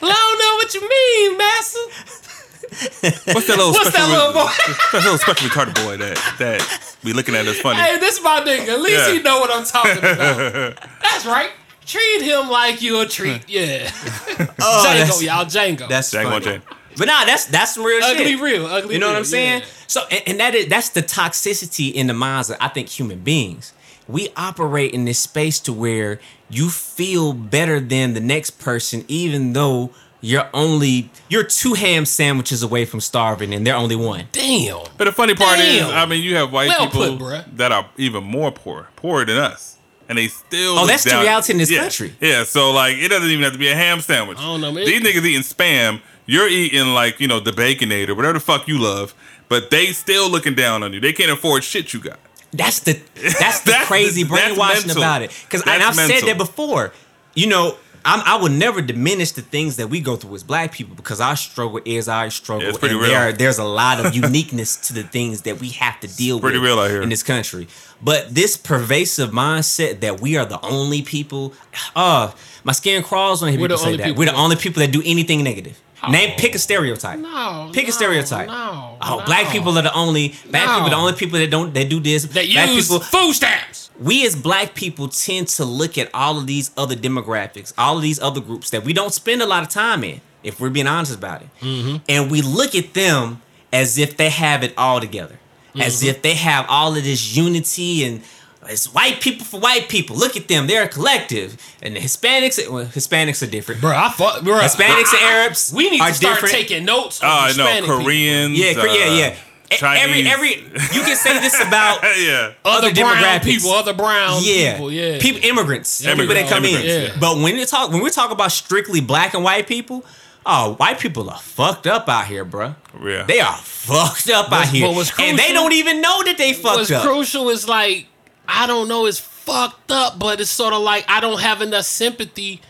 I don't know what you mean, master.
What's that little?
What's
special
that little boy?
that little special retarded boy that that be looking at us funny.
Hey, this my nigga. At least
Yeah.
you know what I'm talking about. that's right. Treat him like you'll treat. Yeah.
Oh,
Django, y'all. Django.
That's
Jack
funny.
on Jane.
But nah, that's that's some real
ugly,
shit.
real. Ugly.
You know what
real,
I'm saying?
yeah.
So and, and that is that's the toxicity in the minds of I think human beings. We operate in this space to where you feel better than the next person, even though you're only you're two ham sandwiches away from starving and they're only one.
Damn.
But the funny part is,
Damn.
I mean, you have white
Well
people
put, bruh.
that are even more poor, poorer than us, and they still.
Oh,
look
that's the
down-
reality in this
yeah.
country.
Yeah, so like, it doesn't even have to be a ham sandwich.
I don't know, man.
These niggas eating spam. You're eating like you know the baconator, whatever the fuck you love, but they still looking down on you. They can't afford shit you got.
That's the that's the
That's-
crazy
that's
brainwashing
mental.
about it. Because and
That's
I've said
mental.
that before. You know, I'm, I would never diminish the things that we go through as Black people because our struggle is our struggle.
Yeah, it's pretty
and
real.
There are, there's a lot of uniqueness to the things that we have to deal
pretty
with
real out here.
in this country. But this pervasive mindset that we are the only people. Oh, my skin crawls when I hear
We're the
people say
only
that.
people.
We're the only people that do anything negative. Name pick a stereotype.
No,
Pick a
no,
stereotype.
no,
oh,
no.
black people are the only black
No.
people are the only people that don't that do this.
That
black
use
people
food stamps.
we as black people tend to look at all of these other demographics, all of these other groups that we don't spend a lot of time in, if we're being honest about it.
Mm-hmm.
And we look at them as if they have it all together,
Mm-hmm.
as if they have all of this unity and it's white people for white people. Look at them; they're a collective. And the Hispanics, uh, well, Hispanics are different.
Bro, I fuck. Bro,
Hispanics and Arabs
We need
are
to start
different.
taking notes.
Oh,
on
I know
Hispanic people.
Koreans.
Yeah, cr- yeah,
uh,
yeah. E- Every
Chinese.
every you can say this about
yeah.
Other,
other
brown
demographics.
people. Other brown
yeah.
people. Yeah.
People, immigrants,
Yeah,
people that come in.
immigrants,
yeah.
But when you talk, when we talk about strictly black and white people, oh, white people are fucked up out here, bruh.
Yeah.
They are fucked up out
What's-
here,
what was
and they
crucial-
don't even know that they fucked
What's
up.
crucial is like I don't know. It's fucked up, but it's sort of like I don't have enough sympathy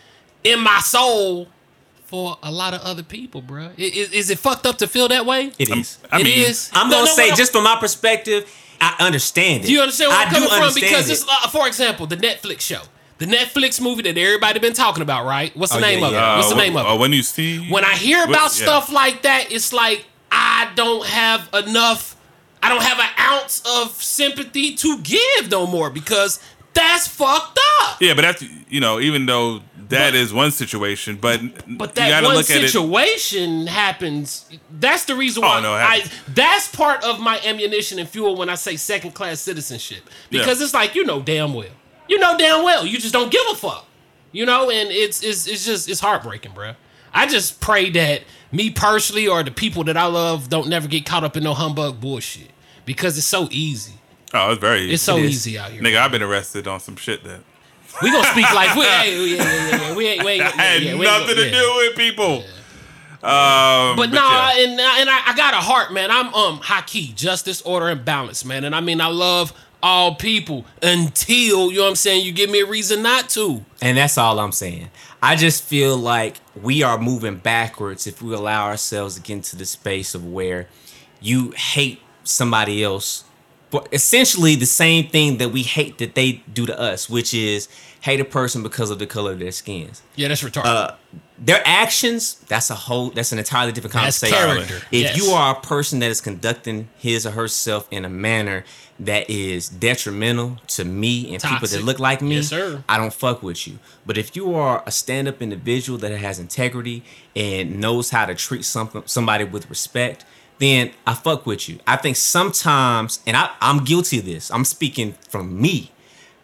in my soul for a lot of other people, bro. I- i- Is, it fucked up to feel that way?
It
I'm-
is.
I
It
mean,
is.
I'm
No,
gonna
no,
say,
no.
just from my perspective, I understand it.
Do you understand where
I
I'm coming
do
from?
understand
Because
it.
it's uh, for example, the Netflix show, the Netflix movie that everybody been talking about, right? What's the
Oh, yeah,
name of
yeah.
it? What's
Uh,
the
wh-
name of
uh,
it?
When you see.
when I hear
What-
about
yeah.
stuff like that, it's like I don't have enough. I don't have an ounce of sympathy to give no more because That's fucked up.
Yeah, but that's you know, even though that is one situation, but
But
you
that
gotta
one
look at it.
situation happens. That's the reason
Oh,
why
no, it
I.
happens.
That's part of my ammunition and fuel when I say second class citizenship
Yeah.
because it's like you know damn well, you know damn well, you just don't give a fuck, you know. And it's it's it's just it's heartbreaking, bruh. I just pray that me personally or the people that I love don't never get caught up in no humbug bullshit because it's so easy.
Oh, it's very.
It's so
it is.
easy out here.
Nigga, I've been arrested on some shit that
We gonna speak like we, hey, yeah, yeah, yeah, yeah. we ain't, we ain't,
I had
yeah, yeah, we ain't-
nothing to
yeah.
do with people. Um,
But no,
yeah.
and and I, I got a heart, man. I'm um high key, justice, order, and balance, man. And I mean, I love all people until you know what I'm saying. You give me a reason not to.
And that's all I'm saying. I just feel like we are moving backwards if we allow ourselves to get into the space of where you hate somebody else for essentially the same thing that we hate that they do to us, which is hate a person because of the color of their skins.
Yeah, that's retarded.
Uh, Their actions, that's a whole that's an entirely different
That's
conversation.
character,
If
yes.
you are a person that is conducting his or herself in a manner that is detrimental to me and people
Toxic.
that look like me,
Yes, sir.
I don't fuck with you. But if you are a stand up individual that has integrity and knows how to treat something somebody with respect, then I fuck with you. I think sometimes, and I, I'm guilty of this. I'm speaking from me.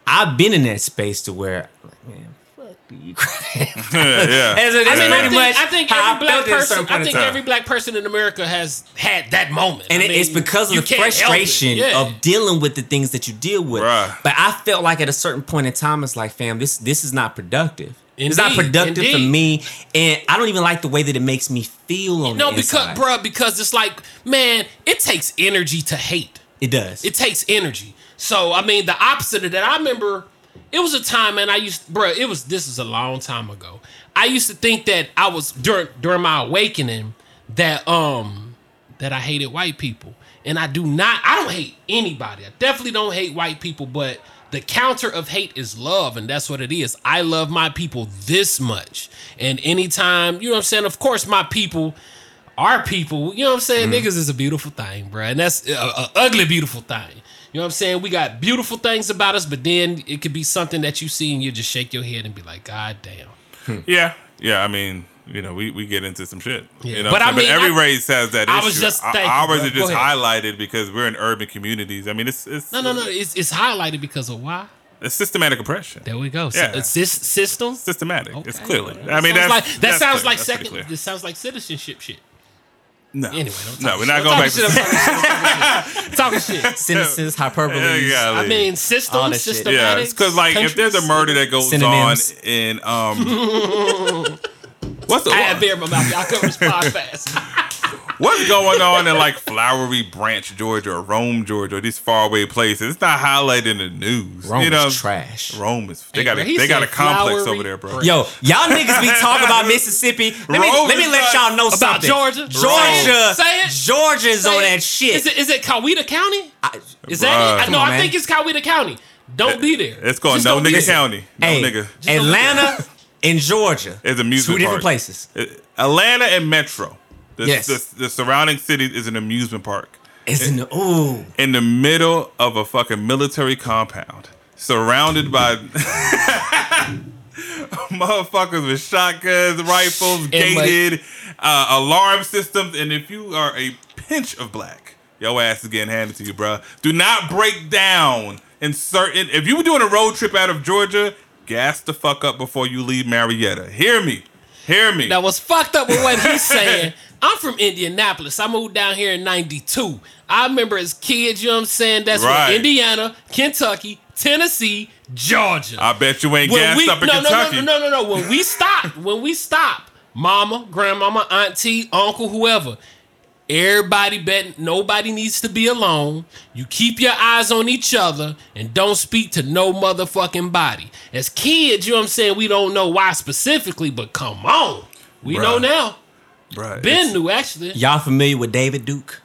I've been in that space to where, like, man, fuck you.
yeah,
That's- that's
I mean, I
pretty
think,
much
I think
how
every
I
black
felt at a
person,
certain point
I
in
think
time.
every black person in America has had that moment,
and
I
it-
mean,
it's because of
you
the
can't help it.
frustration
Yeah.
of dealing with the things that you deal with.
Bruh.
But I felt like at a certain point in time, it's like, fam, this this is not productive. it's not
Indeed,
productive for
indeed.
me, and I don't even like the way that it makes me feel on
no,
the
because
inside.
bruh, because it's like man, it takes energy to hate.
it does.
it takes energy. So I mean, the opposite of that. I remember it was a time, man. I used, bruh, It was this is a long time ago. I used to think that I was during during my awakening that um that I hated white people, and I do not. I don't hate anybody. I definitely don't hate white people, but. The counter of hate is love, and that's what it is. I love my people this much. And anytime, you know what I'm saying? Of course, my people, our people, you know what I'm saying?
Mm-hmm.
Niggas is a beautiful thing, bruh, And that's a, a ugly, beautiful thing. You know what I'm saying? We got beautiful things about us, but then it could be something that you see and you just shake your head and be like, God damn.
yeah, yeah. I mean, you know, we, we get into some shit.
Yeah.
You know,
but
but,
I
I but
mean,
every
I-
race has that
I
issue.
was just
O-
thinking,
ours
bro.
are
Go
just
ahead.
highlighted because we're in urban communities. I mean, it's it's
No, no, no. It's, it's highlighted because of why?
It's systematic oppression.
There we go.
Yeah.
So, it's this system.
systematic. It's
Okay.
clearly.
That
I mean,
sounds
that's,
like, that
that's
sounds
clear.
like
That's pretty
second.
clear.
This sounds like citizenship shit.
No,
Anyway, don't
no,
talk
we're not
shit.
going back
Don't
to.
talk shit. I'm talking shit. I'm talking shit.
Sentences, hyperbole.
Yeah,
I
golly.
mean,
All
system,
that shit.
systematic.
Yeah, it's because like if there's a murder that goes
Synonyms.
on in um, what's the,
I had beer in my mouth. Y'all cover this podcast.
what's going on in like Flowery Branch, Georgia, or Rome, Georgia, or these faraway places? It's not highlighted in the news.
Rome
you know,
is trash.
Rome is they
Hey,
got
bro,
a,
he
they got a
said
complex
Flowery
over there, bro.
Branch.
Yo, y'all niggas be talking about Mississippi. Let me,
Rome
let, me
is
let
not-
y'all know
About
something.
Georgia?
Georgia,
Say it. Say
Georgia's on that
Is
shit.
it, is it Coweta County?
I-
Is that it?
Bruh.
I, no,
Come on,
I
man.
think it's Coweta County. Don't be there.
It's called
Just
No
don't be
Nigga
there.
County. No
hey,
nigga.
Atlanta and Georgia.
It's a music
Two
park. Uh,
different places.
Atlanta and Metro. The,
Yes.
the, the surrounding city is an amusement park.
It's in the ooh.
in the middle of a fucking military compound, surrounded by motherfuckers with shotguns, rifles,
like-
gated uh, alarm systems, and if you are a pinch of black, your ass is getting handed to you, bruh. Do not break down in certain. If you were doing a road trip out of Georgia, gas the fuck up before you leave Marietta. Hear me, hear me.
Now, what's fucked up with what he's saying, I'm from Indianapolis. I moved down here in 92. I remember as kids, you know what I'm saying? That's
Right.
when Indiana, Kentucky, Tennessee, Georgia.
I bet you ain't gassed up in
no,
Kentucky.
No, no, no, no, no. When we stop, when we stop, mama, grandmama, auntie, uncle, whoever, everybody betting nobody needs to be alone. You keep your eyes on each other and don't speak to no motherfucking body. As kids, you know what I'm saying? We don't know why specifically, but come on. We
Bruh.
know now.
Bruh,
Ben
it's-
knew actually.
Y'all familiar with David Duke?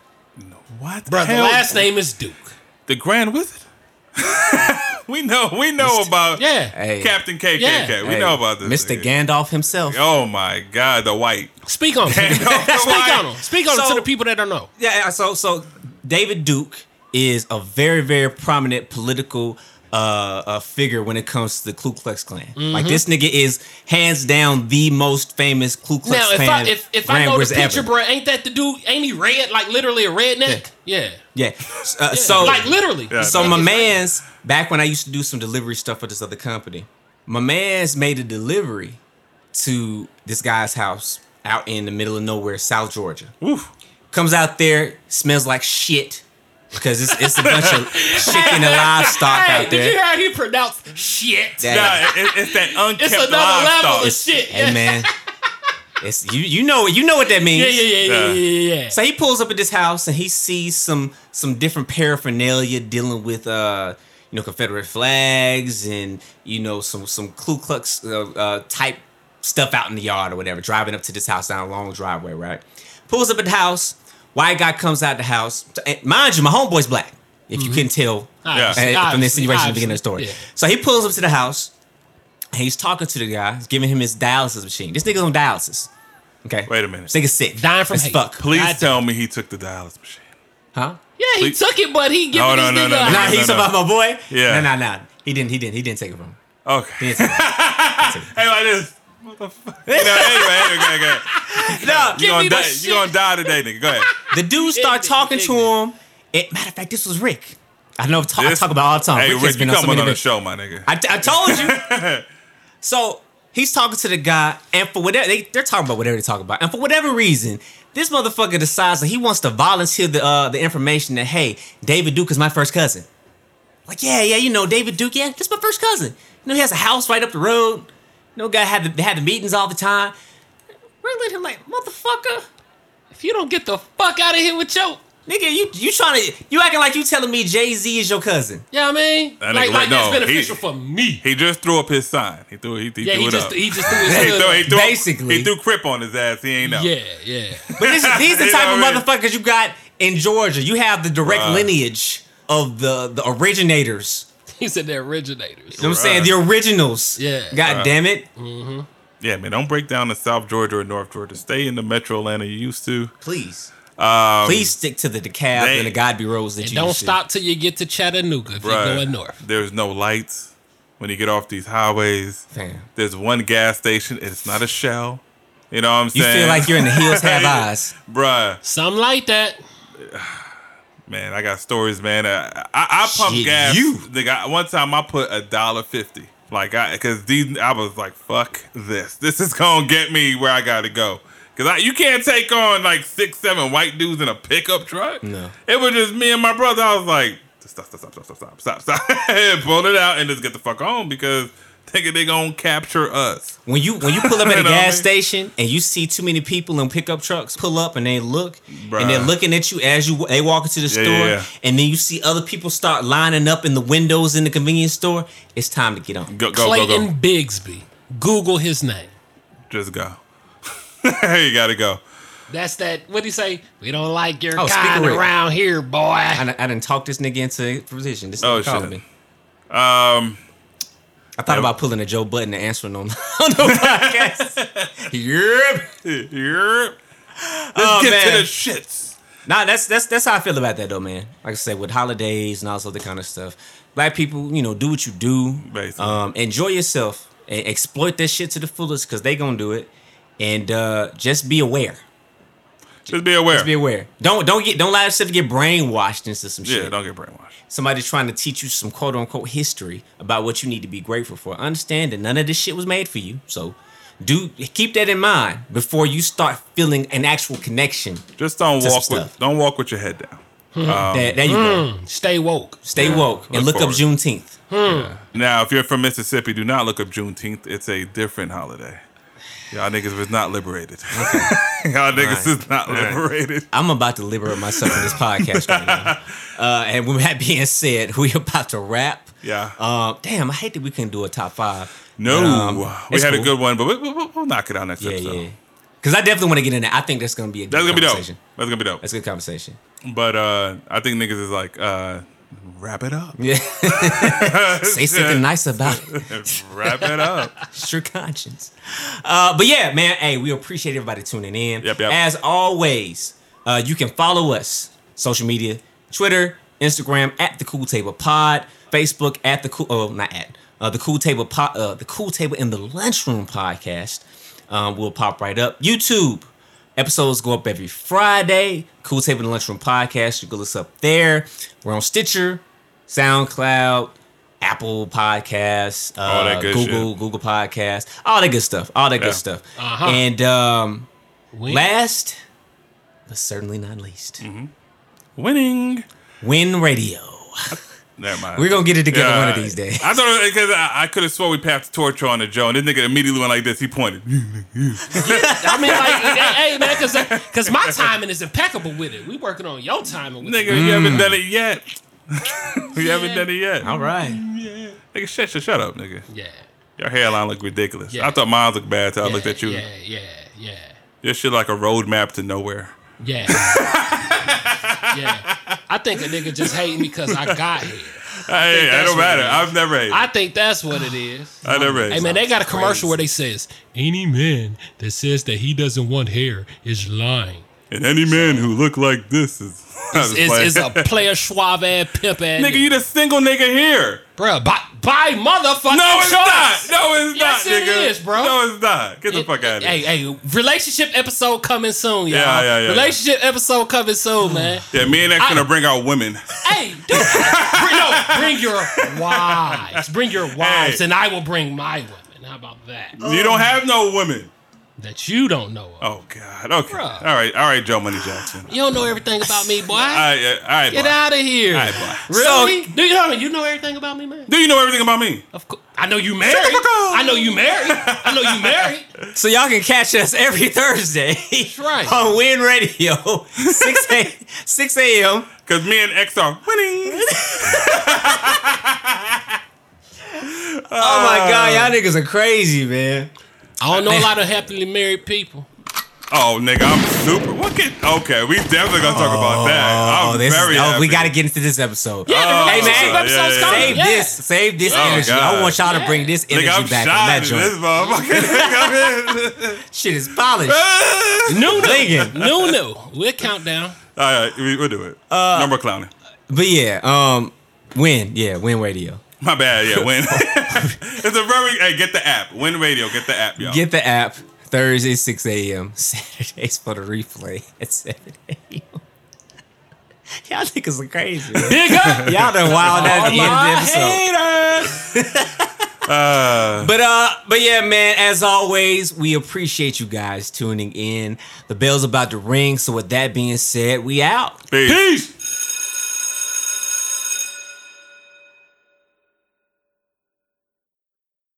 What?
Bruh, the
hell?
last name is Duke.
the Grand Wizard. we know, we know about
Yeah.
Hey.
Captain KKK.
Yeah.
We
Hey,
know about this.
Mr.
nigga.
Gandalf himself.
Oh my God, the white.
Speak on him.
Gandalf the
Speak
White.
on him. Speak on him to
So-
the people that don't know.
Yeah, yeah, so so David Duke is a very very prominent political uh, uh, figure when it comes to the Ku Klux Klan. Like this nigga is hands down the most famous Ku Klux
Now, if
Klan
I if, if I know
wranglers
the picture,
ever.
bro, ain't that the dude? Ain't he red? Like literally a redneck? Yeah.
yeah. S- uh, So
like literally.
Yeah.
So my man's back when I used to do some delivery stuff for this other company, my man's made a delivery to this guy's house out in the middle of nowhere, South Georgia. Comes out there, smells like shit because it's, it's a bunch of chicken and livestock
Hey,
out
did you
there.
hear how he pronounced shit?
That-
Nah, it- it's that unkept
it's another level of
livestock.
shit. Yeah.
Hey man, it's you you know you know what that means.
Yeah, yeah, yeah, yeah, yeah, yeah.
So he pulls up at this house and he sees some some different paraphernalia dealing with uh you know Confederate flags and you know some some Ku Klux uh, uh, type stuff out in the yard or whatever. Driving up to this house down a long driveway, right? Pulls up at the house. White guy comes out the house. And mind you, my homeboy's black. If you couldn't tell
Obviously,
uh, from
obviously,
the situation at the beginning of the story.
obviously, Mm-hmm. Ah, yeah.
So he pulls up to the house and he's talking to the guy. He's giving him his dialysis machine. This nigga's on dialysis. Okay.
Wait a minute.
This nigga's sick.
Dying from
as
hate.
fuck.
Please
God
tell me he took the dialysis machine.
Huh?
Yeah, he
Please-
took it, but he
No,
giving this
no, no,
nigga.
no,
a-
no,
Nah, he's about my boy.
Yeah.
Nah, nah, nah. He didn't. He didn't. He didn't take it from him. He
Okay.
didn't take it.
Anyway, this. Motherfucker. You know, anyway, okay, okay.
no,
You
Give
gonna
me the
die? You
shit.
gonna die today, nigga? Go ahead.
the dude started talking to him. It, matter of fact, this was Rick. I know. Talk, I
This-
talk about all the time.
Hey,
Rick, has
Rick,
been
you
on so
coming
many.
on the
different-
show, my nigga?
I, I told you. so he's talking to the guy, and for whatever they, they're talking about, whatever they talk about, and for whatever reason, this motherfucker decides that he wants to volunteer the uh, the information that hey, David Duke is my first cousin. Like yeah, yeah, you know David Duke, yeah, that's my first cousin. You know he has a house right up the road. You know guy had the, they had the meetings all the time. We're letting him like motherfucker.
If you don't get the fuck out of here with your,
Nigga, you you trying to you acting like you telling me Jay Z is your cousin?
yeah, I mean,
That
like,
nigga
like
went- no,
that's beneficial
he-
for me.
He just threw up his sign. He threw. He, he
Yeah,
threw
he
it
just
up.
he just threw his
he
hood
threw,
up.
he threw,
Basically.
he threw crip on his ass. He ain't know.
Yeah, yeah.
But this is, these are the
You
type
know
of
what I mean?
motherfuckers you got in Georgia. You have the direct
Right.
lineage of the the originators.
He said the originators.
You know what I'm saying?
Right.
The originals.
Yeah.
God
Right.
damn it.
Yeah, man. Don't break down to South Georgia or North Georgia. Stay in the Metro Atlanta you used to.
Please. Please stick to the DeKalb
Um, they-
and the God be Rose that
And
you
don't
used to.
stop till you get to Chattanooga if
Right.
you're going north.
There's no lights when you get off these highways.
Fam.
There's one gas station. It's not a shell. You know what I'm
You
saying?
feel like you're in the hills have eyes.
bruh.
Something like that.
Man, I got stories, man. I I, I pump
Shit,
gas.
you.
Nigga, I- one time I put a dollar fifty. Like I, cause these, I was like, fuck this. This is gonna get me where I gotta go. Cause I, you can't take on like six, seven white dudes in a pickup truck.
No.
it was just me and my brother. I was like, stop, stop, stop, stop, stop, stop, stop, stop. Pull it out and just get the fuck home because nigga, they gonna capture us.
When you when you pull up at a
You know what I
gas
mean?
station and you see too many people in pickup trucks pull up and they look
Bruh.
and they're looking at you as you they walk into the
yeah,
store
yeah.
and then you see other people start lining up in the windows in the convenience store, it's time to get on.
Go, go,
Clayton
go, go.
Bigsby. Google his name.
Just go. you gotta go.
That's that. What do you say? We don't like your
Oh, speak
kind
of Rick.
around here, boy.
I, done- I didn't talk this nigga into position. This
Oh,
nigga calling
shit. Um,
me. Um, I thought about pulling a Joe Button and answering on, on the podcast. yep.
Yep. Let's get to
Oh, man.
the shits.
Nah, that's that's that's how I feel about that though, man. Like I said, with holidays and all this other kind of stuff, black people, you know, do what you do.
Basically.
Um, enjoy yourself and exploit that shit to the fullest because they gonna do it. And uh, just be aware.
Just be aware.
Just be aware. Don't don't get don't allow yourself to get brainwashed into some shit.
yeah, don't get brainwashed.
somebody's trying to teach you some quote unquote history about what you need to be grateful for. Understand that none of this shit was made for you. So do keep that in mind before you start feeling an actual connection.
Just don't
Just
walk
some
with
stuff.
don't walk with your head down.
there, there you go.
Stay woke.
Stay woke and
Um, mm. look
look up
forward.
Juneteenth.
Now, if you're from Mississippi, do not look up Juneteenth. It's a different holiday. Y'all niggas was not liberated. Y'all niggas
Alright.
is not liberated.
I'm about to liberate myself in this podcast right now. Uh, and with that being said, we about to wrap.
Yeah.
Uh, damn, I hate that we couldn't do a top five.
No,
But, um,
we
it's
had a
cool.
good one, but we, we, we- we'll knock it out next
Yeah,
episode.
yeah. Because I definitely want to get in there. I think that's going to be a good
That's gonna be dope.
conversation.
That's gonna be dope.
That's a good conversation.
But uh, I think niggas is like, uh, wrap it up.
Yeah. Say something nice about it.
wrap it up.
It's your conscience. Uh, but yeah, man, hey, we appreciate everybody tuning in.
Yep, yep.
As always, uh, you can follow us social media, Twitter, Instagram at the Cool Table Pod. Facebook at the cool, oh, not at uh, the cool table, po- uh, the cool table in the lunchroom podcast. Um, will pop right up. YouTube episodes go up every Friday. Cool table in the lunchroom podcast. You can listen up there. We're on Stitcher, SoundCloud, Apple Podcasts, uh,
All that good
Google Google Podcasts, all that good stuff, all that
Yeah.
good stuff.
Uh-huh.
And um,
We-
last, but certainly not least,
Winning.
Win Radio.
Never mind.
We're gonna get it together one of
Yeah.
these days.
I thought because I, I could have swore we passed the torch on to Joe, and this nigga immediately went like this. He pointed.
I mean, like, hey, man, because because my timing is impeccable with it. We working on your timing. With it.
Nigga, you haven't done it yet. you haven't done it yet.
All right.
Nigga, shut, shut, shut up, nigga.
Yeah.
Your hairline look ridiculous.
Yeah.
I thought mine looked bad till I
yeah,
looked at you.
Yeah, yeah, yeah,
Your shit like a road map to nowhere.
yeah. yeah. I think a nigga just hate me because I got here.
Hey, I
that's
don't
what
matter.
it is.
I've never hated.
I
I,
think that's what it is.
never hated.
Hey man, they got a
crazy.
commercial where they says any man that says that he doesn't want hair is lying.
and any man who look like this is
It's, it's a player suave ass pimp ass
nigga. You the single nigga here.
bro. Buy, buy motherfucking
No, it's
choice.
not. No, it's
Yes,
not,
it
nigga.
is, bro.
No, it's not. Get the fuck out of here.
Hey, hey, relationship episode coming soon, y'all.
Yeah, yeah, yeah.
relationship episode coming soon, man.
Yeah, me and that's
I-
gonna bring out women.
hey, dude, bring, no, bring your wives, bring your wives,
Hey.
and I will bring my women. How about that?
You don't have no women.
That you don't know. Of.
Oh God. Okay.
Bruh.
All right. All right, Joe Money Jackson.
You don't know everything about me, boy.
All right. yeah, All right.
Get
boy.
out of here.
All right, boy.
Really? Do you know? You know everything about me, man.
Do you know everything about me?
Of course, I know you married. I know you married. I know you married.
So y'all can catch us every Thursday
right.
on Win Radio, 6 a, 6 a.m.
Cause me and X are winning.
Oh my
Uh.
God, y'all niggas are crazy, man.
I don't know a lot of happily married people.
Oh nigga, I'm super. What? Get, okay, we definitely gonna talk about that. I'm
Oh, this
very.
is, oh,
happy.
we gotta get into this episode.
Yeah,
Oh,
the
Hey, man.
relationship episode's
yeah, yeah,
coming.
yeah.
Save
Yeah.
this, save this
Oh,
energy.
God.
I want y'all to
Yeah.
bring this energy
Nigga, I'm
back on that
shining. This
joint.
motherfucker. Nigga, I'm in.
Shit is polished.
No, no,
Blinging.
no, no. We'll count down.
All right, we, we'll do it.
Uh,
Number clowning.
But yeah, um, Win, yeah, Win Radio.
My bad. Yeah, win. it's a very. Hey, get the app. Win radio. Get the app, y'all.
Get the app Thursday 6 a.m. Saturdays for the replay at 7 a.m. Y'all niggas are crazy. man.
Big up.
Y'all done wild out at the end of the episode. But uh, but yeah, man. As always, we appreciate you guys tuning in. The bell's about to ring, so with that being said, we out.
Peace.